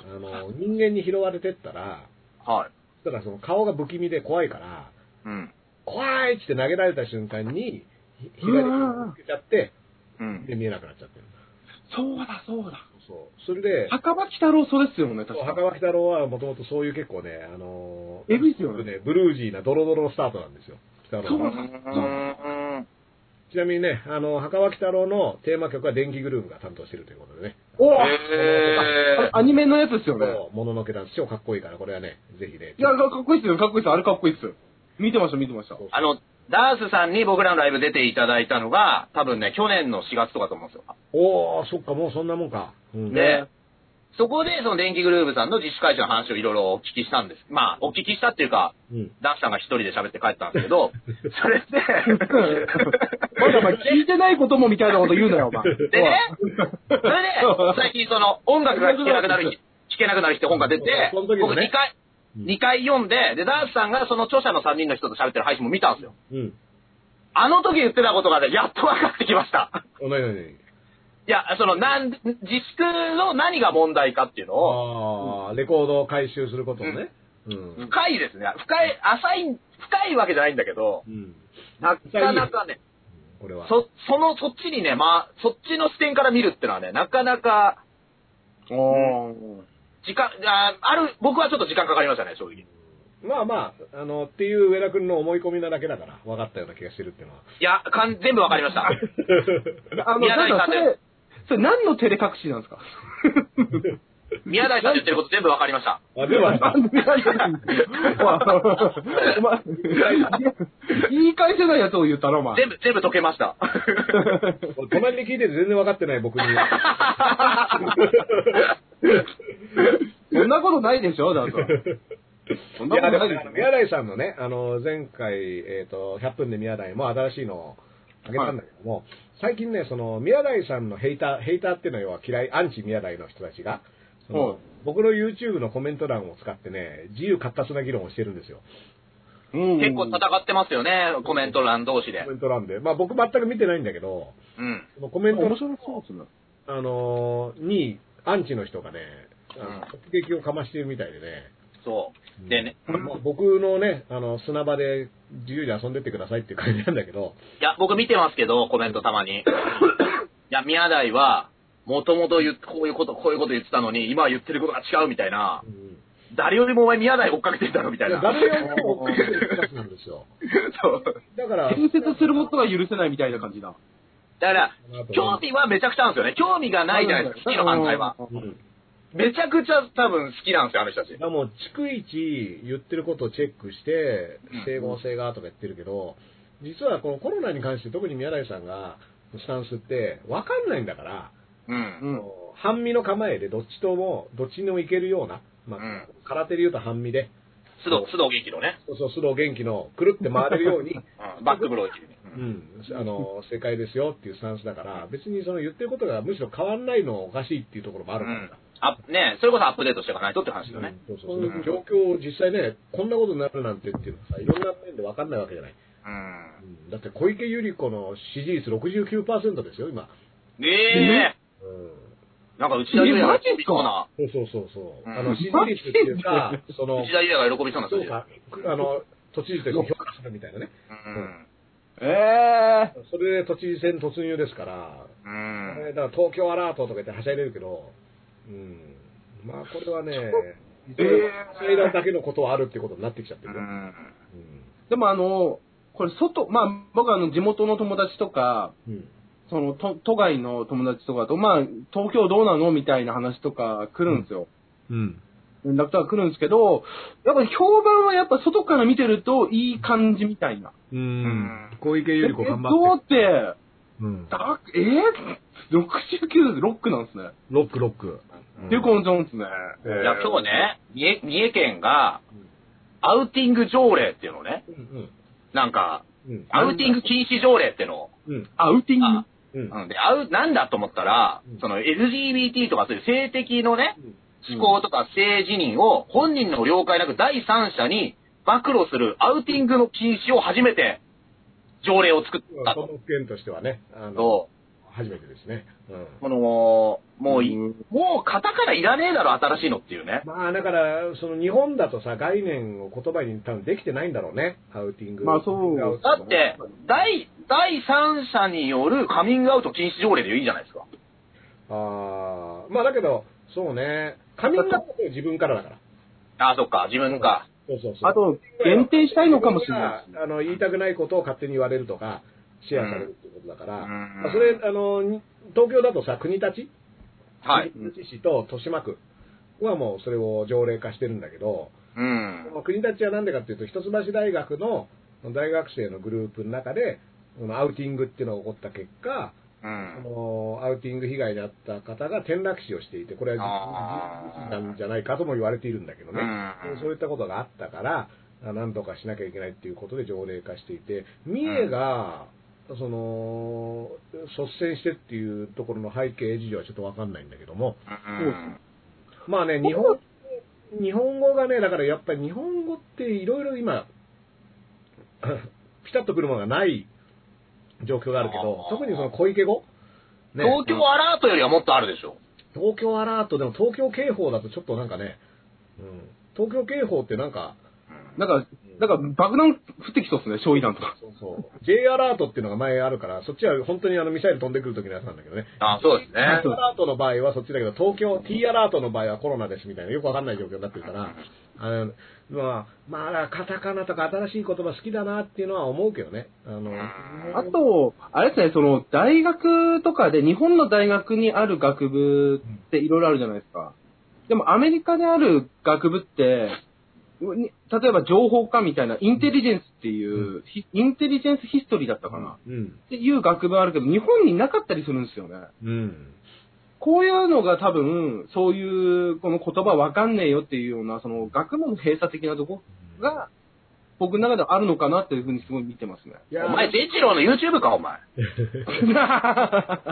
Speaker 3: あの、人間に拾われてったら、
Speaker 2: はい。
Speaker 3: そしたらその顔が不気味で怖いから、
Speaker 2: うん。
Speaker 3: 怖いって投げられた瞬間に、ひ左に向けちゃって、
Speaker 2: うん。
Speaker 3: で見えなくなっちゃってる。
Speaker 4: そうだ、そうだ。
Speaker 3: そう。それで、
Speaker 4: 墓場鬼太郎、そうですよね、確
Speaker 3: 墓
Speaker 4: か。
Speaker 3: 場鬼太郎はもともとそういう結構ね、あのー
Speaker 4: えぐいっすよね。
Speaker 3: ね、ブルージーなドロドロのスタートなんですよ。鬼太郎
Speaker 4: そう
Speaker 3: は
Speaker 4: なの
Speaker 2: うん。
Speaker 3: ちなみにね、あの、墓場鬼太郎のテーマ曲は電気グループが担当してるということでね。
Speaker 4: おあ
Speaker 2: え
Speaker 4: れアニメのやつですよね。
Speaker 3: もうもののけなんです超かっこいいから、これはね、ぜひね。
Speaker 4: いや、かっこいいっすよ、かっこいいっすよ。あれかっこいいっすよ。見てました、見てました。
Speaker 3: そう
Speaker 2: あの、ダースさんに僕らのライブ出ていただいたのが、多分ね、去年の4月とかと思うんですよ。
Speaker 3: おー、そっか、もうそんなもんか。うん
Speaker 2: ね そこで、その電気グルーブさんの自主会社の話をいろいろお聞きしたんです。まあ、お聞きしたっていうか、
Speaker 3: うん
Speaker 2: ダンスさんが一人で喋って帰ったんですけど、それ
Speaker 4: う
Speaker 2: で、
Speaker 4: んおいお前聞いてないこともみたいなこと言うなよ、お前。
Speaker 2: でね、それで、最近その音楽が聴けなくなる日、聴けなくなる日って本が出て、
Speaker 3: そうその時の
Speaker 2: 僕
Speaker 3: ね
Speaker 2: 2
Speaker 3: う
Speaker 2: 回、
Speaker 3: ん
Speaker 2: 二回読んで、で、ダンスさんがその著者の3人の人と喋ってる配信も見たんですよ。
Speaker 3: うん。
Speaker 2: あの時言ってたことがね、やっと分かってきました。
Speaker 3: おなになに
Speaker 2: いや、その、なん、自粛の何が問題かっていうのを、
Speaker 3: あー、レコードを回収することをね。うん。
Speaker 2: 深いですね。深い、浅い、深いわけじゃないんだけど、
Speaker 3: うん。
Speaker 2: なかなかね、
Speaker 3: これは。
Speaker 2: そ、その、そっちにね、まあ、そっちの視点から見るってのはね、なかなか、
Speaker 4: おー。
Speaker 2: 時間、あある、僕はちょっと時間かかりましたね、正直。い
Speaker 3: まあまあ、あの、っていう上田君の思い込みなだけだから、分かったような気がしてるっていうのは。
Speaker 2: や、かん、全部わかりました。
Speaker 4: あの、
Speaker 2: 宮
Speaker 4: なん
Speaker 2: 台
Speaker 4: か
Speaker 2: さん
Speaker 4: そ
Speaker 2: で
Speaker 4: れ、それ何の照れ隠しなんですか
Speaker 2: 宮台さんの言ってること全部わかりました。
Speaker 3: あ、で は、
Speaker 4: なんでなんでまあお前言い返せないやつを言ったな、お前。
Speaker 2: 全部、全部解けました。
Speaker 3: 隣に聞いてて全然分かってない僕 に。
Speaker 4: そんなことないでしょ、だと。そん
Speaker 3: い
Speaker 4: なこ
Speaker 3: や、で
Speaker 4: とな
Speaker 3: も
Speaker 4: いで
Speaker 3: ね、あ
Speaker 4: し
Speaker 3: の
Speaker 4: ょ。
Speaker 3: 宮台さんのね、あの、前回、えっ、と、100分で宮台も新しいのをあげたんだけども、最近ね、その、宮台さんのヘイター、ヘイターっていうのは要は嫌い、アンチ宮台の人たちが、その
Speaker 4: はい
Speaker 3: 僕の YouTube のコメント欄を使ってね、自由活発な議論をしてるんですよ。
Speaker 4: うん
Speaker 2: 結構戦ってますよね、コメント欄同士で
Speaker 3: コ。メント欄で。まあ僕全く見てないんだけど、
Speaker 2: うん。
Speaker 3: そのコメント
Speaker 4: 面白そうですね。
Speaker 3: あのー、に、アンチの人がね、あの突撃をかましてるみたいでね、
Speaker 2: そう。でね、
Speaker 3: まあ僕のね、あの、砂場で自由に遊んでってくださいっていう感じなんだけど、
Speaker 2: いや、僕見てますけど、コメントたま に。いや、宮台は、もともと言っこういうこと、こういうこと言ってたのに、今言ってることが違うみたいな。誰よりもお前宮台追っかけてんだろみたい
Speaker 3: いや
Speaker 2: な。
Speaker 3: 誰よりも僕っていうクラスなんですよ。
Speaker 2: そう。
Speaker 3: だから、
Speaker 4: 建設することが許せないみたいな感じだ。
Speaker 2: だから、興味はめちゃくちゃなんですよね。興味がないじゃないですか、好きの反対は。
Speaker 4: うん。
Speaker 3: うん
Speaker 2: めちゃくちゃ多分好きなんですよ、あの人たち
Speaker 3: だか。らもう、逐一言ってることをチェックして
Speaker 2: うん、
Speaker 3: 整合性がとか言ってるけど、実はこのコロナに関して特に宮台さんがスタンスって分かんないんだから、
Speaker 1: うん。
Speaker 4: うん。
Speaker 3: 半身の構えでどっちとも、どっちにもいけるような、まあ
Speaker 1: うん
Speaker 3: 空手で言うと半身で、
Speaker 2: 須藤、須藤元気のね、
Speaker 3: そうそう、須藤元気のくるって回れるように、
Speaker 2: うんバックブロー行きね。
Speaker 1: う
Speaker 3: うんん、あの、正解ですよっていうスタンスだから、別にその言ってることがむしろ変わんないのはおかしいっていうところもあるから。
Speaker 1: うん
Speaker 2: あ、ねそれこそアップデートしていかないとって話だよね。
Speaker 3: そうそう
Speaker 1: うん
Speaker 3: 状況を実際ね、こんなことになるなんてっていうのはさ、いろんな面で分かんないわけじゃない。
Speaker 1: うん
Speaker 3: だって小池百合子の支持率69%ですよ、今。
Speaker 2: ええ
Speaker 3: うん
Speaker 2: なんか内田優也
Speaker 4: えマ
Speaker 2: が
Speaker 4: ジっすか
Speaker 2: 喜びそうな、
Speaker 3: そうそうそうそう。
Speaker 1: うん
Speaker 3: あの、支持率っていうか、その
Speaker 2: 内、田優也が喜びそうな
Speaker 3: そ
Speaker 2: 数
Speaker 3: う
Speaker 2: 字だよ
Speaker 3: か、あの、都知事として評価するみたいなね。
Speaker 1: うん
Speaker 4: ええ
Speaker 3: それで都知事選突入ですから、
Speaker 1: う
Speaker 3: えー
Speaker 1: ん
Speaker 3: だから東京アラートとか言ってはしゃいでるけど、うん、まあこれはね、
Speaker 4: え
Speaker 3: イラだけのことはあるってことになってきちゃって
Speaker 1: う
Speaker 3: るよ。
Speaker 1: ん
Speaker 4: でもあの、これ外、まあ僕はあの地元の友達とか、
Speaker 3: うんうん
Speaker 4: そのと都外の友達とかと、まあ東京どうなのみたいな話とか来るんですよ。
Speaker 3: うん
Speaker 4: 連絡とか来るんですけど、やっぱ評判はやっぱ外から見てるといい感じみたいな。
Speaker 3: うん小池百合子頑
Speaker 4: え
Speaker 3: 張
Speaker 4: ど
Speaker 3: っ
Speaker 4: う
Speaker 3: て。
Speaker 4: って、
Speaker 3: うん
Speaker 4: だえー、69ロックなんですね。
Speaker 3: ロックロック。
Speaker 4: デュコン・ジョンですね。
Speaker 3: うん
Speaker 2: いや、今日ね、三重三重県が、アウティング条例っていうのをね、
Speaker 3: うん
Speaker 2: なんか、
Speaker 3: うんうん
Speaker 2: アウティング禁止条例っていうのを、
Speaker 3: うん
Speaker 4: アウティング。
Speaker 2: あ
Speaker 3: うん
Speaker 2: うん、で、あう、なんだと思ったら
Speaker 3: うん、
Speaker 2: その LGBT とかそういう性的のね、
Speaker 4: うん
Speaker 2: 思考とか性自認を本人の了解なく第三者に暴露するアウティングの禁止を初めて条例を作った
Speaker 3: 都
Speaker 2: と。
Speaker 3: 道府県としてはね、あの、
Speaker 2: と
Speaker 3: 初めてですね。うん
Speaker 2: この、もうい、
Speaker 4: う
Speaker 2: もう型からいらねえだろ、新しいのっていうね。
Speaker 3: まあだから、その日本だとさ、概念を言葉に多分できてないんだろうね、ハウティング。
Speaker 4: まあそう
Speaker 2: だって、第、第三者によるカミングアウト禁止条例でいいじゃないですか。
Speaker 3: ああ、まあだけど、そうね、カミングアウトは自分からだから。
Speaker 2: ああ、そっか、自分か。
Speaker 3: そうそうそう。
Speaker 4: あと、限定したいのかもしれないですね
Speaker 3: あの、言いたくないことを勝手に言われるとか、シェアされるってことだから、
Speaker 1: うん
Speaker 3: まあそれ、あの、に東京だとさ、国立
Speaker 2: はい。
Speaker 3: 国立市と豊島区はもうそれを条例化してるんだけど、
Speaker 1: うん
Speaker 3: この国立はなんでかっていうと、一橋大学の大学生のグループの中で、このアウティングっていうのが起こった結果、
Speaker 1: うん
Speaker 3: そのアウティング被害に遭った方が転落死をしていて、これは
Speaker 1: あー
Speaker 3: 自なんじゃないかとも言われているんだけどね、
Speaker 1: うん
Speaker 3: そういったことがあったから、あなんとかしなきゃいけないっていうことで条例化していて、三重が、その率先してっていうところの背景事情はちょっとわかんないんだけども、
Speaker 1: うん
Speaker 3: まあね、日本日本語がね、だからやっぱり日本語っていろいろ今、 ピタッとくるものがない状況があるけど、
Speaker 2: あー
Speaker 3: 特にその小池語、ね
Speaker 2: 東京アラートよりはもっとあるでしょ。
Speaker 3: 東京アラートでも東京警報だとちょっとなんかね、うん、東京警報ってなんか、
Speaker 4: なんか、なんか爆弾降ってきそうですね、焼夷弾とか。
Speaker 3: そうそう、J アラートっていうのが前あるから、そっちは本当にあのミサイル飛んでくる時のやつなんだけどね。
Speaker 2: ああ、そうです
Speaker 3: J ア
Speaker 2: ね。
Speaker 3: ラートの場合はそっちだけど、東京 T アラートの場合はコロナですみたいな、よくわかんない状況になってるから、あの、まあ、まあ、カタカナとか新しい言葉好きだなっていうのは思うけどね。あの、
Speaker 4: あと、あれですね、その、大学とかで、日本の大学にある学部っていろいろあるじゃないですか。でも、アメリカである学部って、に例えば情報科みたいな、インテリジェンスっていう、ひインテリジェンスヒストリーだったかな、っ
Speaker 3: うん、
Speaker 4: ていう学部あるけど、日本になかったりするんですよね。
Speaker 3: うん、
Speaker 4: こういうのが多分、そういう、この言葉わかんねえよっていうような、その学問の閉鎖的なとこが、僕の中ではあるのかなっていうふうにすごい見てますね。
Speaker 3: いやー
Speaker 2: お前、善次郎の YouTube か、お前。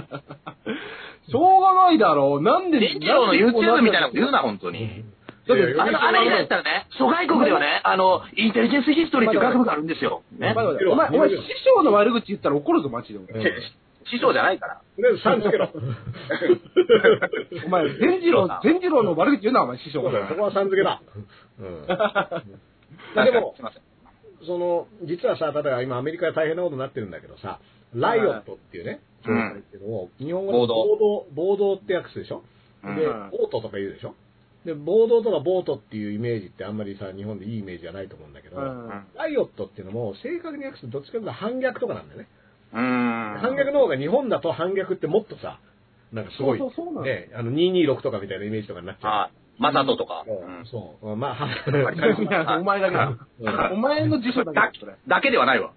Speaker 4: しょうがないだろう。なんで、
Speaker 2: 善次郎の YouTube みたいなこと言う
Speaker 4: な
Speaker 2: な、本当に。
Speaker 3: いやいや
Speaker 2: あの、あの、だったらね、諸外国ではね、あの、インテリジェンスヒストリーっていう学部があるんですよ。
Speaker 4: んで。
Speaker 2: ね
Speaker 4: お。前、お前、お前師匠の悪口言ったら怒るぞ、マジで。
Speaker 3: うん
Speaker 2: 師匠じゃないから。
Speaker 3: とりあえず3つけろ。
Speaker 4: お前、善次郎、善次郎の悪口言うな、お前、師匠
Speaker 3: そうだよそこはさん付けだ。うん。でも
Speaker 2: すい、ません。
Speaker 3: その、実はさ、例えば今アメリカで大変なことになってるんだけどさ、ライオットっていうね、
Speaker 1: う
Speaker 3: 状
Speaker 1: ん
Speaker 3: 態っていうのを、日本語で
Speaker 2: 暴
Speaker 3: 暴動、暴動って訳すでしょ
Speaker 1: うん
Speaker 3: で
Speaker 4: うん、
Speaker 3: ボートとか言うでしょで、暴動とかボートっていうイメージってあんまりさ、日本でいいイメージじゃないと思うんだけど、
Speaker 4: うん
Speaker 3: ライオットっていうのも正確に訳すとどっちかというと反逆とかなんだよね。
Speaker 1: うん
Speaker 3: 反逆の方が日本だと反逆ってもっとさ、なんかすごい、
Speaker 4: そうそうそうなんだ
Speaker 3: ね、あの226とかみたいなイメージとかになっちゃう。
Speaker 2: はい。マサトとか、
Speaker 3: うんそう。まあ、
Speaker 4: い や、お前だけだ。お前の辞書だけだ、それ。
Speaker 2: だけではないわ。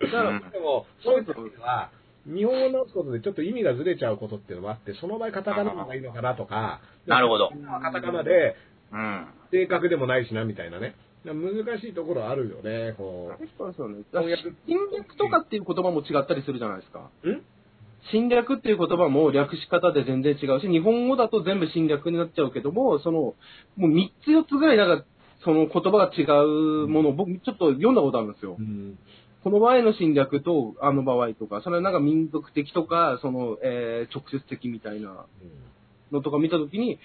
Speaker 3: だから、でも、そういう時は、日本語を直すことでちょっと意味がずれちゃうことっていうのもあって、その場合カタカナの方がいいのかなとか、
Speaker 2: なるほど。
Speaker 3: カタカナで
Speaker 2: うん。
Speaker 3: 正確でもないしなみたいなね。難しいところあるよね、こう。
Speaker 4: 結構ですよね。だから侵略とかっていう言葉も違ったりするじゃないですか。
Speaker 3: ん
Speaker 4: 侵略っていう言葉も略し方で全然違うし、日本語だと全部侵略になっちゃうけども、その、もう3つ4つぐらいなんか、その言葉が違うものを僕ちょっと読んだことあるんですよ。
Speaker 3: うん。
Speaker 4: この場合の侵略とあの場合とか、それはなんか民族的とか、その、えー直接的みたいなのとか見たときに、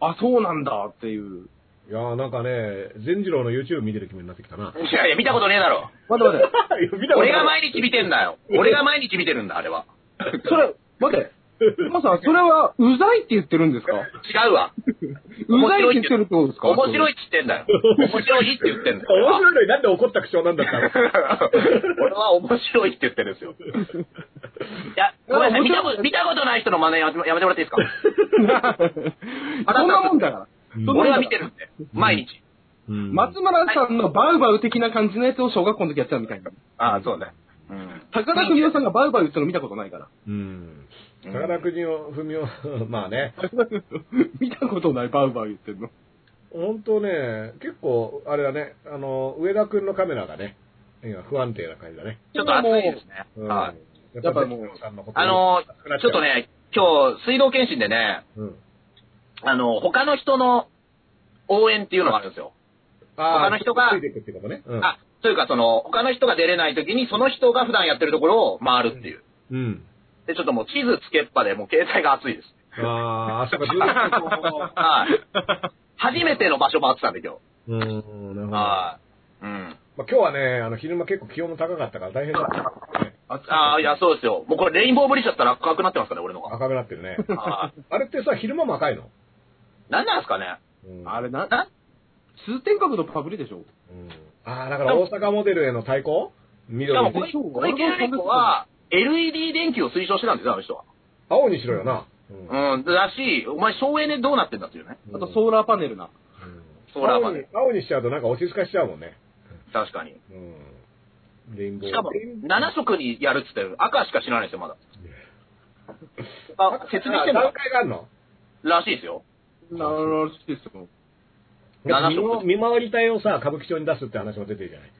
Speaker 4: あ、そうなんだっていう。
Speaker 3: いやーなんかね、善次郎の YouTube 見てる気分になってきたな。
Speaker 2: いやいや、見たことねえだろ。
Speaker 4: 待って待って。
Speaker 2: 俺が毎日見てんだよ。俺が毎日見てるんだ、あれは。
Speaker 4: それ、待って。マさん、それは、うざいって言ってるんですか
Speaker 2: 違うわ。
Speaker 4: うざいって言ってるってことですか
Speaker 2: 面白い
Speaker 4: い。
Speaker 2: って言ってんだよ。面白いって言ってんだよ。
Speaker 3: 面白いのになんで怒った口調なんだった の
Speaker 2: 俺は面白いって言ってるんです よ。いや、ごめんなさい、見たこと見たことない人の真似やめてやめてもらってい いですか
Speaker 4: そんなもんだから。
Speaker 3: うん
Speaker 2: 俺は見てるんで、毎日。
Speaker 3: うん
Speaker 4: 松村さんのバウバウ的な感じのやつを小学校の時やってたみたいな。
Speaker 2: ああ、そうね。うん。
Speaker 4: 高田文夫さんがバウバウ言ってるの見たことないから。
Speaker 3: うん。宝くじを踏みを、まあね、
Speaker 4: 見たことないバウバウ言ってるの。
Speaker 3: 本当ね、結構、あれだね、あの、上田君のカメラがね、今不安定な感じだね。
Speaker 2: ちょっと暑いですね。
Speaker 3: うん
Speaker 2: はい。
Speaker 4: やっぱもう
Speaker 3: さんのこと
Speaker 2: あの
Speaker 3: 少なくなっ
Speaker 2: ち
Speaker 3: ちゃ
Speaker 2: ょ
Speaker 3: う
Speaker 2: っとね、今日、水道検診でね、
Speaker 3: うん。
Speaker 2: あの、他の人の応援っていうのがあるんですよ。
Speaker 3: あー
Speaker 2: 他の人が
Speaker 3: ついていくっていうかもね。うん。
Speaker 2: あ、というか、その、他の人が出れない時に、その人が普段やってるところを回るっていう。
Speaker 3: うん。
Speaker 2: で、ちょっともう地図つけっぱで、もう携帯が熱いです。
Speaker 3: ああ、そうか、ずっ とこ
Speaker 2: はい。初めての場所回ってたんで、今日。
Speaker 3: う。うん、なるほど。まあ、
Speaker 2: はい。うん。
Speaker 3: 今日はね、あの、昼間結構気温も高かったから大変だ った、ね。
Speaker 2: ああ、いや、そうですよ。もうこれ、レインボーブリッジだったら赤くなってますからね、俺の が。
Speaker 3: 赤くなってるね。
Speaker 2: はい
Speaker 3: あれってさ、昼間も赤いの
Speaker 2: 何なんですかね
Speaker 3: うん。
Speaker 4: あれな、
Speaker 2: な
Speaker 4: 通天閣のパブリでしょ
Speaker 3: うんああ、だから大阪モデルへの対抗
Speaker 2: しかも、
Speaker 3: 緑
Speaker 2: こ
Speaker 3: に。
Speaker 2: れ、これ、ケルは、LED 電球を推奨してたんですよ、あの人は。
Speaker 3: 青にしろよな。うん
Speaker 2: うん、だし、お前、省エネどうなってんだっていうね。
Speaker 4: あとソーラーパネルな。
Speaker 3: うん
Speaker 2: ソーラーパネル。
Speaker 3: 青に青にしちゃうとなんか落ち着かしちゃうもんね。
Speaker 2: 確かに。
Speaker 3: うん。レインボー。
Speaker 2: しかも、7色にやるっつってる。赤しか知らないですよ、まだ。あ、説明してん
Speaker 3: あ
Speaker 2: の
Speaker 3: 段階があるの
Speaker 2: らしいですよ。
Speaker 4: なるしいですよ。
Speaker 2: 七色
Speaker 3: 見見回り隊をさ、歌舞伎町に出すって話も出てるじゃない。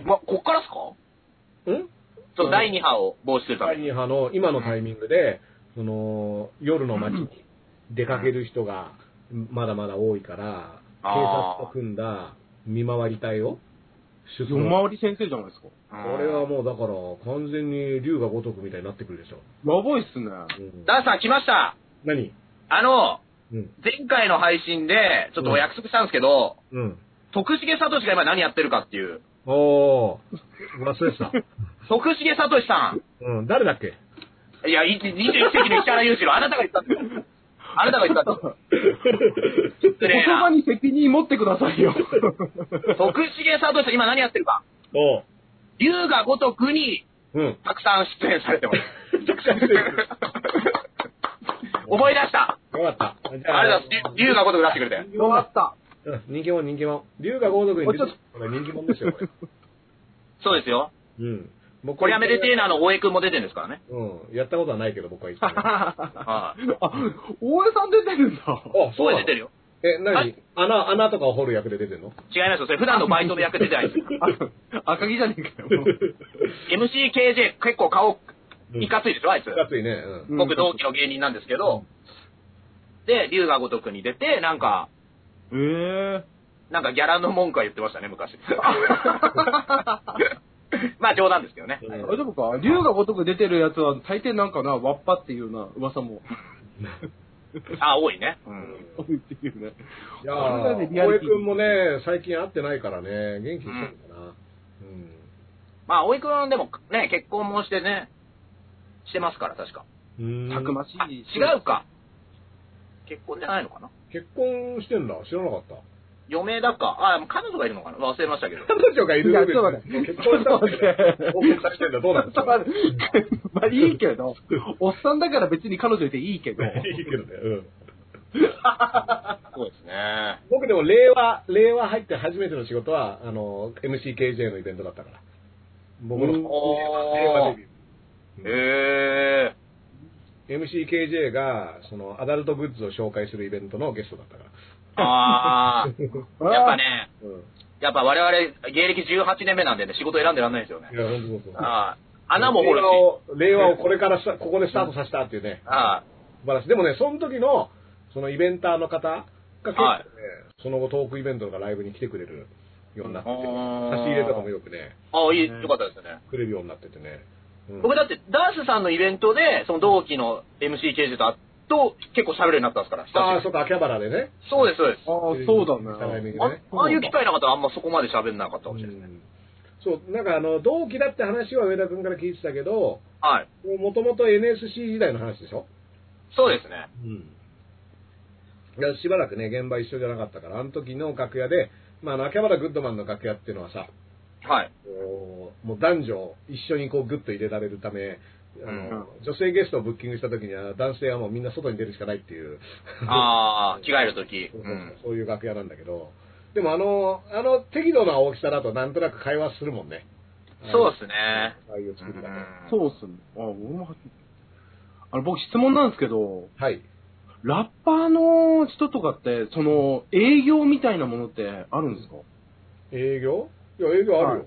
Speaker 2: え、ま、こっからっすか
Speaker 3: うん
Speaker 2: そうの
Speaker 3: ん
Speaker 2: 第2波を防止するため
Speaker 3: 第
Speaker 2: に。
Speaker 3: 2波の今のタイミングで、その夜の街に出かける人がまだまだ多いから、警
Speaker 2: あー
Speaker 3: 察と組んだ見回り隊を出
Speaker 4: 夜
Speaker 3: 動。
Speaker 4: 回り先生じゃないですか。
Speaker 2: こ
Speaker 3: これはもうだから完全に竜が如くみたいになってくるでしょ。
Speaker 4: やばいっすね。
Speaker 3: うん
Speaker 2: ダンさん来ました
Speaker 3: 何
Speaker 2: あの、
Speaker 3: うん。
Speaker 2: 前回の配信で、ちょっとお約束したんですけど、
Speaker 3: うん。
Speaker 2: 徳重聡が今何やってるかっていう。
Speaker 3: おー、忘れてた。
Speaker 2: 徳重聡さ
Speaker 3: うん、誰だっけ
Speaker 2: ん。いや、い21世紀の石原裕次郎、あなたが言ったんですよ。あなたが言ったんですよ。失
Speaker 4: 言
Speaker 2: 礼な
Speaker 4: 葉。に責任持ってくださいよ。
Speaker 2: 徳重聡さん、今何やってるか。
Speaker 3: おう。
Speaker 2: 龍が如くに
Speaker 3: うん。
Speaker 2: たくさん出演され てます。
Speaker 3: めちゃくちゃ出てる。
Speaker 2: 思い出した。
Speaker 3: よかった。じゃあ、
Speaker 2: あれだ、龍が如く出してくれて。
Speaker 4: 終わった。
Speaker 3: うん、人気者、人気者。龍が豪族に出てくるこれ人気者ですよ、これ。
Speaker 2: そうですよ。
Speaker 3: うん。僕
Speaker 2: これやめでてーなの大江くんも出てるんですからね。
Speaker 3: うん。やったことはないけど、僕は一回。
Speaker 4: あ、
Speaker 2: はい。
Speaker 4: 大江さん出てるんだ。
Speaker 2: 声
Speaker 3: な
Speaker 2: 出てるよ。
Speaker 3: え、な
Speaker 2: は
Speaker 3: に穴、穴とかを掘る役で出てんの
Speaker 2: 違いますよ。それ普段のバイトの役出てないですよ。
Speaker 4: あ赤木じゃねえかよ。
Speaker 2: MCKJ 結構顔いかついでしょ、あいつ。
Speaker 3: 熱いね。うん。
Speaker 4: うん
Speaker 2: 僕同期の芸人なんですけど、で、龍が如くに出て、なんか、
Speaker 4: ええ
Speaker 2: なんかギャラの文句は言ってましたね、 昔。まあ冗談ですけど ね。
Speaker 4: 大丈夫か竜が如く出てるやつは大抵なんかな、わっぱっていうな、噂も。
Speaker 2: あ、多いね。
Speaker 4: っていうね。
Speaker 3: いや
Speaker 4: これがね
Speaker 3: ー、
Speaker 4: リアリ
Speaker 3: 大江
Speaker 4: ティ
Speaker 3: くんもね、最近会ってないからね、元気にしてるかな。うん。
Speaker 2: まあ、葵くんでもね、結婚もしてね、してますから、確か。
Speaker 3: うん
Speaker 4: たくましいし。
Speaker 2: 違うか。結婚じゃないのかな
Speaker 3: 結婚してんだ知らなかった。
Speaker 2: 余命だか。あ、彼女がいるのかな忘れましたけど。
Speaker 3: 彼女がいる
Speaker 4: いや
Speaker 3: 上
Speaker 4: ち
Speaker 3: で
Speaker 4: ょっと待って
Speaker 3: 結婚したって
Speaker 4: ちょっと待って
Speaker 3: 報告してんだ。どうなんですか
Speaker 4: まあ、まあ いいけど、おっさんだから別に彼女いていいけど、
Speaker 3: いいけどね。うん。
Speaker 2: そうですね。
Speaker 3: 僕でも令和、令和入って初めての仕事は、あの、MCKJ のイベントだったから。僕の
Speaker 4: うん
Speaker 3: 令和デビュー。
Speaker 2: へえ
Speaker 3: MCKJ が、その、アダルトグッズを紹介するイベントのゲストだったから。
Speaker 2: ー。あ あ。 やっぱね、
Speaker 3: うん。
Speaker 2: やっぱ我々、芸歴18年目なんでね、仕事選んでらんないですよね
Speaker 3: い。や、本当そうそう。
Speaker 2: ああ。穴も掘る
Speaker 3: 令。
Speaker 2: し
Speaker 3: 和を、令和をこれからさここでスタートさせたっていうね、
Speaker 2: あ
Speaker 3: 素晴らしい。でもね、その時の、そのイベンターの方が結構ね、
Speaker 2: はい
Speaker 3: その後トークイベントとかライブに来てくれるようになって、
Speaker 2: あー
Speaker 3: 差し入れとかもよくね、
Speaker 2: あ。ああ、いい、よかったですね。
Speaker 3: くれるようになっててね。うん
Speaker 2: 僕だって、ダースさんのイベントで、その同期の MC 刑事と会っと結構喋るようになったんですから、久しぶり
Speaker 3: ああ、そうか、秋葉原でね。
Speaker 2: そうです、そうです。
Speaker 4: ああ、そうだね。
Speaker 2: あああいう機会なかったらあんまそこまで喋んなかったかもしれない。
Speaker 3: そう、なんかあの、同期だって話は上田君から聞いてたけど、
Speaker 2: はい。
Speaker 3: もともと NSC 時代の話でしょ
Speaker 2: そうですね。
Speaker 3: うん。いや、しばらくね、現場一緒じゃなかったから、あの時の楽屋で、まああの、秋葉原グッドマンの楽屋っていうのはさ、
Speaker 2: はい。
Speaker 3: こうもう男女一緒にこうグッと入れられるため、あの
Speaker 2: うん
Speaker 3: 女性ゲストをブッキングした時には男性はもうみんな外に出るしかないっていう、
Speaker 2: ああ、着替えるとき。。
Speaker 3: そううそうんそういう楽屋なんだけど、でもあの、あの適度な大きさだとなんとなく会話するもんね。
Speaker 2: そうですね。
Speaker 3: ああいう作りだと。
Speaker 4: そ
Speaker 2: うん。
Speaker 4: うっすね。あ、俺もはっきりあの、僕質問なんですけど、
Speaker 3: はい。
Speaker 4: ラッパーの人とかって、その、営業みたいなものってあるんですか
Speaker 3: 営業いや、営業あるよ。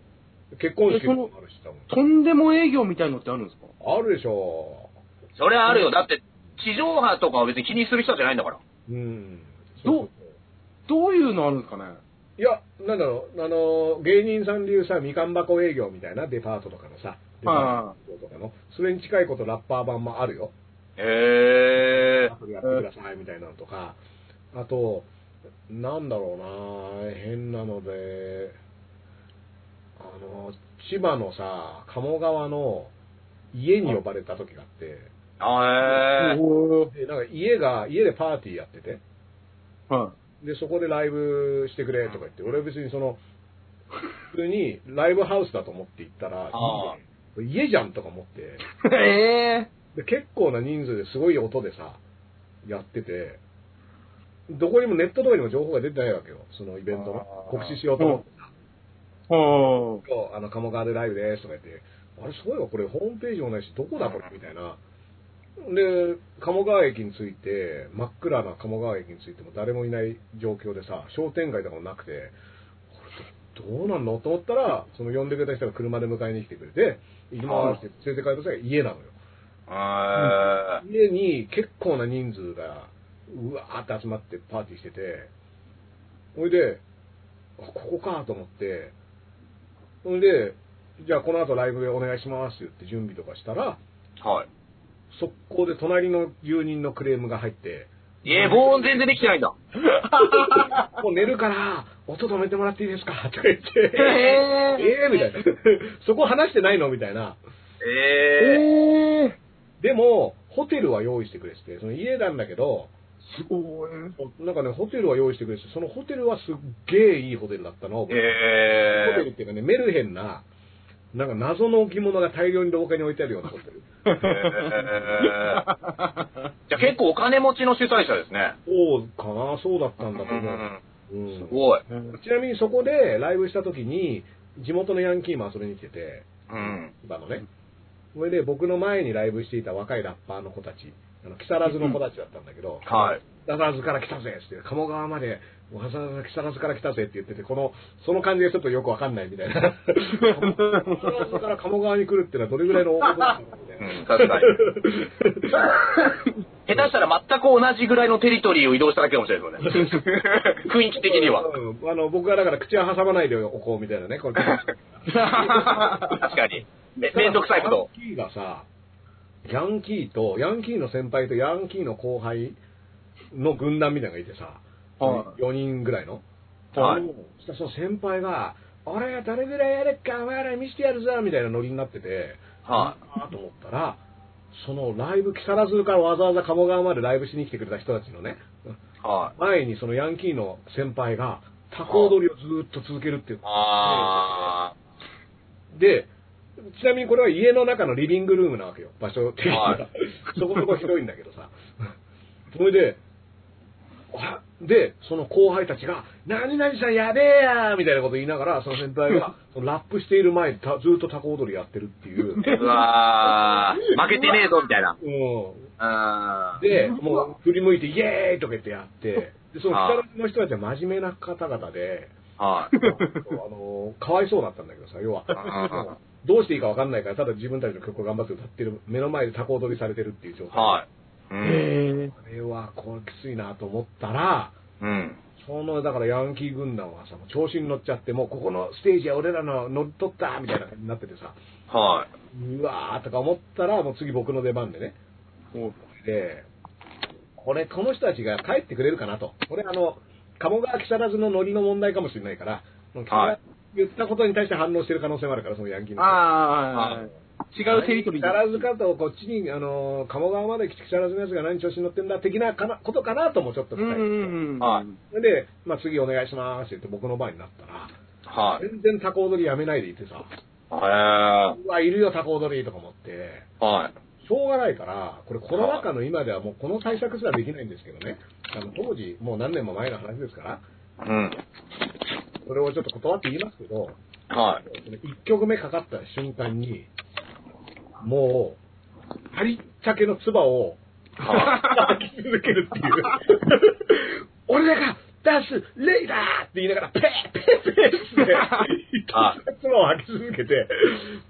Speaker 4: は
Speaker 3: 結婚式もあるし、多
Speaker 4: とんでも営業みたいのってあるんですか
Speaker 3: 分。あるでしょ
Speaker 2: それはあるよ。だって、地上波とかは別に気にする人じゃないんだから。
Speaker 3: う。うん。
Speaker 4: どう
Speaker 3: そう
Speaker 4: どういうのあるんですかね
Speaker 3: いや、なんだろう、あの、芸人さんでいうさ、みかん箱営業みたいなデパートとかのさ、デパ
Speaker 4: は
Speaker 3: ートとかの、それに近いことラッパー版もあるよ。
Speaker 2: へえ
Speaker 3: ア。プリやってくださいみたいなのとか、あと、なんだろうな、変なので、あの、千葉のさ、鴨川の家に呼ばれた時があって、
Speaker 2: あえ。
Speaker 4: おー
Speaker 3: でなんか家が、家でパーティーやってて、
Speaker 4: は
Speaker 3: で、そこでライブしてくれとか言って、俺は別にその、普通にライブハウスだと思って行ったら、
Speaker 2: あ
Speaker 3: 家じゃんとか思って、
Speaker 4: い。 え
Speaker 3: で結構な人数ですごい音でさ、やってて、どこにもネットとかにも情報が出てないわけよ、そのイベントの
Speaker 2: あー
Speaker 3: 告知しようと思ってさ、
Speaker 4: ー。は
Speaker 3: 今日あの鴨川でライブですとか言って、あれ、そういえばこれ、ホームページもないし、どこだこれみたいな。で、鴨川駅に着いて、真っ暗な鴨川駅に着いても誰もいない状況でさ、商店街とかもなくて、これどどうなんのと思ったら、その呼んでくれた人が車で迎えに来てくれて、行きますって連れて帰った先が家なのよ。
Speaker 2: あ
Speaker 3: 家に結構な人数がうわーって集まってパーティーしててほいであここかと思ってほいでじゃあこの後ライブでお願いしますって言って準備とかしたら
Speaker 2: ーはい。
Speaker 3: 速攻で隣の住人のクレームが入って
Speaker 2: えー、防音全然できてないんだ。
Speaker 3: 「もう寝るから音止めてもらっていいですか?」とか言って
Speaker 4: え。
Speaker 3: 「
Speaker 4: え
Speaker 3: ええー」みたいな「そこ話してないの?」みたいな
Speaker 4: ー。
Speaker 2: ええ。
Speaker 4: えー。
Speaker 3: でもホテルは用意してくれててその家なんだけど
Speaker 4: すごい。
Speaker 3: なんかね、ホテルは用意してくれてて、そのホテルはすっげえいいホテルだったの。ホ
Speaker 2: え
Speaker 3: テル
Speaker 2: え。
Speaker 3: っていうかね、メルヘンな、なんか謎の置物が大量に廊下に置いてあるようなホテル。
Speaker 2: じゃあ結構お金持ちの主催者ですね。
Speaker 3: そうかな、そうだった
Speaker 2: うん
Speaker 3: だと思う。うん
Speaker 2: すごい。
Speaker 3: ちなみにそこでライブした時に、地元のヤンキーも遊びに来てて、
Speaker 2: うん。
Speaker 3: 今のね。それで僕の前にライブしていた若いラッパーの子たち、あの木更津の子たちだったんだけど、
Speaker 2: はい。
Speaker 3: 木更津から来たぜっつって、鴨川までわざわざ木更津から来たぜって言ってて、この、その感じがちょっとよくわかんないみたい な。木更津から鴨川に来るってのはどれぐらいの大事なのみたいな。
Speaker 2: うん、確かに。下手したら全く同じぐらいのテリトリーを移動しただけかもしれないです よね。雰囲気的に は。
Speaker 3: うんあの、僕はだから口は挟まないでおこうみたいなね、これ。
Speaker 2: 確かに。めめんどくさいこと。
Speaker 3: ヤンキーがさ、ヤンキーと、ヤンキーの先輩とヤンキーの後輩の軍団みたいなのがいてさ、
Speaker 4: は
Speaker 3: 4人ぐらいの。
Speaker 2: はい
Speaker 3: そしたらその先輩が、俺がどれぐらいやるか、お前ら見せてやるぞみたいなノリになってて、
Speaker 2: は
Speaker 3: あーと思ったら、そのライブ、木更津からわざわざ鴨川までライブしに来てくれた人たちのね、
Speaker 2: い。はい。
Speaker 3: 前にそのヤンキーの先輩が、タコ踊りをずーっと続けるっていう。
Speaker 2: あ
Speaker 3: で、ちなみにこれは家の中のリビングルームなわ けよ、場所的には。
Speaker 2: はい
Speaker 3: そこそこ広いんだけどさ。それで、あで、その後輩たちが、何々さんやべえやーみたいなこと言いながら、その先輩 が、そのラップしている前にたずーっとタコ踊りやってるっていう。
Speaker 2: うわー、負けてねえぞ、みたいな。
Speaker 3: う
Speaker 2: うん
Speaker 3: ん。で、もう振り向いて、イエーイとか言ってやって、で、その北の人たちは真面目な方々 で、
Speaker 2: は
Speaker 3: あの、かわいそうだったんだけどさ、要は。
Speaker 2: い。
Speaker 3: どうしていいかわかんないから、ただ自分たちの曲を頑張って歌ってる、目の前でタコ踊りされてるっていう状態。
Speaker 2: はい。うん。
Speaker 4: へ
Speaker 3: これは、これきついなと思ったら、
Speaker 2: うん。
Speaker 3: その、だからヤンキー軍団はさ、もう調子に乗っちゃって、もうここのステージは俺らの乗っ取ったみたいな感じになっててさ、
Speaker 2: は
Speaker 3: うわーとか思ったら、もう次僕の出番でね。
Speaker 4: ー
Speaker 3: で、これ、この人たちが帰ってくれるかなと。これ、あの、鴨川木更津のノリの問題かもしれないから、その木
Speaker 2: は
Speaker 3: 更
Speaker 2: い
Speaker 3: 津言ったことに対して反応してる可能性もあるから、そのヤンキーの。
Speaker 4: あー、違うテリトリー
Speaker 3: 木更津かと、こっちに、あの、鴨川まで来て木更津のやつが何調子に乗ってんだ、的なかなことかなともちょっと
Speaker 4: うん
Speaker 3: 伝えて。
Speaker 4: うんうん。
Speaker 2: はい
Speaker 3: それで、まあ、次お願いしますって言って僕の番になったら、
Speaker 2: い。は
Speaker 3: 全然タコ踊りやめないでいてさ、
Speaker 2: い。
Speaker 3: うわ、いるよタコ踊りとか思って、
Speaker 2: へー。はい。
Speaker 3: しょうがないから、これコロナ禍の今ではもうこの対策すらできないんですけどね、あの当時、もう何年も前の話ですから、
Speaker 2: うん。
Speaker 3: それをちょっと断って言いますけど、
Speaker 2: はい。
Speaker 3: 1曲目かかった瞬間に、もう、張り茶けの唾を
Speaker 2: は
Speaker 3: 吐き続けるっていう。俺らが出すレイダーって言いながら、ペッペッペッって、
Speaker 2: は
Speaker 3: 唾を吐き続けて、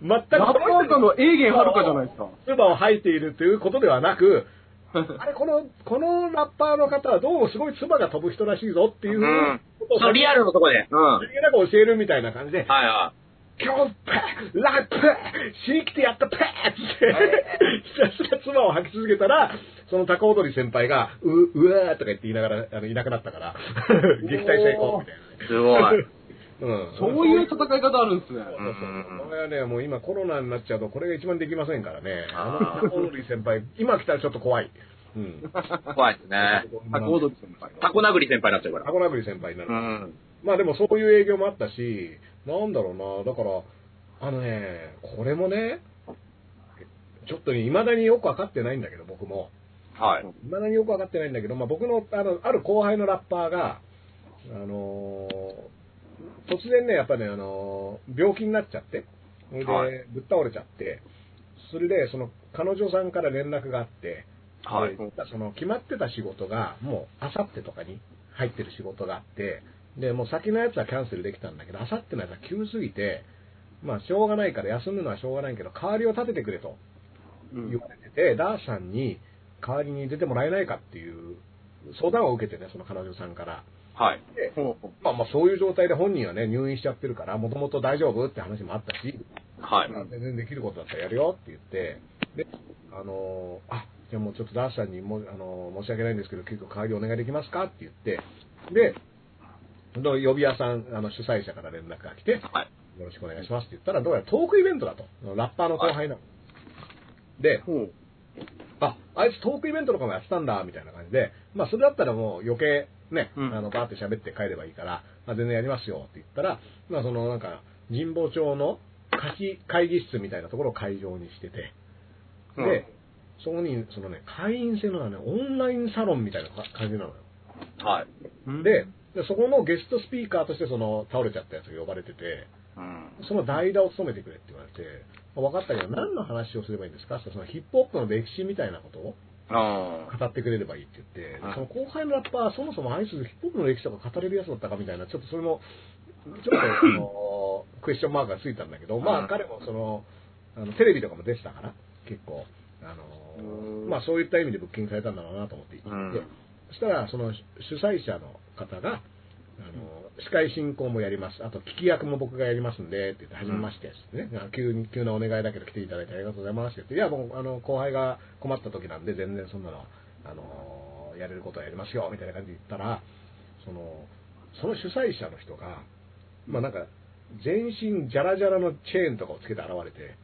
Speaker 3: 全く
Speaker 4: ラ
Speaker 3: こ
Speaker 4: ッパ
Speaker 3: の
Speaker 4: ー
Speaker 3: 人
Speaker 4: か
Speaker 3: の
Speaker 4: の A 弦はるかじゃないですか。
Speaker 3: 唾を吐いているということではなく、あれ、この、このラッパーの方はどうもすごい唾が飛ぶ人らしいぞって
Speaker 2: い。
Speaker 3: いうう、
Speaker 2: ん。
Speaker 3: ことを
Speaker 2: そのリアルのとこで。うん。はい
Speaker 3: さりげなく教えるみたいな感じで、
Speaker 2: は
Speaker 3: 今日ペッラップ死に来てやったペッって、ひたすら妻を吐き続けたら、その高踊り先輩が、う、うわーとか言って言いながら、あの、いなくなった から、撃退成功みたい
Speaker 2: い。す ごい。
Speaker 3: なね。うん。
Speaker 4: そういう戦い方あるんですね。
Speaker 3: そうそうそうこれはね、もう今コロナになっちゃうと、これが一番できませんからね。
Speaker 2: あ
Speaker 3: あ
Speaker 2: ー
Speaker 3: の、高踊り先輩、今来たらちょっと怖い。うん。
Speaker 2: 怖いですね。
Speaker 4: タコ踊り先輩。
Speaker 2: タコ殴り先輩になっちゃうから。
Speaker 3: 箱殴り先輩になる。
Speaker 2: うん。
Speaker 3: まあでもそういう営業もあったし、なんだろうな、だから、あのね、これもね、ちょっとね、未だによく分かってないんだけど、僕も。
Speaker 2: はい。
Speaker 3: 未だによく分かってないんだけど、まあ僕の、あの、ある後輩のラッパーが、あのー突然ね、やっぱね、あのー病気になっちゃって、それ
Speaker 2: は
Speaker 3: で、ぶっ倒れちゃって、それで、その、彼女さんから連絡があって、
Speaker 2: は
Speaker 3: で。
Speaker 2: い
Speaker 3: その決まってた仕事が、もうあさってとかに入ってる仕事があって、でもう先のやつはキャンセルできたんだけど、あさってのやつは急すぎて、まあ、しょうがないから休むのはしょうがないけど、代わりを立ててくれと
Speaker 4: うん
Speaker 3: 言われてて、ダーさんに代わりに出てもらえないかっていう相談を受けてね、その彼女さんから。
Speaker 2: はい。
Speaker 4: ほうほ
Speaker 3: まあまあ、そういう状態で本人はね、入院しちゃってるから、もともと大丈夫って話もあったし、
Speaker 2: はい。
Speaker 3: 全然できることだったらやるよって言って、で、あのーあ、じゃあもうちょっとダースさんにもう、あのー申し訳ないんですけど、結構代わりお願いできますかって言って、で、の呼び屋さん、あの主催者から連絡が来て、よ
Speaker 2: はい。
Speaker 3: ろしくお願いしますって言ったら、どうやらトークイベントだと。ラッパーの後輩なの。で、
Speaker 4: う。
Speaker 3: あ、あいつトークイベントとかもやってたんだ、みたいな感じで、まあ、それだったらもう余計、ね、
Speaker 4: うん
Speaker 3: あの、バーって喋って帰ればいいから、まあ、全然やりますよって言ったら、まあ、その、なんか、神保町の貸し会議室みたいなところを会場にしてて、
Speaker 2: う
Speaker 3: で、
Speaker 2: ん
Speaker 3: そこに、そのね、会員制のね、オンラインサロンみたいなか感じなのよ。
Speaker 2: はい。
Speaker 4: うん
Speaker 3: で、でそこのゲストスピーカーとして、その、倒れちゃったやつが呼ばれてて、
Speaker 2: うん。
Speaker 3: その代打を務めてくれって言われて、まあ分かったけど、何の話をすればいいんですかって言ったらそのヒップホップの歴史みたいなことを
Speaker 2: あ
Speaker 3: 語ってくれればいいって言って
Speaker 2: は、い
Speaker 3: その後輩のラッパーはそもそもアイスヒップホップの歴史とか語れるやつだったかみたいな、ちょっとそれも、ちょっとあのクエスチョンマークがついたんだけど、ま
Speaker 2: うん
Speaker 3: あ彼もその、あのテレビとかも出てたから、結構、あの
Speaker 4: うん
Speaker 3: まあそういった意味でブッキングされたんだろうなと思って行って、
Speaker 2: うん
Speaker 3: そしたらその主催者の方が、あの司会進行もやります、あと聞き役も僕がやりますんでって言って、
Speaker 2: ん
Speaker 3: はじめましてっつってね、あ急に急なお願いだけど来ていただいてありがとうございますって言って、いや、もうあの後輩が困った時なんで、全然そんなの、あのやれることはやりますよみたいな感じで言ったら、そのその主催者の人が、まあなんか、全身ジャラジャラのチェーンとかをつけて現れて、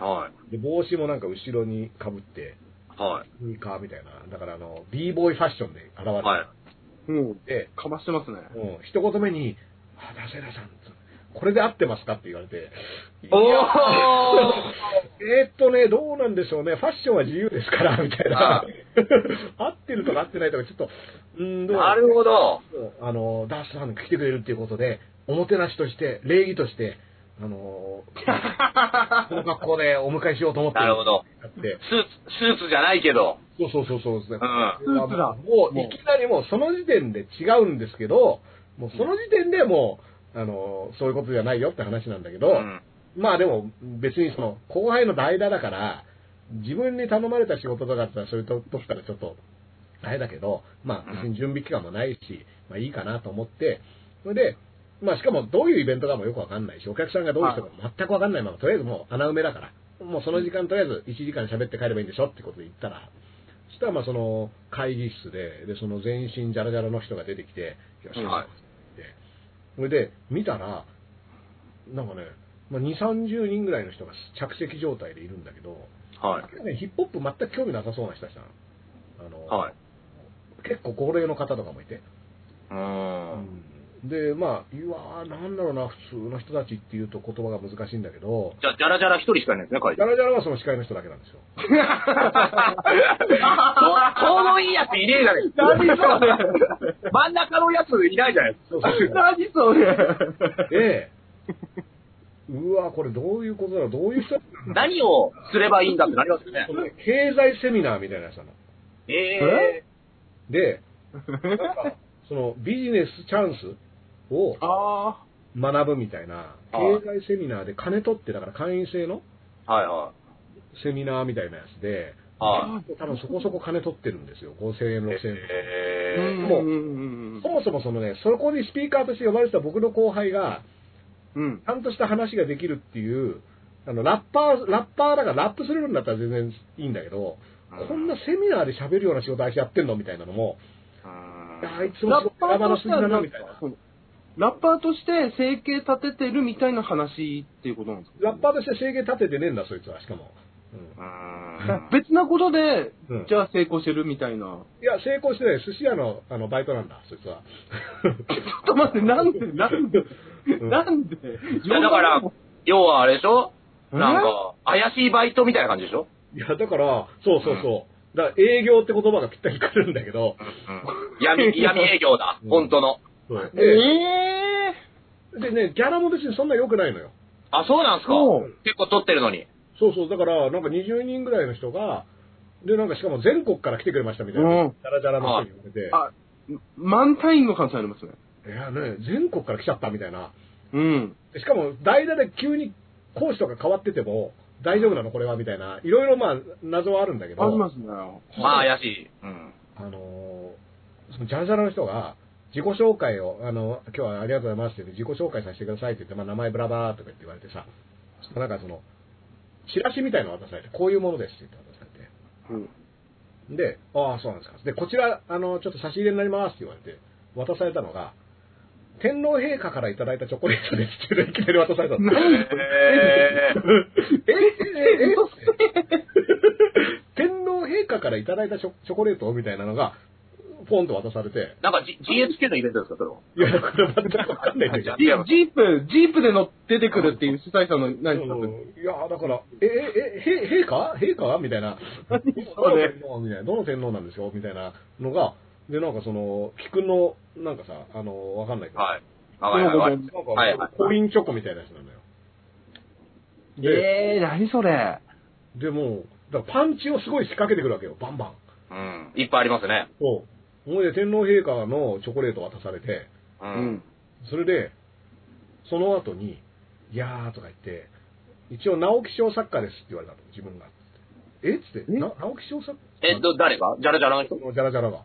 Speaker 2: あ。はい。
Speaker 3: で帽子もなんか後ろにかぶって、
Speaker 2: はい。
Speaker 3: スニーカーみたいな、だからあの、b ボーイファッションで現れて、
Speaker 2: はい。
Speaker 4: も
Speaker 3: で
Speaker 4: う、かましてますね。
Speaker 3: うん、一言目に、あ、ダセダさん、これで合ってますかって言われて、
Speaker 2: おお
Speaker 3: えーっとね、どうなんでしょうね、ファッションは自由ですから、みたいな
Speaker 2: ああ。
Speaker 3: 合ってるとか合ってないとか、ちょっと、うーん、どう
Speaker 2: なるほど。
Speaker 3: あの、ダースさんが来てくれるっていうことで、おもてなしとして、礼儀として、あ の、この格好でお迎えしようと思って
Speaker 2: なるほど。
Speaker 3: だって
Speaker 2: スーツ、スーツじゃないけど。
Speaker 3: そうそうそうそうですね
Speaker 2: う。ん。
Speaker 4: スーツだ
Speaker 3: もういきなりもうその時点で違うんですけど、もうその時点でもう、あの、そういうことじゃないよって話なんだけど、
Speaker 2: うん。
Speaker 3: まあでも別にその後輩の代打だから、自分に頼まれた仕事とかってのはそういうとこからちょっと、あれだけど、まあ別に準備期間もないし、まあいいかなと思って、それで、まあしかもどういうイベントかもよくわかんないし、お客さんがどういう人かも全くわかんないまま、とりあえずもう穴埋めだから、もうその時間とりあえず1時間喋って帰ればいいんでしょってことで言ったら、そしたらまあその会議室で、でその全身ジャラジャラの人が出てきて、よし、
Speaker 2: はい
Speaker 3: でそれで見たら、なんかね、まあ、2、30人ぐらいの人が着席状態でいるんだけど、
Speaker 2: はい。
Speaker 3: ねヒップホップ全く興味なさそうな人たちなの。あの
Speaker 2: はい。
Speaker 3: 結構高齢の方とかもいて。
Speaker 2: うーん。
Speaker 3: で、まあ、いわー、なんだろうな、普通の人たちっていうと言葉が難しいんだけど、
Speaker 2: じゃあ、じゃらじゃら一人しかいないですね、書い
Speaker 3: ジ
Speaker 2: て
Speaker 3: ャ。ラジャラはその司会の人だけなんですよ。
Speaker 2: ちょうどいいやついねえじゃね え
Speaker 4: 何
Speaker 2: 真ん中のやついないじゃないです
Speaker 3: そうそうそう
Speaker 4: 何それ
Speaker 3: で、うわー、これどういうことだろう、どういう人たち
Speaker 2: か。何をすればいいんだってなりますよね
Speaker 3: な。の経済セミナーみたいなやつなの。
Speaker 2: ええ
Speaker 3: で、なんかそのビジネスチャンスを
Speaker 4: あ
Speaker 3: 学ぶみたいな、
Speaker 2: はい
Speaker 3: 経済セミナーで金取って、だから会員制の
Speaker 2: はいは
Speaker 3: セミナーみたいなやつで、
Speaker 2: い。は
Speaker 3: 多分そこそこ金取ってるんですよ、5000円、
Speaker 2: い。
Speaker 3: 6000円。
Speaker 4: あ。
Speaker 2: え
Speaker 4: う
Speaker 2: え
Speaker 4: ん
Speaker 3: もう
Speaker 4: うん
Speaker 3: そもそもそのね、そこにスピーカーとして呼ばれてた僕の後輩が、
Speaker 4: うんうん。
Speaker 3: ちゃんとした話ができるっていう、あの、ラッパー、ラッパーだからラップするんだったら全然いいんだけど、こんなセミナーで喋るような仕事あいつやってんのみたいなのも、いやあいつも
Speaker 4: ラ
Speaker 3: す
Speaker 4: ッ
Speaker 3: ごい
Speaker 4: パー
Speaker 3: 山の
Speaker 4: とし
Speaker 3: 筋
Speaker 4: て
Speaker 3: だ
Speaker 4: は
Speaker 3: な、
Speaker 4: なん
Speaker 3: みたいな
Speaker 4: か。、そのラッパーとして生計立ててるみたいな話っていうことなんですか
Speaker 3: ラッパーとして制限立ててねえんだ、そいつは、しかも。うん
Speaker 2: うん
Speaker 4: 別なことで、
Speaker 3: うん
Speaker 4: じゃあ成功してるみたいな。
Speaker 3: いや、成功してない。寿司屋のあのバイトなんだ、そいつは。
Speaker 4: ちょっと待って、なんで、なんで、
Speaker 3: うん
Speaker 4: なんで
Speaker 2: いやだから、要はあれでしょなんか、怪しいバイトみたいな感じでしょ
Speaker 3: いや、だから、そうそうそう。だから営業って言葉がぴったりくるんだけど、
Speaker 2: 闇、 闇営業だ
Speaker 3: う。ん
Speaker 2: 本当の。
Speaker 4: え
Speaker 3: で
Speaker 4: え
Speaker 3: でね、ギャラも別にそんな良くないのよ。
Speaker 2: あ、そうなんすか
Speaker 4: そう
Speaker 2: 結構取ってるのに。
Speaker 3: そうそう、だから、なんか20人ぐらいの人が、で、なんかしかも全国から来てくれましたみたいな、
Speaker 4: うん
Speaker 3: ジャラジャラの人に言われて、
Speaker 4: あ満単位の感じありますね。
Speaker 3: いやね、全国から来ちゃったみたいな。
Speaker 4: うん。
Speaker 3: でしかも、代打で急に講師とか変わってても、大丈夫なのこれはみたいな、いろいろまあ、謎はあるんだけど、
Speaker 4: ありますね。
Speaker 2: まあ、怪しい。うん。
Speaker 3: あのーそのジャラジャラの人が、自己紹介を、あの、今日はありがとうございますって言って、自己紹介させてくださいって言って、まあ、名前ブラバーとか言って言われてさ、なんかその、チラシみたいの渡されて、こういうものですって言って渡され
Speaker 4: うん
Speaker 3: て、で、ああ、そうなんですか。で、こちら、あの、ちょっと差し入れになりますって言われて、渡されたのが、天皇陛下からいただいたチョコレートですって言って、いきなり渡されたの。
Speaker 4: 何
Speaker 2: えー
Speaker 3: えええ天皇陛下からいただいたチョチョコレートみたいなのが、ポンと渡されて、
Speaker 2: なんか、G、GHK のイベントですかそれは。
Speaker 3: いや、だから全くわかんないんだけど。
Speaker 2: リアル
Speaker 4: ジープ、ジープで乗って出てくるっていう主催者の何
Speaker 3: う
Speaker 4: かと
Speaker 3: んいや、だから、え、え、え、へ陛下陛下みたいな。どの天皇みたいな。どの天皇なんですよみたいなのが、で、なんかその、菊の、なんかさ、あの、わかんないけど、
Speaker 2: はい。はいはいはい。
Speaker 3: なんか、
Speaker 2: はいはい
Speaker 3: コインチョコみたいなやつなのよ。で、
Speaker 4: ええー、何それ
Speaker 3: でも、だからパンチをすごい仕掛けてくるわけよ、バンバン。
Speaker 2: うん。いっぱいありますね。
Speaker 3: そう。ほいで、天皇陛下のチョコレート渡されて、
Speaker 2: う。。
Speaker 4: うん
Speaker 3: それで、その後に、いやーとか言って、一応、直木賞作家ですって言われたの、自分が。えっつって、
Speaker 4: え
Speaker 3: な直木賞作家
Speaker 2: え、ど、誰がジャラジャラの人
Speaker 3: そのジャラジャラが。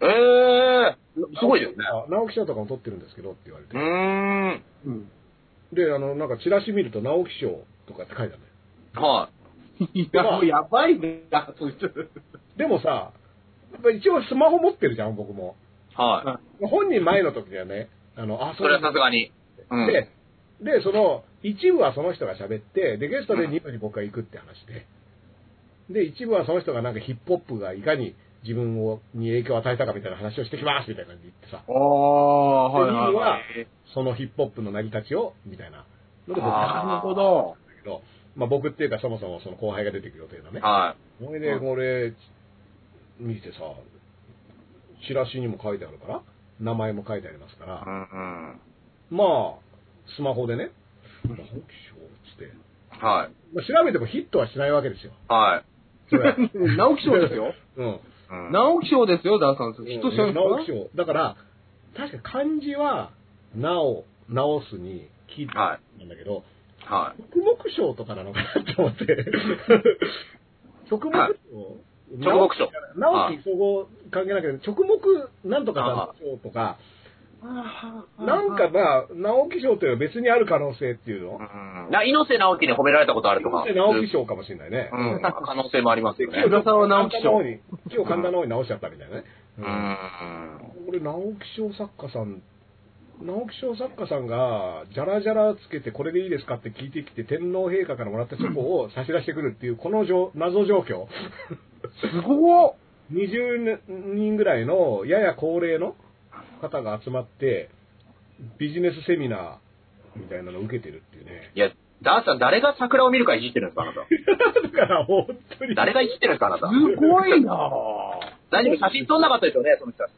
Speaker 2: ええー、すごいですね。
Speaker 3: あ直木賞とかも取ってるんですけどって言われ
Speaker 2: うー
Speaker 3: て。
Speaker 2: ん。
Speaker 4: うん。
Speaker 3: で、あの、なんかチラシ見ると直木賞とかって書いてあるのよ。
Speaker 2: はい
Speaker 4: や、もうやばいね。あそいつ。
Speaker 3: でもさ、やっぱ一応スマホ持ってるじゃん、僕も。
Speaker 2: い。は
Speaker 3: 本人前の時にはね、あの、あ、
Speaker 2: い。それはさすがに。うん。
Speaker 3: で、で、その、一部はその人が喋って、で、ゲストで2部に僕が行くって話で。で、一部はその人がなんかヒップホップがいかに自分をに影響を与えたかみたいな話をしてきますみたいな感じで言ってさ、
Speaker 4: ああ、
Speaker 3: で
Speaker 4: はいはい、はい。
Speaker 3: リーそのヒップホップの成り立ちを、みたいなので僕
Speaker 2: あー
Speaker 4: なるほど。
Speaker 3: けど、まあ僕っていうかそもそもその後輩が出てくる予定だね。
Speaker 2: は
Speaker 3: それで俺、見てさ、チラシにも書いてあるから、名前も書いてありますか
Speaker 2: い。
Speaker 3: ら、
Speaker 2: んうん。
Speaker 3: まあ、スマホでね、本気しようっつって、
Speaker 2: はい。
Speaker 3: まあ、調べてもヒットはしないわけですよ。
Speaker 2: はい。
Speaker 3: それは
Speaker 4: 直木賞ですよ。
Speaker 3: うん。
Speaker 2: うん
Speaker 4: 直木賞ですよ、ダーさん。ヒット賞ですか
Speaker 3: 直木賞。だから、確か漢字は、なお、直すに、き
Speaker 2: は
Speaker 3: なんだけど、
Speaker 2: い。は
Speaker 3: 曲目賞とかなのかなって思って。 曲目賞、
Speaker 2: はい直
Speaker 3: 直
Speaker 2: 木賞。
Speaker 3: 直木総合関係なくて、直目なんとか賞とか、
Speaker 4: い
Speaker 3: なんか、まあ、直木賞というのは別にある可能性っていうの
Speaker 2: うん。な、猪瀬直樹に褒められたことあるとか。
Speaker 3: 直木賞かもしれないね。
Speaker 2: うん。可能性もありますよね
Speaker 4: 木。村さんは直木
Speaker 3: 簡単な
Speaker 4: 賞
Speaker 3: 方。に、今日簡単な方に直しちゃったみたいなね。
Speaker 2: う
Speaker 3: うん
Speaker 2: ん。
Speaker 3: 俺、直木賞作家さん、直木賞作家さんが、じゃらじゃらつけてこれでいいですかって聞いてきて、天皇陛下からもらったチョコを差し出してくるっていう、この状謎状況。
Speaker 4: すごっ
Speaker 3: 20人ぐらいの、やや高齢の方が集まって、ビジネスセミナーみたいなのを受けてるっていう ね。
Speaker 2: いや、ダーさん、誰が桜を見るかいじってるんですか、あなた。
Speaker 3: だから、本当に。
Speaker 2: 誰がいじってるんですか、あなた。
Speaker 4: すごいなぁ。
Speaker 2: 大丈夫、写真撮んなかったですよね、その人たち。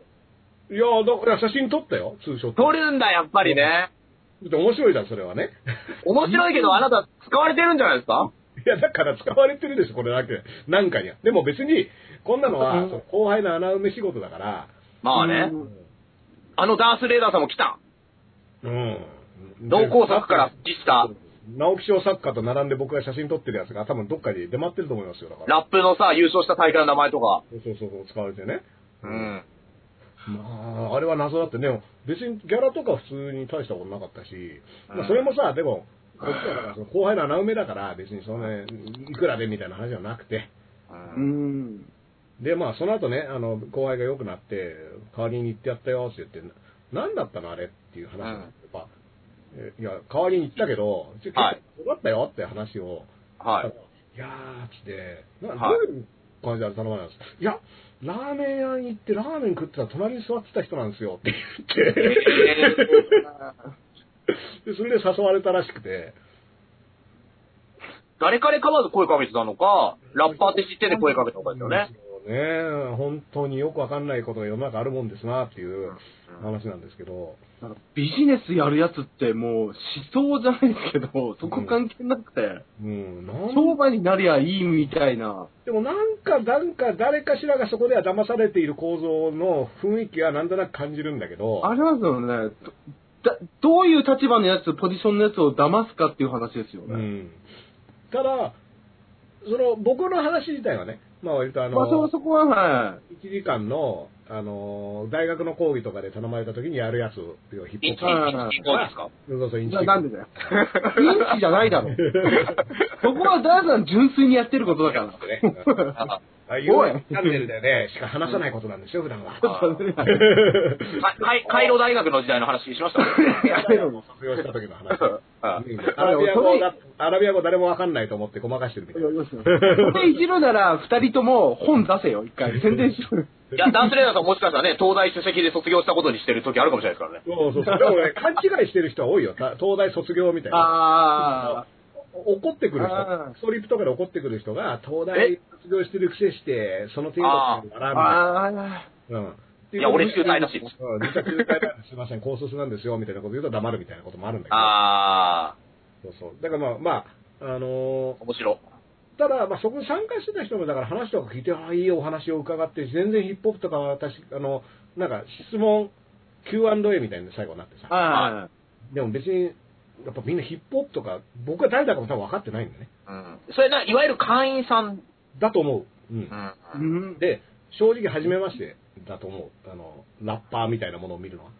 Speaker 3: いや、だから写真撮ったよ、通称。
Speaker 2: 撮るんだ、やっぱりね。
Speaker 3: だって面白いじゃん、それはね。
Speaker 2: 面白いけど、あなた、使われてるんじゃないですか
Speaker 3: いや、だから使われてるでしょ、これだけ。なんかには。でも別に、こんなの
Speaker 4: う
Speaker 3: は
Speaker 4: ん、
Speaker 3: その後輩の穴埋め仕事だから、
Speaker 2: まあね
Speaker 4: う。ん
Speaker 2: あのダースレーダーさんも来た。
Speaker 3: うん。
Speaker 2: 同工作から復帰した、
Speaker 3: 直木賞作家と並んで僕が写真撮ってるやつが多分どっかに出回ってると思いますよ、だから。
Speaker 2: ラップのさ、優勝した大会の名前とか。
Speaker 3: そうそうそう、使われてね。
Speaker 2: うん。
Speaker 3: まあ、あれは謎だってね、でも別にギャラとか普通に大したことなかったし、
Speaker 2: うん
Speaker 3: まあ、それもさ、でも、こっちはだからその後輩の穴埋めだから、別にそのね、いくらでみたいな話じゃなくて、
Speaker 4: うん。
Speaker 3: で、まあ、その後ね、あの、後輩が良くなって、代わりに行ってやったよって言って、何だったのあれっていう話になって、やっぱえいや、代わりに行ったけど、ちょ結構
Speaker 2: はい
Speaker 3: 良かったよって話を、
Speaker 2: はい。
Speaker 3: いやーっつって、な
Speaker 2: はい
Speaker 3: どういう感じで頼まれたんですか、い、や、ラーメン屋に行ってラーメン食ってたら隣に座ってた人なんですよって言って、でそれで誘われたらしくて、
Speaker 2: 誰彼構わず声かけてたのか、ラッパーって知ってて声かけたのかですよね。
Speaker 3: そうね本当によくわかんないことが世の中あるもんですなっていう
Speaker 2: うん
Speaker 3: 話なんですけど、
Speaker 4: なんかビジネスやるやつってもう思想じゃないですけど、そこ関係なくて、
Speaker 3: うん、なん
Speaker 4: 商売になりゃいいみたいな。
Speaker 3: でもなんか、なんか、誰かしらがそこでは騙されている構造の雰囲気はなんとなく感じるんだけど、
Speaker 4: ありますよね。どだどういう立場のやつ、ポジションのやつを騙すかっていう話ですよ
Speaker 3: う
Speaker 4: ね。
Speaker 3: ん。ただ、その、僕の話自体はね、まあ割とあの、
Speaker 4: まあ、そ、そこは、はい。
Speaker 3: 1時間の、あの、大学の講義とかで頼まれた時にやるやつを引
Speaker 2: イン
Speaker 3: っ
Speaker 2: チ
Speaker 3: 張っ
Speaker 4: はい
Speaker 2: インチどうですか
Speaker 3: て、そうそう、インチ
Speaker 4: じゃあなんでだよ。インチじゃないだろ。そこはダーさん純粋にやってることだから。
Speaker 3: ね。
Speaker 2: あ
Speaker 3: ああいうチャンネルでね、しか話さないことなんですよ、普段は。
Speaker 2: かかいカイロ大学の時代の話しましたね
Speaker 4: やめろ もう
Speaker 3: 卒業した時の話。
Speaker 2: は
Speaker 3: アラビア語だ、アラビア語誰もわかんないと思ってごまかしてるみたいな。
Speaker 4: それいじるなら、二人とも本出せよ、一回。宣伝しろ。
Speaker 2: い。いや、ダンスレーダーさんもしかしたらね、東大首席で卒業したことにしてる時あるかもしれないですから
Speaker 3: そ
Speaker 2: ね。
Speaker 3: うそうそう。でも ね、勘違いしてる人は多いよ。た東大卒業みたいな。
Speaker 4: あ
Speaker 3: 怒ってくる人。
Speaker 4: あー
Speaker 3: ストリップとかで怒ってくる人が、東大卒業してるくせして、その程度っていうのか
Speaker 4: あ。
Speaker 3: な、
Speaker 4: ああ。
Speaker 3: みたいな。うん。
Speaker 2: いや俺中退だし
Speaker 3: うん、実は中退なんです。すいません、高卒なんですよ、みたいなこと言うと黙るみたいなこともあるんだけど。
Speaker 2: あ
Speaker 3: そうそう。だからまあ、まあ、あのー
Speaker 2: ー、面白。
Speaker 3: ただ、まあ、そこに参加してた人の、だから話とか聞いて、ああ、いいお話を伺って、全然ヒップホップとかは私、あの、なんか質問、Q&A みたいなの最後になってさ。
Speaker 4: ああ。
Speaker 3: でも別に、やっぱみんなヒップホップとか、僕は誰だかも多分分かってないんだね。
Speaker 2: うん。それな、いわゆる会員さん。
Speaker 3: だと思う。うん
Speaker 2: う。。
Speaker 4: うんん。
Speaker 3: で、正直、初めましてだと思う。あの、ラッパーみたいなものを見るのは。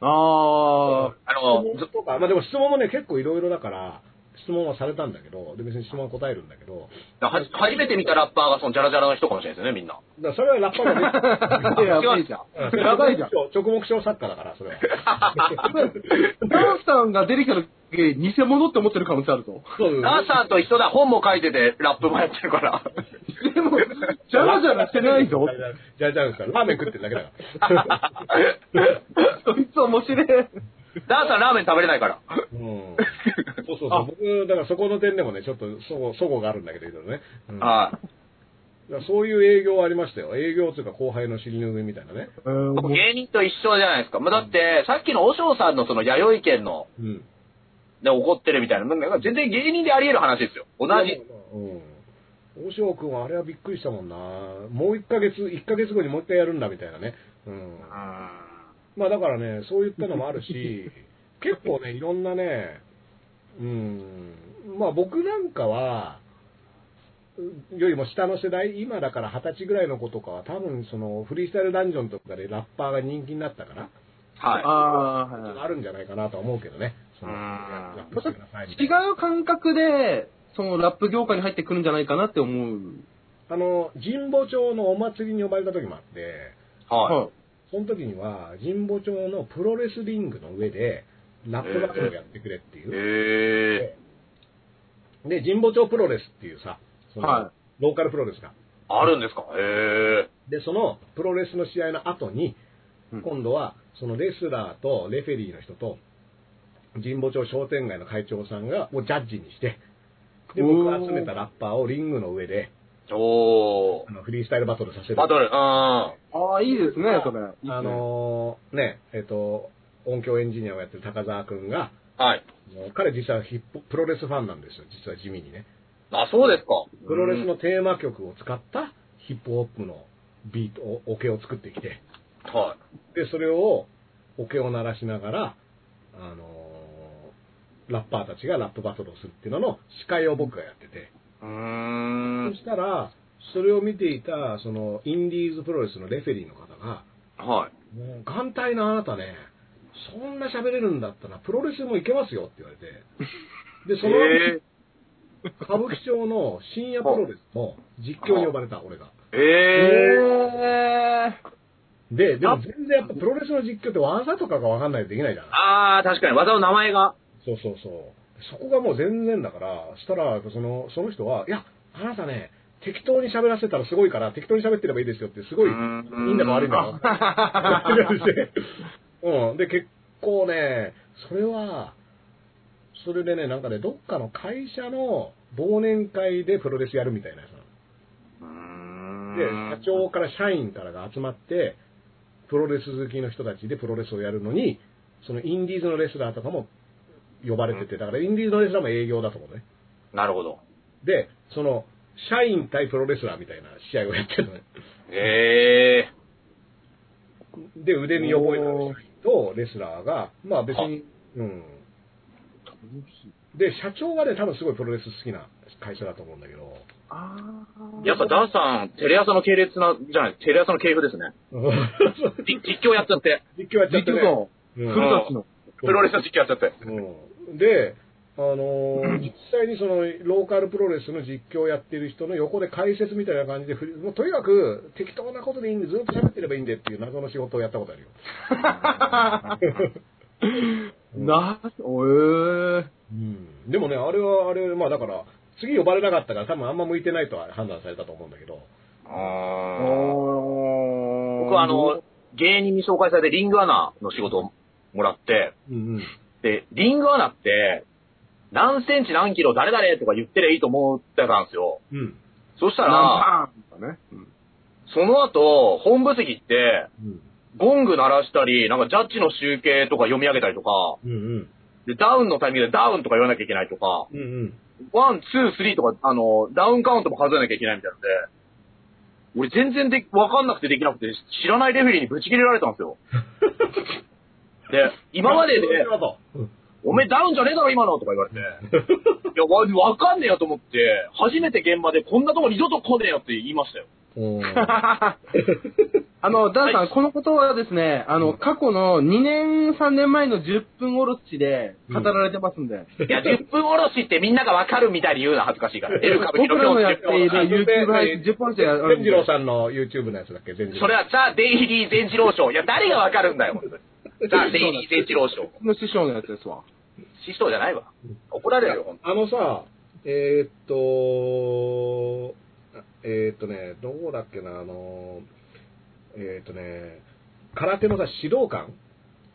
Speaker 4: ああ。
Speaker 2: あの、
Speaker 3: 質
Speaker 2: ず
Speaker 3: 問とか、まあでも質問もね、結構いろいろだから、質問はされたんだけど、で別に質問は答えるんだけど、
Speaker 2: は初めて見たラッパーがそのジャラジャラの人かもしれないですよね、みんな。
Speaker 3: だからそれはラッパーがね
Speaker 4: やばいじゃん。やばいじゃん。
Speaker 3: 直目標作家だから、それは。
Speaker 4: ダンさんが出てきたえ偽物って思ってる可能性あると。
Speaker 3: そうです
Speaker 2: ダーさんと一緒だ、本も書いてて、ラップもやってるから。
Speaker 4: でも、ジャラジャラしてない ぞ。
Speaker 3: じゃあじゃあラーメン食ってるだけだから。
Speaker 4: そいつ面白い。
Speaker 2: ダーさんラーメン食べれないから。
Speaker 3: うん。そうそうそう。僕、だからそこの点でもね、ちょっと、そご、そごがあるんだけどいろいろね。うん、だか
Speaker 2: はい。
Speaker 3: らそういう営業はありましたよ。営業というか後輩の知りの上みたいなね。
Speaker 4: えーもう
Speaker 2: 芸人と一緒じゃないですか。まあ、だって、さっきの和尚さんのその弥生県の、
Speaker 3: うん。
Speaker 2: で怒ってるみたいな、なんか全然芸人であり得る話ですよ。同じ。
Speaker 3: うん。大塩君はあれはびっくりしたもんな。もう1ヶ月、1ヶ月後にもう1回やるんだみたいなね。うん。まあだからね、そういったのもある し、結構ね、いろんなね、うん、まあ僕なんかは、うんよりも下の世代、今だから二十歳ぐらいの子とかは、多分そのフリースタイルダンジョンとかでラッパーが人気になったから、
Speaker 2: はい。
Speaker 4: ああ、はい
Speaker 3: あるんじゃないかなとは思うけどね。その
Speaker 2: うん
Speaker 3: ラップしてくださいみた
Speaker 4: 違
Speaker 3: いな
Speaker 4: う感覚で、そのラップ業界に入ってくるんじゃないかなって思う。
Speaker 3: あの、神保町のお祭りに呼ばれた時もあって、
Speaker 2: は
Speaker 4: い。
Speaker 2: い。
Speaker 3: その時には神保町のプロレスリングの上で、ラップバトルをやってくれっていう。
Speaker 2: へえ。
Speaker 3: で、神保町プロレスっていうさ、その
Speaker 4: は
Speaker 3: ローカルプロレスが。
Speaker 2: あるんですかへえ。
Speaker 3: で、そのプロレスの試合の後に
Speaker 4: うん、
Speaker 3: 今度はそのレスラーとレフェリーの人と、神保町商店街の会長さんがをジャッジにして、で、僕が集めたラッパーをリングの上で、
Speaker 2: お
Speaker 3: あのフリースタイルバトルさせ
Speaker 2: ー。
Speaker 3: る。
Speaker 2: バトル、うん。は
Speaker 4: ああ、いいですね、それ。いいっすね
Speaker 3: あ、のーね、えっ、と、音響エンジニアをやってる高澤くんが、
Speaker 2: い。
Speaker 3: あの彼実はヒッププロレスファンなんですよ、実は地味にね。
Speaker 2: あ、そうですか。
Speaker 3: プロレスのテーマ曲を使ったヒップホップのビート、おオケを作ってきて、
Speaker 2: は
Speaker 3: で、それを、オケを鳴らしながら、あのーラッパーたちがラップバトルをするっていうのの司会を僕がやってて、
Speaker 2: い。うーん
Speaker 3: そ。したら、それを見ていた、その、インディーズプロレスのレフェリーの方が、
Speaker 2: はい。
Speaker 3: もう、眼帯のあなたね、そんな喋れるんだったら、プロレスもいけますよって言われて、で、その後、
Speaker 2: え
Speaker 3: 歌舞伎町の深夜プロレスの実況に呼ばれた、俺が。
Speaker 2: ー、えー。
Speaker 3: で、でも全然やっぱプロレスの実況って技とかがわかんないとできないじゃん。
Speaker 2: あー、確かに技の名前が。
Speaker 3: そうそうそう。そこがもう全然だから、したら、その、その人は、いや、あなたね、適当に喋らせたらすごいから、適当に喋ってればいいですよって、すごい、いいんだか悪いんだか。って言われてうん。で、結構ね、それは、それでね、なんかね、どっかの会社の忘年会でプロレスやるみたいなやつなの
Speaker 2: うーん
Speaker 3: で、社長から社員からが集まって、プロレス好きの人たちでプロレスをやるのに、そのインディーズのレスラーとかも呼ばれてて、だからインディーズのレスラーも営業だと思うね。
Speaker 2: なるほど。
Speaker 3: で、その、社員対プロレスラーみたいな試合をやってるのね。
Speaker 2: ええ
Speaker 3: で、腕に覚えのある社員とレスラーが、まあ別に、うん。で、社長がね、多分すごいプロレス好きな会社だと思うんだけど、
Speaker 4: ああ。
Speaker 2: やっぱダンさん、テレ朝の系列な、じゃない、テレ朝の系譜ですね。じ実況やっちゃって。
Speaker 3: 実況やっちゃっ
Speaker 4: 実
Speaker 3: てね
Speaker 4: 況。の、
Speaker 3: うん
Speaker 2: 黒
Speaker 4: 古崎の。
Speaker 2: プロレスの実況やっちゃって。
Speaker 3: うんで、あのー実際にそのローカルプロレスの実況をやってる人の横で解説みたいな感じで振り、もうとにかく適当なことでいいんで、ずっと喋ってればいいんでっていう謎の仕事をやったことあるよ。
Speaker 4: な、おえー。
Speaker 3: でもね、あれは、あれ、まあだから、次呼ばれなかったから多分あんま向いてないとは判断されたと思うんだけど、
Speaker 2: 僕
Speaker 4: 僕
Speaker 2: はあの、、芸人に紹介されてリングアナの仕事をもらって、
Speaker 3: うん
Speaker 2: で、リングアナって、何センチ何キロ誰々とか言ってりゃいいと思ってたんですよ。
Speaker 3: うん。うん。
Speaker 2: そしたら、
Speaker 4: ナンパーンとかね。うん
Speaker 2: その後、本部席って、
Speaker 3: うん。
Speaker 2: ゴング鳴らしたり、なんかジャッジの集計とか読み上げたりとか、
Speaker 3: うんうん。
Speaker 2: で、ダウンのタイミングでダウンとか言わなきゃいけないとか、
Speaker 3: うんうん。
Speaker 2: ワン、ツー、スリーとか、あの、ダウンカウントも数えなきゃいけないみたいなんで、俺全然で、わかんなくてできなくて、知らないレフェリーにぶち切れられたんですよ。で、今 までで、
Speaker 3: うん
Speaker 2: おめえダウンじゃねえだろ今のとか言われて、いや、わわかんねえよと思って、初めて現場でこんなとこ二度と来ねえよって言いましたよ。
Speaker 3: うん。
Speaker 4: あの、ダンさ
Speaker 2: は
Speaker 4: ん、このことはですね、あの、過去の2年、3年前の10分おろしで語られてますんで、
Speaker 2: いや、10分おろしってみんながわかるみたいに言うのは恥ずかし いから。エル歌舞伎
Speaker 4: 僕らのやっている
Speaker 3: あの
Speaker 4: YouTube 配信10分おろしがある
Speaker 3: 善
Speaker 4: ん
Speaker 3: 次
Speaker 4: で、
Speaker 3: 郎さんの YouTube のやつだっけ、善次郎。
Speaker 2: それはザ・デイリー・全治 郎賞。いや、誰がわかるんだよ、本当にザ・デイリー・全治郎賞。
Speaker 4: の師匠のやつですわ。
Speaker 2: 師匠じゃないわ。怒られるよ、ほんと。
Speaker 3: あのさ、えーっと、えーっとね、どこだっけな、あの、えーっとね、空手のさ、指導官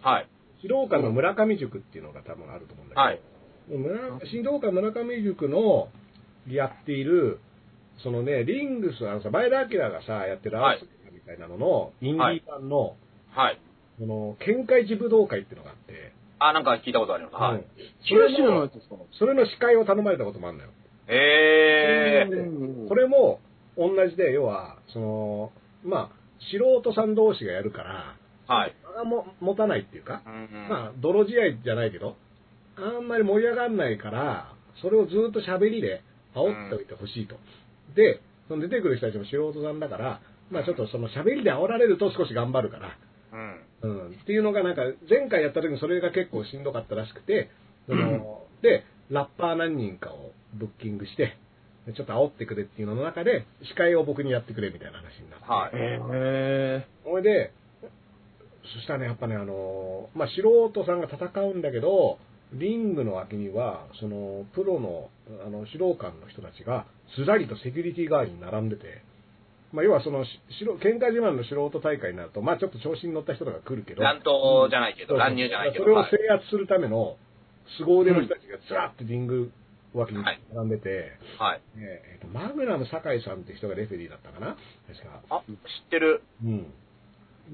Speaker 2: はい。
Speaker 3: 指導官の村上塾っていうのが多分あると思うんだけど、
Speaker 2: はい。
Speaker 3: 村指導官村上塾のやっている、そのね、リングス、あのさ、前田明がさ、やってるアースみたいなのの、インディー版の、
Speaker 2: はい。
Speaker 3: その、県会事武道会っていうのがあって、
Speaker 2: あ、なんか聞いたことあります。は
Speaker 3: う
Speaker 2: い
Speaker 3: ん。そ
Speaker 4: 九州
Speaker 3: れ
Speaker 4: のや
Speaker 3: の、
Speaker 4: つですか
Speaker 3: それの司会を頼まれたこともあるのよ。
Speaker 2: えー。
Speaker 4: うん
Speaker 3: これも同じで、要は、その、まあ、素人さん同士がやるから、
Speaker 2: はい。
Speaker 3: あも持たないっていうか、
Speaker 2: うんうん
Speaker 3: まあ、泥試合じゃないけど、あんまり盛り上がんないから、それをずっと喋りで煽っておいてほしいと。で、その出てくる人たちも素人さんだから、まあちょっとその喋りで煽られると少し頑張るから、
Speaker 2: うん
Speaker 3: うん、っていうのがなんか、前回やった時にそれが結構しんどかったらしくて、その、で、ラッパー何人かをブッキングして、ちょっと煽ってくれっていうのの中で、司会を僕にやってくれみたいな話になって。
Speaker 2: はい。
Speaker 4: へ
Speaker 3: それで、そしたらね、やっぱね、あの、まあ、素人さんが戦うんだけど、リングの脇には、その、プロの、あの、指導官の人たちが、ずらりとセキュリティ側に並んでて、まあ、要はその、ししろ喧嘩自慢の素人大会になると、まあ、ちょっと調子に乗った人とか来るけど、
Speaker 2: 乱闘じゃないけ
Speaker 3: そ
Speaker 2: ど、
Speaker 3: うそう
Speaker 2: 乱入じゃないけど。
Speaker 3: それを
Speaker 2: はい
Speaker 3: 制圧するための、凄腕の人たちがずらってリング脇に並んでて、
Speaker 2: はい。
Speaker 3: ねえっとマグナム酒井さんって人がレフェリーだったかな確か。
Speaker 2: あ、知ってる。
Speaker 3: うん、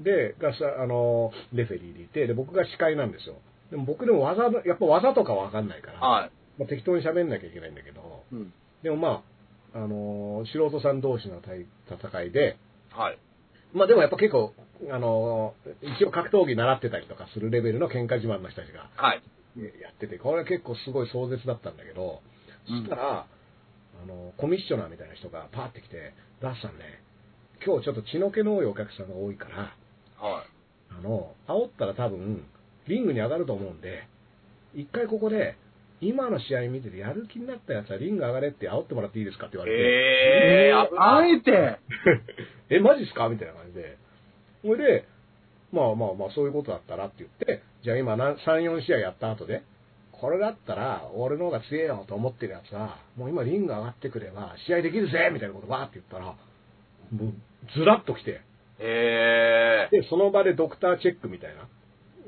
Speaker 3: でがさあのレフェリーでいてで僕が司会なんですよでも僕でも技やっぱ技とかわかんないから、
Speaker 2: はい。
Speaker 3: まあ、適当に喋んなきゃいけないんだけど
Speaker 4: ーうん
Speaker 3: でもまああの素人さん同士の対戦いで
Speaker 2: はい。
Speaker 3: まあでもやっぱ結構あの一応格闘技習ってたりとかするレベルの喧嘩自慢の人たちが
Speaker 2: はい。
Speaker 3: やっててこれは結構すごい壮絶だったんだけどそしたら、あのコミッショナーみたいな人がパーって来て「ダッさんね今日ちょっと血の気の多いお客さんが多いから」
Speaker 2: は
Speaker 3: あの、煽ったら多分、リングに上がると思うんで、一回ここで、今の試合見ててやる気になったやつはリング上がれって煽ってもらっていいですかって言わ
Speaker 2: い。
Speaker 3: れて、
Speaker 2: えー、危
Speaker 4: あ
Speaker 2: ない。
Speaker 4: えて、
Speaker 3: えマジっすかみたいな感じで。それで、まあまあまあ、そういうことだったらって言って、じゃあ今な、3、4試合やった後で、これだったら、俺の方が強えよと思ってるやつは、もう今リング上がってくれば、試合できるぜみたいなことばーって言ったら、もう、ずらっと来て、
Speaker 2: え
Speaker 3: で、その場でドクターチェックみたいな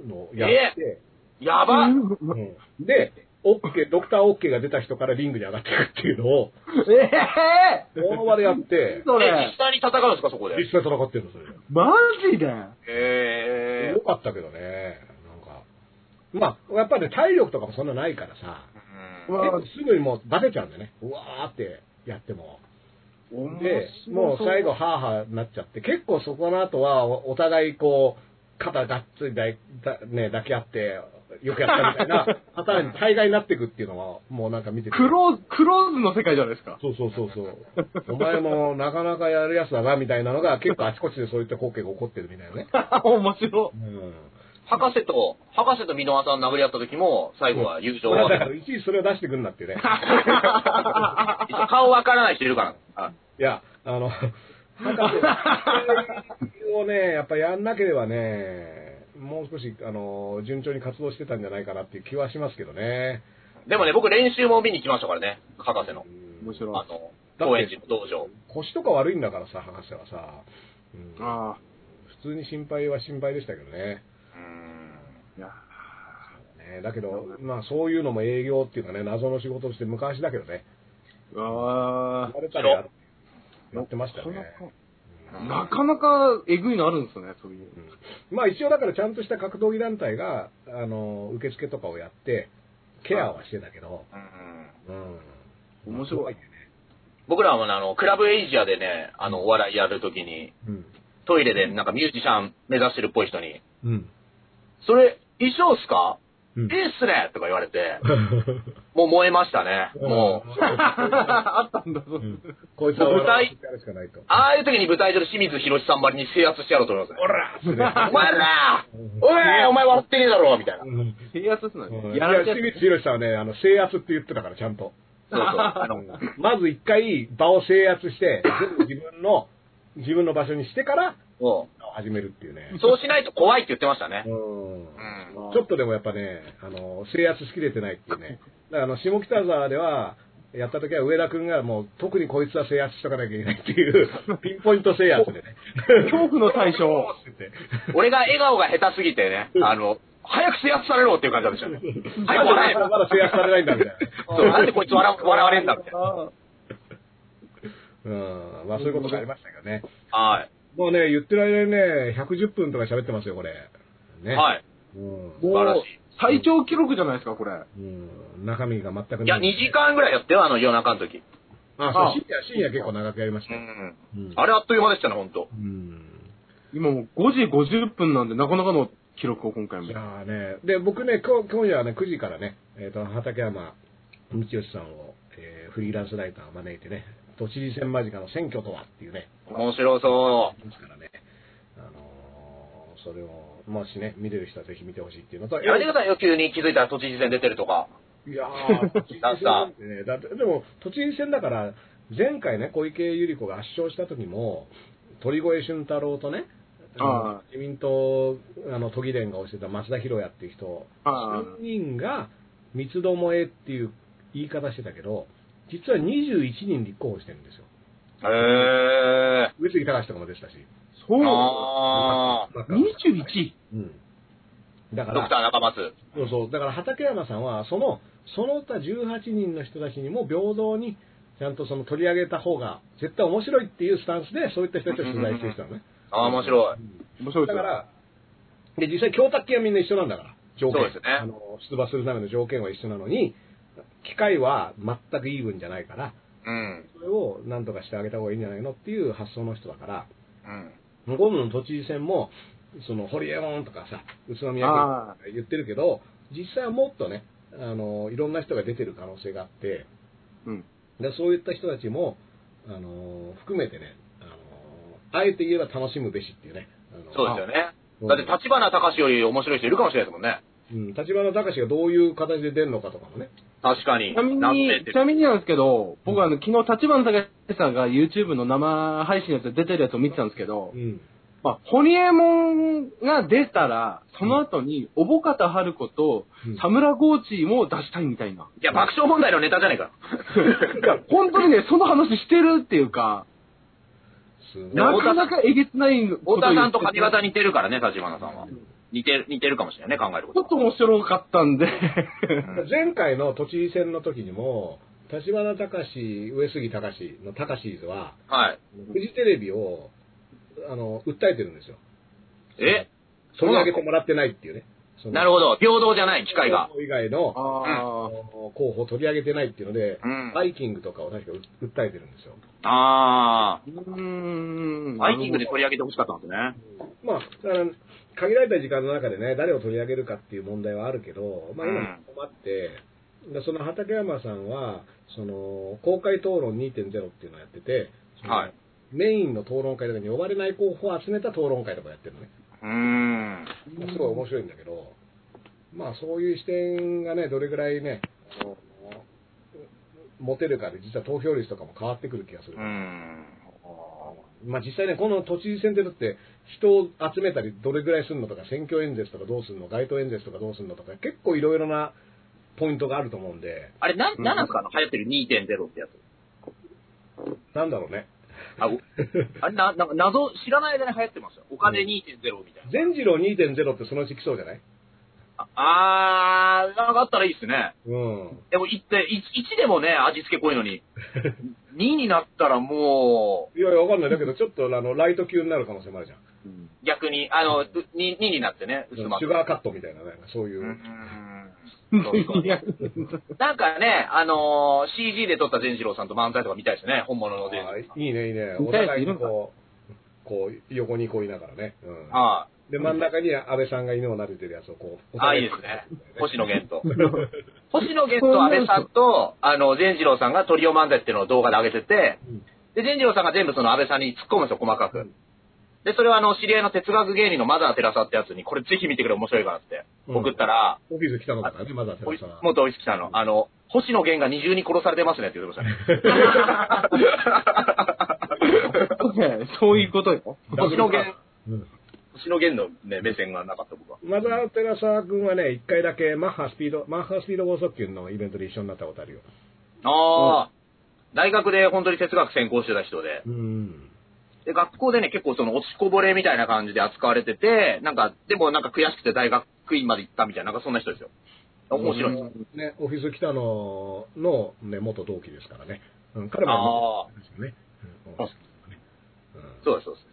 Speaker 3: のをやって、
Speaker 2: ー、やばっ
Speaker 3: うんで、オッケー、ドクターオッケーが出た人からリングに上がっていくっていうのを、
Speaker 4: え
Speaker 3: その場でやって
Speaker 4: ー、、そ
Speaker 2: え、
Speaker 4: れ
Speaker 2: 実、際に戦うんですか、そこで。
Speaker 3: 実際戦ってるの、それ
Speaker 4: マジで
Speaker 2: え
Speaker 3: で。よかったけどね、なんか。まあ、やっぱね、体力とかもそんなないからさ、
Speaker 2: ー。
Speaker 4: う
Speaker 2: うん
Speaker 4: わ
Speaker 3: 結構すぐにもうバテちゃうんだよね。うわーってやっても。で、もう最後、ハーハーになっちゃって、結構そこの後はお、お互いこう、肩がっつりだいだ、ね、抱き合って、よくやったみたいなパターンに大概になっていくっていうのは、もうなんか見てて。
Speaker 4: クローズ、クローズの世界じゃない ですか。
Speaker 3: そうそうそうそう。お前もなかなかやるやつだな、みたいなのが結構あちこちでそういった光景が起こってるみたいなね。
Speaker 4: 面白
Speaker 3: うん。
Speaker 2: 博士と、博士と箕輪さん殴り合った時も、最後は友情
Speaker 3: まあ
Speaker 2: は
Speaker 3: だからいちいちそれを出してくんなってね。
Speaker 2: 一応顔わからない人いるから。はい
Speaker 3: いや、あの、 博士をね、やっぱやんなければね、もう少し、あの、順調に活動してたんじゃないかなっていう気はしますけどね。
Speaker 2: でもね、僕練習も見に来ましたからね、博士の
Speaker 3: う。
Speaker 4: い。
Speaker 3: ん
Speaker 4: 面
Speaker 2: あ
Speaker 4: 白い。
Speaker 2: の、
Speaker 3: て
Speaker 2: 高円寺の道場。
Speaker 3: 腰とか悪いんだからさ、博士はさ。うん
Speaker 4: ああ、
Speaker 3: 普通に心配は心配でしたけどね。
Speaker 2: うん。
Speaker 4: いや、
Speaker 3: ね、だけど、まあそういうのも営業っていうかね、謎の仕事として昔だけどね、
Speaker 4: うわ
Speaker 3: 言われたらやるやってましたよね。
Speaker 4: ーなかなかえぐいのあるんですよね、 そうい
Speaker 3: う
Speaker 4: う。
Speaker 3: んまあ一応だからちゃんとした格闘技団体が、あの、受付とかをやって、ケアはしてたけど、
Speaker 2: うん
Speaker 3: うん。
Speaker 4: 面白い。
Speaker 2: 僕らはねあの、クラブエイジアでね、あの、お笑いやるときに、
Speaker 3: うん。
Speaker 2: トイレでなんかミュージシャン目指してるっぽい人に、
Speaker 3: うん。
Speaker 2: それ、衣装っすか
Speaker 3: うん
Speaker 2: いいっすねとか言われて、もう燃えましたね。もう、
Speaker 4: あったんだ、そううん
Speaker 3: こいつは笑わせてやるしかないと。
Speaker 2: ああいう時に舞台上の清水博さんばりに制圧してやろうと思 いますね。
Speaker 3: おらっつってね
Speaker 2: お前らおいお前笑ってねえだろみたいな。
Speaker 3: うん
Speaker 4: 制圧すな
Speaker 3: うん
Speaker 4: の
Speaker 3: い
Speaker 4: や
Speaker 3: や
Speaker 4: られちゃっ
Speaker 3: 清
Speaker 4: て
Speaker 3: 水宏さんはね、あの、制圧って言ってたから、ちゃんと。
Speaker 2: そうそ う。あ
Speaker 3: う
Speaker 2: の
Speaker 3: んまず一回場を制圧して、全部自分の、自分の場所にしてから、
Speaker 2: も
Speaker 3: 始めるっていうね。
Speaker 2: そうしないと怖いって言ってましたね
Speaker 3: う。ん
Speaker 2: うん。
Speaker 3: ちょっとでもやっぱね、あの、制圧しきれてないっていうね。だからあの、下北沢では、やった時は上田君がもう、特にこいつは制圧しとかなきゃいけないっていう、ピンポイント制圧でね。
Speaker 4: 恐怖の対象。
Speaker 2: 俺が笑顔が下手すぎてね、あの、早く制圧されろっていう感じなんですよね。
Speaker 3: ま
Speaker 2: 早く笑え
Speaker 3: だまだ制圧されないんだみたい
Speaker 2: そう、なんでこいつ笑笑われんだみたい
Speaker 3: な。うん。まあそういうことがありましたけどね。
Speaker 2: な。は
Speaker 3: もうね、言ってられないね、110分とか喋ってますよ、これ。
Speaker 2: い。
Speaker 3: ね。い。
Speaker 2: はい。
Speaker 3: うん。
Speaker 4: も
Speaker 2: 素晴らし
Speaker 4: う
Speaker 2: い、
Speaker 4: 最長記録じゃないですか、これ。
Speaker 3: うん中身が全くない。
Speaker 2: いや、2時間ぐらいやってよ、あの夜中の時。
Speaker 3: あ、そう
Speaker 4: あ
Speaker 3: 深夜、深夜結構長くやりまし
Speaker 2: う
Speaker 3: たよ。
Speaker 2: ん。
Speaker 3: うん
Speaker 2: あれあっという間でしたね、ほんと。
Speaker 3: うん。
Speaker 4: 今もう5時50分なんで、なかなかの記録を今回も
Speaker 3: じ。ゃあね、で、僕ね、今日今夜はね、9時からね、えっ、と、畠山道義さんを、えーフリーランスライターを招いてね、都知事選間近の選挙とはっていうね、
Speaker 2: 面白そ
Speaker 3: ですからね、あのーそれを、もしね、見てる人はぜひ見てほしいっていうのと、
Speaker 2: う。やめてくださいよ、急に気づいたら都知事選出てるとか。
Speaker 3: いやー、都 知事選なんてね、だって、でも、都知事選だから、前回ね、小池百合子が圧勝した時も、鳥越俊太郎とね、
Speaker 4: ああ
Speaker 3: 自民党、あの、都議連が推してた増田博也っていう人、
Speaker 4: ああ
Speaker 3: 3人が三つどもえっていう言い方してたけど、実は21人立候補してるんですよ。
Speaker 2: へえ。
Speaker 3: 上杉隆とかも出てたし。
Speaker 4: そう。
Speaker 2: あ
Speaker 3: なんか
Speaker 4: 21。
Speaker 3: うん。だか
Speaker 2: あ。ド
Speaker 3: ら
Speaker 2: クタ、ー中松。
Speaker 3: そうそう。だから畠山さんは、その、その他18人の人たちにも平等に、ちゃんとその取り上げた方が絶対面白いっていうスタンスで、そういった人たちを取材してきたのね。
Speaker 2: ああ、面白い。
Speaker 4: 面白い
Speaker 3: だ
Speaker 4: で
Speaker 3: か
Speaker 4: すよ。
Speaker 3: ら、で、実際、供託金はみんな一緒なんだから、条件。
Speaker 2: そうですね
Speaker 3: あの、出馬するための条件は一緒なのに、機会は全くイーブンじゃないから、
Speaker 2: うん。
Speaker 3: それを何とかしてあげた方がいいんじゃないのっていう発想の人だから、
Speaker 2: うん。
Speaker 3: ゴムの都知事選も、その、ホリエモンとかさ、宇都宮県
Speaker 4: あ
Speaker 3: 言ってるけど、実際はもっとね、あの、いろんな人が出てる可能性があって、
Speaker 4: うん
Speaker 3: でそういった人たちも、あの、含めてね、あの、あえて言えば楽しむべしっていうね。あの
Speaker 2: そうですよね。
Speaker 3: うん
Speaker 2: だって、立花隆より面白い人いるかもしれないですもんね。
Speaker 3: うん、立花隆がどういう形で出るのかとかもね。
Speaker 2: 確かに。
Speaker 4: ちなみ
Speaker 2: なん
Speaker 4: に
Speaker 2: て言っ、て
Speaker 4: ちなみになんですけど、僕はあの、昨日、立花隆さんが YouTube の生配信のやつで出てるやつを見てたんですけど
Speaker 3: う、ん。
Speaker 4: まあ、ホリエモンが出たら、その後に、小保方春子と
Speaker 3: うん、
Speaker 4: 田村ゴーチも出したいみたいな。
Speaker 2: いや、爆笑問題のネタじゃないか。
Speaker 4: いや、本当にね、その話してるっていうか、
Speaker 3: すごい。
Speaker 4: なかなかえげつないこ
Speaker 2: 太
Speaker 4: と言ってて
Speaker 2: 田さんと髪型似てるからね、立花さんは。似てる、似てるかもしれないね、考えるこ
Speaker 4: ちょ
Speaker 2: と
Speaker 4: っ。と面白かったんで、
Speaker 2: うん
Speaker 3: 前回の都知事選の時にも、立花隆、上杉隆の隆ーズは、
Speaker 2: はい。
Speaker 3: フジテレビを、あの、訴えてるんですよ。
Speaker 2: え
Speaker 3: 取り上げてもらってないっていうね。
Speaker 2: なる
Speaker 3: ほ
Speaker 2: ほど。平等じゃない、機会が。。
Speaker 3: 以外のあ
Speaker 4: あー
Speaker 3: の候補を取り上げてないっていうので、
Speaker 2: うん。
Speaker 3: バイキングとかを確か訴えてるんですよ。
Speaker 2: あ
Speaker 4: うー
Speaker 2: あ。
Speaker 4: ん。
Speaker 2: バイキングで取り上げてほしかったんですね。
Speaker 3: まあ、だから限られた時間の中でね、誰を取り上げるかっていう問題はあるけど、まあ、
Speaker 2: う
Speaker 3: 今
Speaker 2: ん、
Speaker 3: 困って、でその畠山さんは、その公開討論2.0っていうのをやってて、その
Speaker 2: はい
Speaker 3: メインの討論会とかに呼ばれない候補を集めた討論会とかやってるのね。
Speaker 2: うーん。
Speaker 3: まあすごい面白いんだけど、まあそういう視点がね、どれぐらいね、あの持てるかで、実は投票率とかも変わってくる気がする
Speaker 2: う。ん。
Speaker 3: まあ実際ね、この都知事選ってだって、人を集めたり、どれぐらいするのとか、選挙演説とかどうするの、街頭演説とかどうするのとか、結構いろいろなポイントがあると思うんで、
Speaker 2: あれ、なん、なんなんですかあの流行ってる2.0ってやつ。
Speaker 3: なんだろうね。
Speaker 2: あ、おあれ、な、なんか謎、知らない間に流行ってますよ。お金2.0みたいな。
Speaker 3: 善次郎2.0ってそのうち来そうじゃない
Speaker 2: ああー、なんかあったらいいですね。
Speaker 3: うん。
Speaker 2: でも1って、1、1でもね、味付け濃い のに。2になったらも
Speaker 3: いやいや、わかんない。だけど、ちょっとあの、ライト級になる可能性もあるじゃん。
Speaker 2: う、逆に、あの、2, になってね、薄まっ
Speaker 3: シ
Speaker 2: て
Speaker 3: ュ。ガーカットみたいなね、そういうう。
Speaker 2: ん
Speaker 4: うん
Speaker 2: そうそうなんかね、あのー CG で撮った善次郎さんと漫才とか見たいですね、本物の善次郎
Speaker 3: あーいいね、いいね。お
Speaker 4: 見たい
Speaker 3: 互
Speaker 4: 人
Speaker 3: い
Speaker 4: いる
Speaker 3: に
Speaker 4: のか
Speaker 3: こう、こう、横にこういながらね。うん。
Speaker 2: は
Speaker 3: で、真ん中に安倍さんが犬を撫でてるやつをこう。
Speaker 2: あ、あ、いいですね。星野源と。星野源と安倍さんと、あの、善次郎さんがトリオ漫才っていうのを動画で上げてて
Speaker 3: うん、
Speaker 2: で、善次郎さんが全部その安倍さんに突っ込むんですよ、細か
Speaker 3: う
Speaker 2: く
Speaker 3: ん。
Speaker 2: で、それはあの、知り合いの哲学芸人のマザー・テラサってやつに、これぜひ見てくれ、面白いからって、
Speaker 3: うん
Speaker 2: 送ったら、
Speaker 3: オフィス来たのからね、まだ寺さん。
Speaker 2: 元おいさんの、あの、星野源が二重に殺されてますねって言ってま したね。
Speaker 4: ねそういうことよ。
Speaker 2: 星野源
Speaker 3: うん、
Speaker 2: 星野源の、ね、目線がなかった僕は。
Speaker 3: マザー・テラサー君はね、一回だけマッハスピード、マッハスピード剛速球のイベントで一緒になったことあるよ。
Speaker 2: ああ、大学で本当に哲学専攻してた人で、
Speaker 3: うん。
Speaker 2: で、学校でね、結構その落ちこぼれみたいな感じで扱われてて、なんか、でもなんか悔しくて大学院まで行ったみたいな、なんかそんな人ですよ。面白いです。
Speaker 3: ね、オフィス北野の、ね、元同期ですからね。うん、彼も
Speaker 2: ああ、
Speaker 3: ですよね。うん
Speaker 2: そ
Speaker 3: う
Speaker 2: う
Speaker 3: ん
Speaker 2: そうです、そうです。
Speaker 3: うん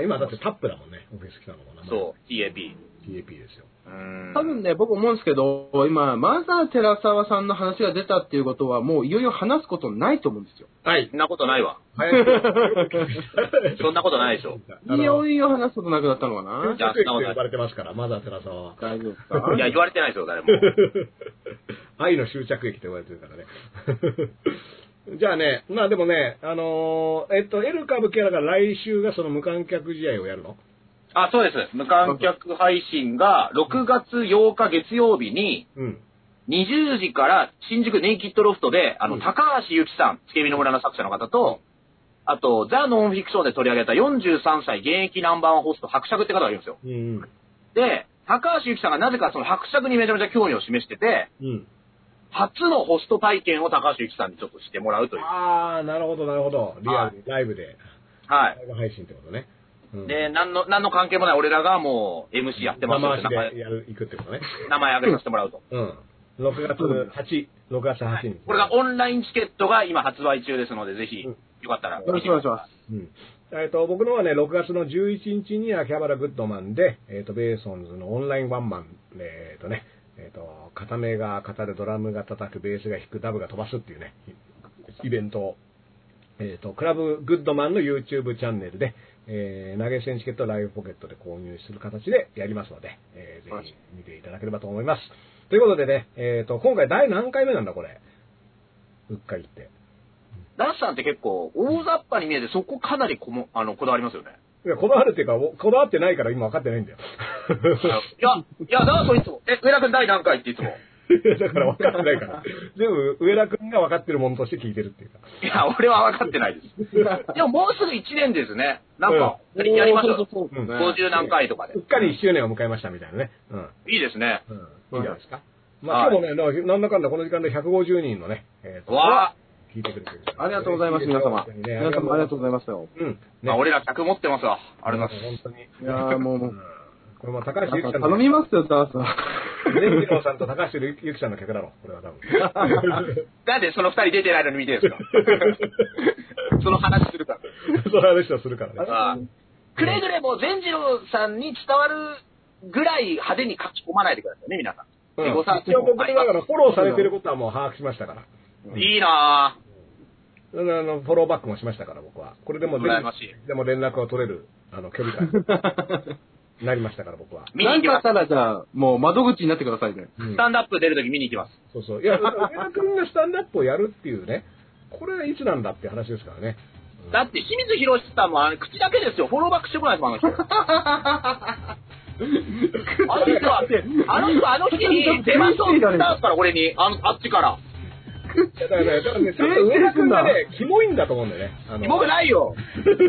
Speaker 3: あ今だってタップだもんね、オフィス北野の名前。
Speaker 2: そう、TAP。
Speaker 3: う。TAP ですよ。
Speaker 2: うーん
Speaker 4: 多分ね、僕思うんですけど、今、マザー・テラサワさんの話が出たっていうことは、もういよいよ話すことないと思うんですよ。
Speaker 3: はい
Speaker 2: そ。んなことないわ。
Speaker 3: 早い。
Speaker 2: そんなことないでしょ。
Speaker 3: あ
Speaker 4: い
Speaker 3: の
Speaker 4: よいよ話すことなくなったのかな
Speaker 2: じゃあ
Speaker 3: 職域と呼ばれてますから、マザー・テラサは。
Speaker 4: 大丈夫ですか
Speaker 2: いや、言われてないですよ、誰も。
Speaker 3: 愛の終着駅と呼ばれてるからね。 じゃあね、まあでもね、あのーえっと、エルカブキャラが来週がその無観客試合をやるの
Speaker 2: あ、そうです。無観客配信が6月8日月曜日に、
Speaker 3: うん。
Speaker 2: 20時から新宿ネイキッドロフトで、あの、
Speaker 3: うん
Speaker 2: 高橋由紀さん、つけみの村の作者の方と、あと、ザ・ノンフィクションで取り上げた43歳現役ナンバーワンホスト、伯爵って方がいるんですよ。
Speaker 3: うん。
Speaker 2: で、高橋由紀さんがなぜかその伯爵にめちゃめちゃ興味を示してて、
Speaker 3: うん。
Speaker 2: 初のホスト体験を高橋由紀さんにちょっとしてもらうという。
Speaker 3: あー、なるほど、なるほど。リアルに、ライブで、
Speaker 2: は
Speaker 3: ライブ配信ってことね。うん
Speaker 2: い。で、なんの、なんの関係もない俺らがもう MC やってますよって名
Speaker 3: 生足
Speaker 2: 前、
Speaker 3: でやる、行くってことね。
Speaker 2: 名前挙げさせてもらうと。
Speaker 3: うん。6月8、6月8日。
Speaker 2: これがオンラインチケットが今発売中ですので、ぜひ、
Speaker 3: う
Speaker 2: よ
Speaker 3: ん
Speaker 2: かったら。
Speaker 4: よろしくお願いします。
Speaker 3: うんえっと僕のはね、6月の11日にはキャバラ・グッドマンで、えっとベーソンズのオンラインワンマン、えっとね、えっと片目が語る、ドラムが叩く、ベースが弾く、ダブが飛ばすっていうね、イベントを、えっとクラブ・グッドマンの YouTube チャンネルで、えー投げ銭チケットをライブポケットで購入する形でやりますので、えー
Speaker 2: はい
Speaker 3: ぜひ見ていただければと思います。ということでね、えっと今回第何回目なんだ、これ。うっかりって。
Speaker 2: ダッシャンって結構大雑把に見えて、そこかなりこもあのこだわりますよね。
Speaker 3: いや、こだわるっていうか、おこだわってないから今分かってないんだよ。
Speaker 2: いや、いや、ダーソンいつも、え、上田君第何回っていつも。
Speaker 3: だから分かってないから。全部、上田君が分かってるものとして聞いてるっていうか。
Speaker 2: いや、俺は分かってないです。でももうすぐ1年ですね。なんか、
Speaker 4: おー
Speaker 2: やりましょう。
Speaker 4: そうそうそう
Speaker 2: 50何回とかで
Speaker 3: うっ。かり1周年を迎えましたみたいなね。うん。
Speaker 2: いいです ね。
Speaker 3: うん。いいんじゃないですか。まあ、今日もね、ななんだかんだこの時間で150人のね、えーと
Speaker 2: わあ、
Speaker 3: 聞いてくれてる。
Speaker 4: ありがとうございます、皆様。皆様ありがとうございますよ。
Speaker 3: す。うん。ね
Speaker 2: まあ、俺ら100持ってますわ。ありがとうございます。
Speaker 3: 本当に。
Speaker 4: いやーもうもう
Speaker 3: うんこれも高橋ゆきさん
Speaker 4: 頼みますよ、ダースは。
Speaker 3: レンジローさんと高橋ゆきさんの曲だろ、これは多分。
Speaker 2: なんでその2人出てないのに見てるんですか その話するから。
Speaker 3: その話をするからね。
Speaker 2: あくれぐれも善次郎さんに伝わるぐらい派手に書き込まないでくださいね、皆さん。
Speaker 3: うん
Speaker 2: ご参
Speaker 3: 一応僕の中のフォローされてることはもう把握しましたから。うん
Speaker 2: いいなぁ。
Speaker 3: あのあのフォローバックもしましたから僕は。これでも
Speaker 2: 羨ましい。
Speaker 3: でも連絡を取れるあの距離感になりましたから僕は。
Speaker 2: 見に行
Speaker 4: 何か
Speaker 2: き
Speaker 4: あ
Speaker 2: ま
Speaker 4: っ
Speaker 2: す。
Speaker 4: たら、じゃあ、もう窓口になってくださいね。
Speaker 3: うん
Speaker 2: スタンドアップ出るとき見に行きます。
Speaker 3: そうそう。いや、上田君がスタンダップをやるっていうね、これはいつなんだっていう話ですからね。うん
Speaker 2: だって、清水博さんもあの口だけですよ。フォローバックしてこないですもん、あの人。 あの人は、あの人、あの日に出ましょうって言ったんですから、俺に。あの、あっちから。
Speaker 3: いやだからね、多分ね、ちょっと上田君がね、キモいんだと思うんだよね。あの
Speaker 2: キモくないよ。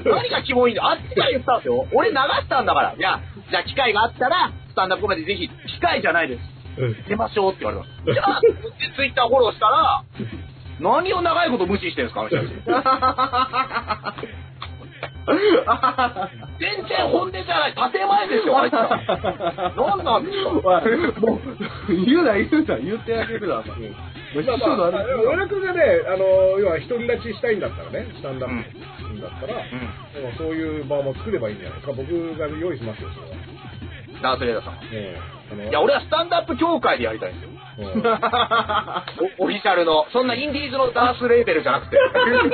Speaker 2: 何がキモいんだあっちが言ったんですよ。俺流したんだから。いや、じゃあ機会があったら、スタンダップコメディぜひ、機会じゃないです。
Speaker 3: うん
Speaker 2: 出ましょうって言われた。じゃあ、ツイッターフォローしたら、何を長いこと無視してるんですか、あの人たち。全然本音じゃない。建前ですよ、あいつら。何なんですか
Speaker 4: もう、言うな、言うな、言ってあげるな。もう、
Speaker 3: まあ
Speaker 4: 一
Speaker 3: ま
Speaker 4: 緒の
Speaker 3: あ、
Speaker 4: あ
Speaker 3: まあ
Speaker 4: れ
Speaker 3: 上田君がね、あの、要は独り立ちしたいんだったらね、スタンダップだったら、でもそういう場も作ればいいんじゃないですか。僕が用意しますよ、それは。
Speaker 2: ダースレーダーさん。
Speaker 3: ええあの
Speaker 2: いや、俺はスタンドアップ協会でやりたいんですよ。
Speaker 3: うん
Speaker 2: おオフィシャルの。そんなインディーズのダースレーベルじゃな くて。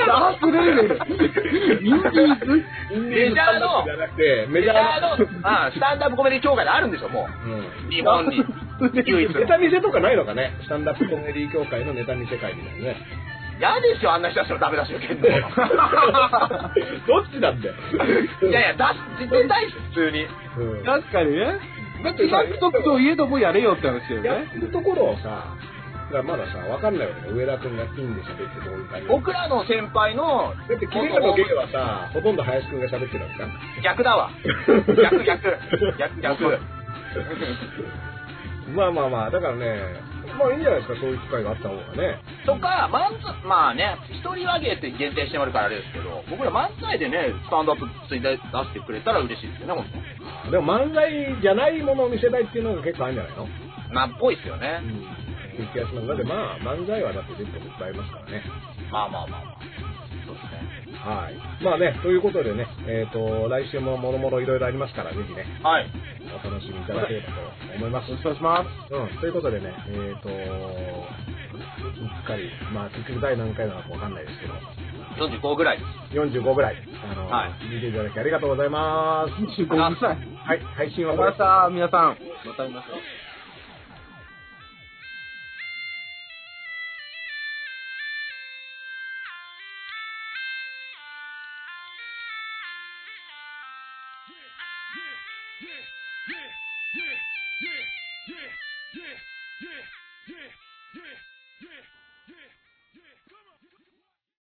Speaker 4: ダースレーベル。インディーズ
Speaker 2: メジャーの
Speaker 3: じゃ、なくて、メ
Speaker 2: メ
Speaker 3: ジ
Speaker 2: ジ
Speaker 3: ャ
Speaker 2: ャ
Speaker 3: ー
Speaker 2: ー
Speaker 3: の。
Speaker 2: の、うんスタンドアップコメディ協会であるんでしょ、もう。日本 に。唯一の
Speaker 3: ネタ見せとかないのかね、スタンダップコメディ協会のネタ見せ会みたいなね。
Speaker 2: 嫌ですよ、あんな人たちのダメ出し受けんの。
Speaker 3: どっちなんだよ。
Speaker 2: いやいや、だ絶対大事、普通に。
Speaker 3: うん
Speaker 4: 確かにね。だって、タクトクといえどもやれよって話だよ
Speaker 3: や
Speaker 4: ね。
Speaker 3: ってるところをさ、からまださ、わかんないわけだよ。上田君が金で喋ってどういう感じ。
Speaker 2: 僕らの先輩の
Speaker 3: だって、キレイの芸はさ、ほとんど林くんが喋ってるわけじゃん。
Speaker 2: 逆だわ。逆、逆。逆、 逆。
Speaker 3: まあまあまあ、だからね、まあいいんじゃないですか、そういう機会があった方がね。
Speaker 2: とか、マンツまあね、一人和芸って限定してもらうからあれですけど、僕ら漫才でね、スタンドアップついて出してくれたら嬉しいですよね、本
Speaker 3: でも漫才じゃないものを見せたいっていうのが結構あるんじゃないのう
Speaker 2: 当。なっぽいですよね。
Speaker 3: ん。っていう気がします。だってまあ、漫才はだって全国いっぱいありますからね。
Speaker 2: まあまあまあまあ。そうですね。
Speaker 3: はい。まあね、ということでね、えっ、と、来週ももろもろいろいろありますから、ぜひね、
Speaker 2: はい。
Speaker 3: お楽しみいただければと思います。
Speaker 4: よろしくお願いします。
Speaker 3: うん、ということでね、えっ、と、うっかり、まあ、結局第何回なのかわかんないですけど、
Speaker 2: 45ぐらいです。
Speaker 3: 45ぐらい、あの、
Speaker 2: はい
Speaker 3: 見ていただきありがとうございます。
Speaker 4: 25分くらい。
Speaker 3: はい、配信は
Speaker 4: わ
Speaker 3: こ
Speaker 4: かり
Speaker 3: れ
Speaker 4: ました、皆さん。また見ましょう。
Speaker 1: yeah, yeah, yeah, yeah, yeah.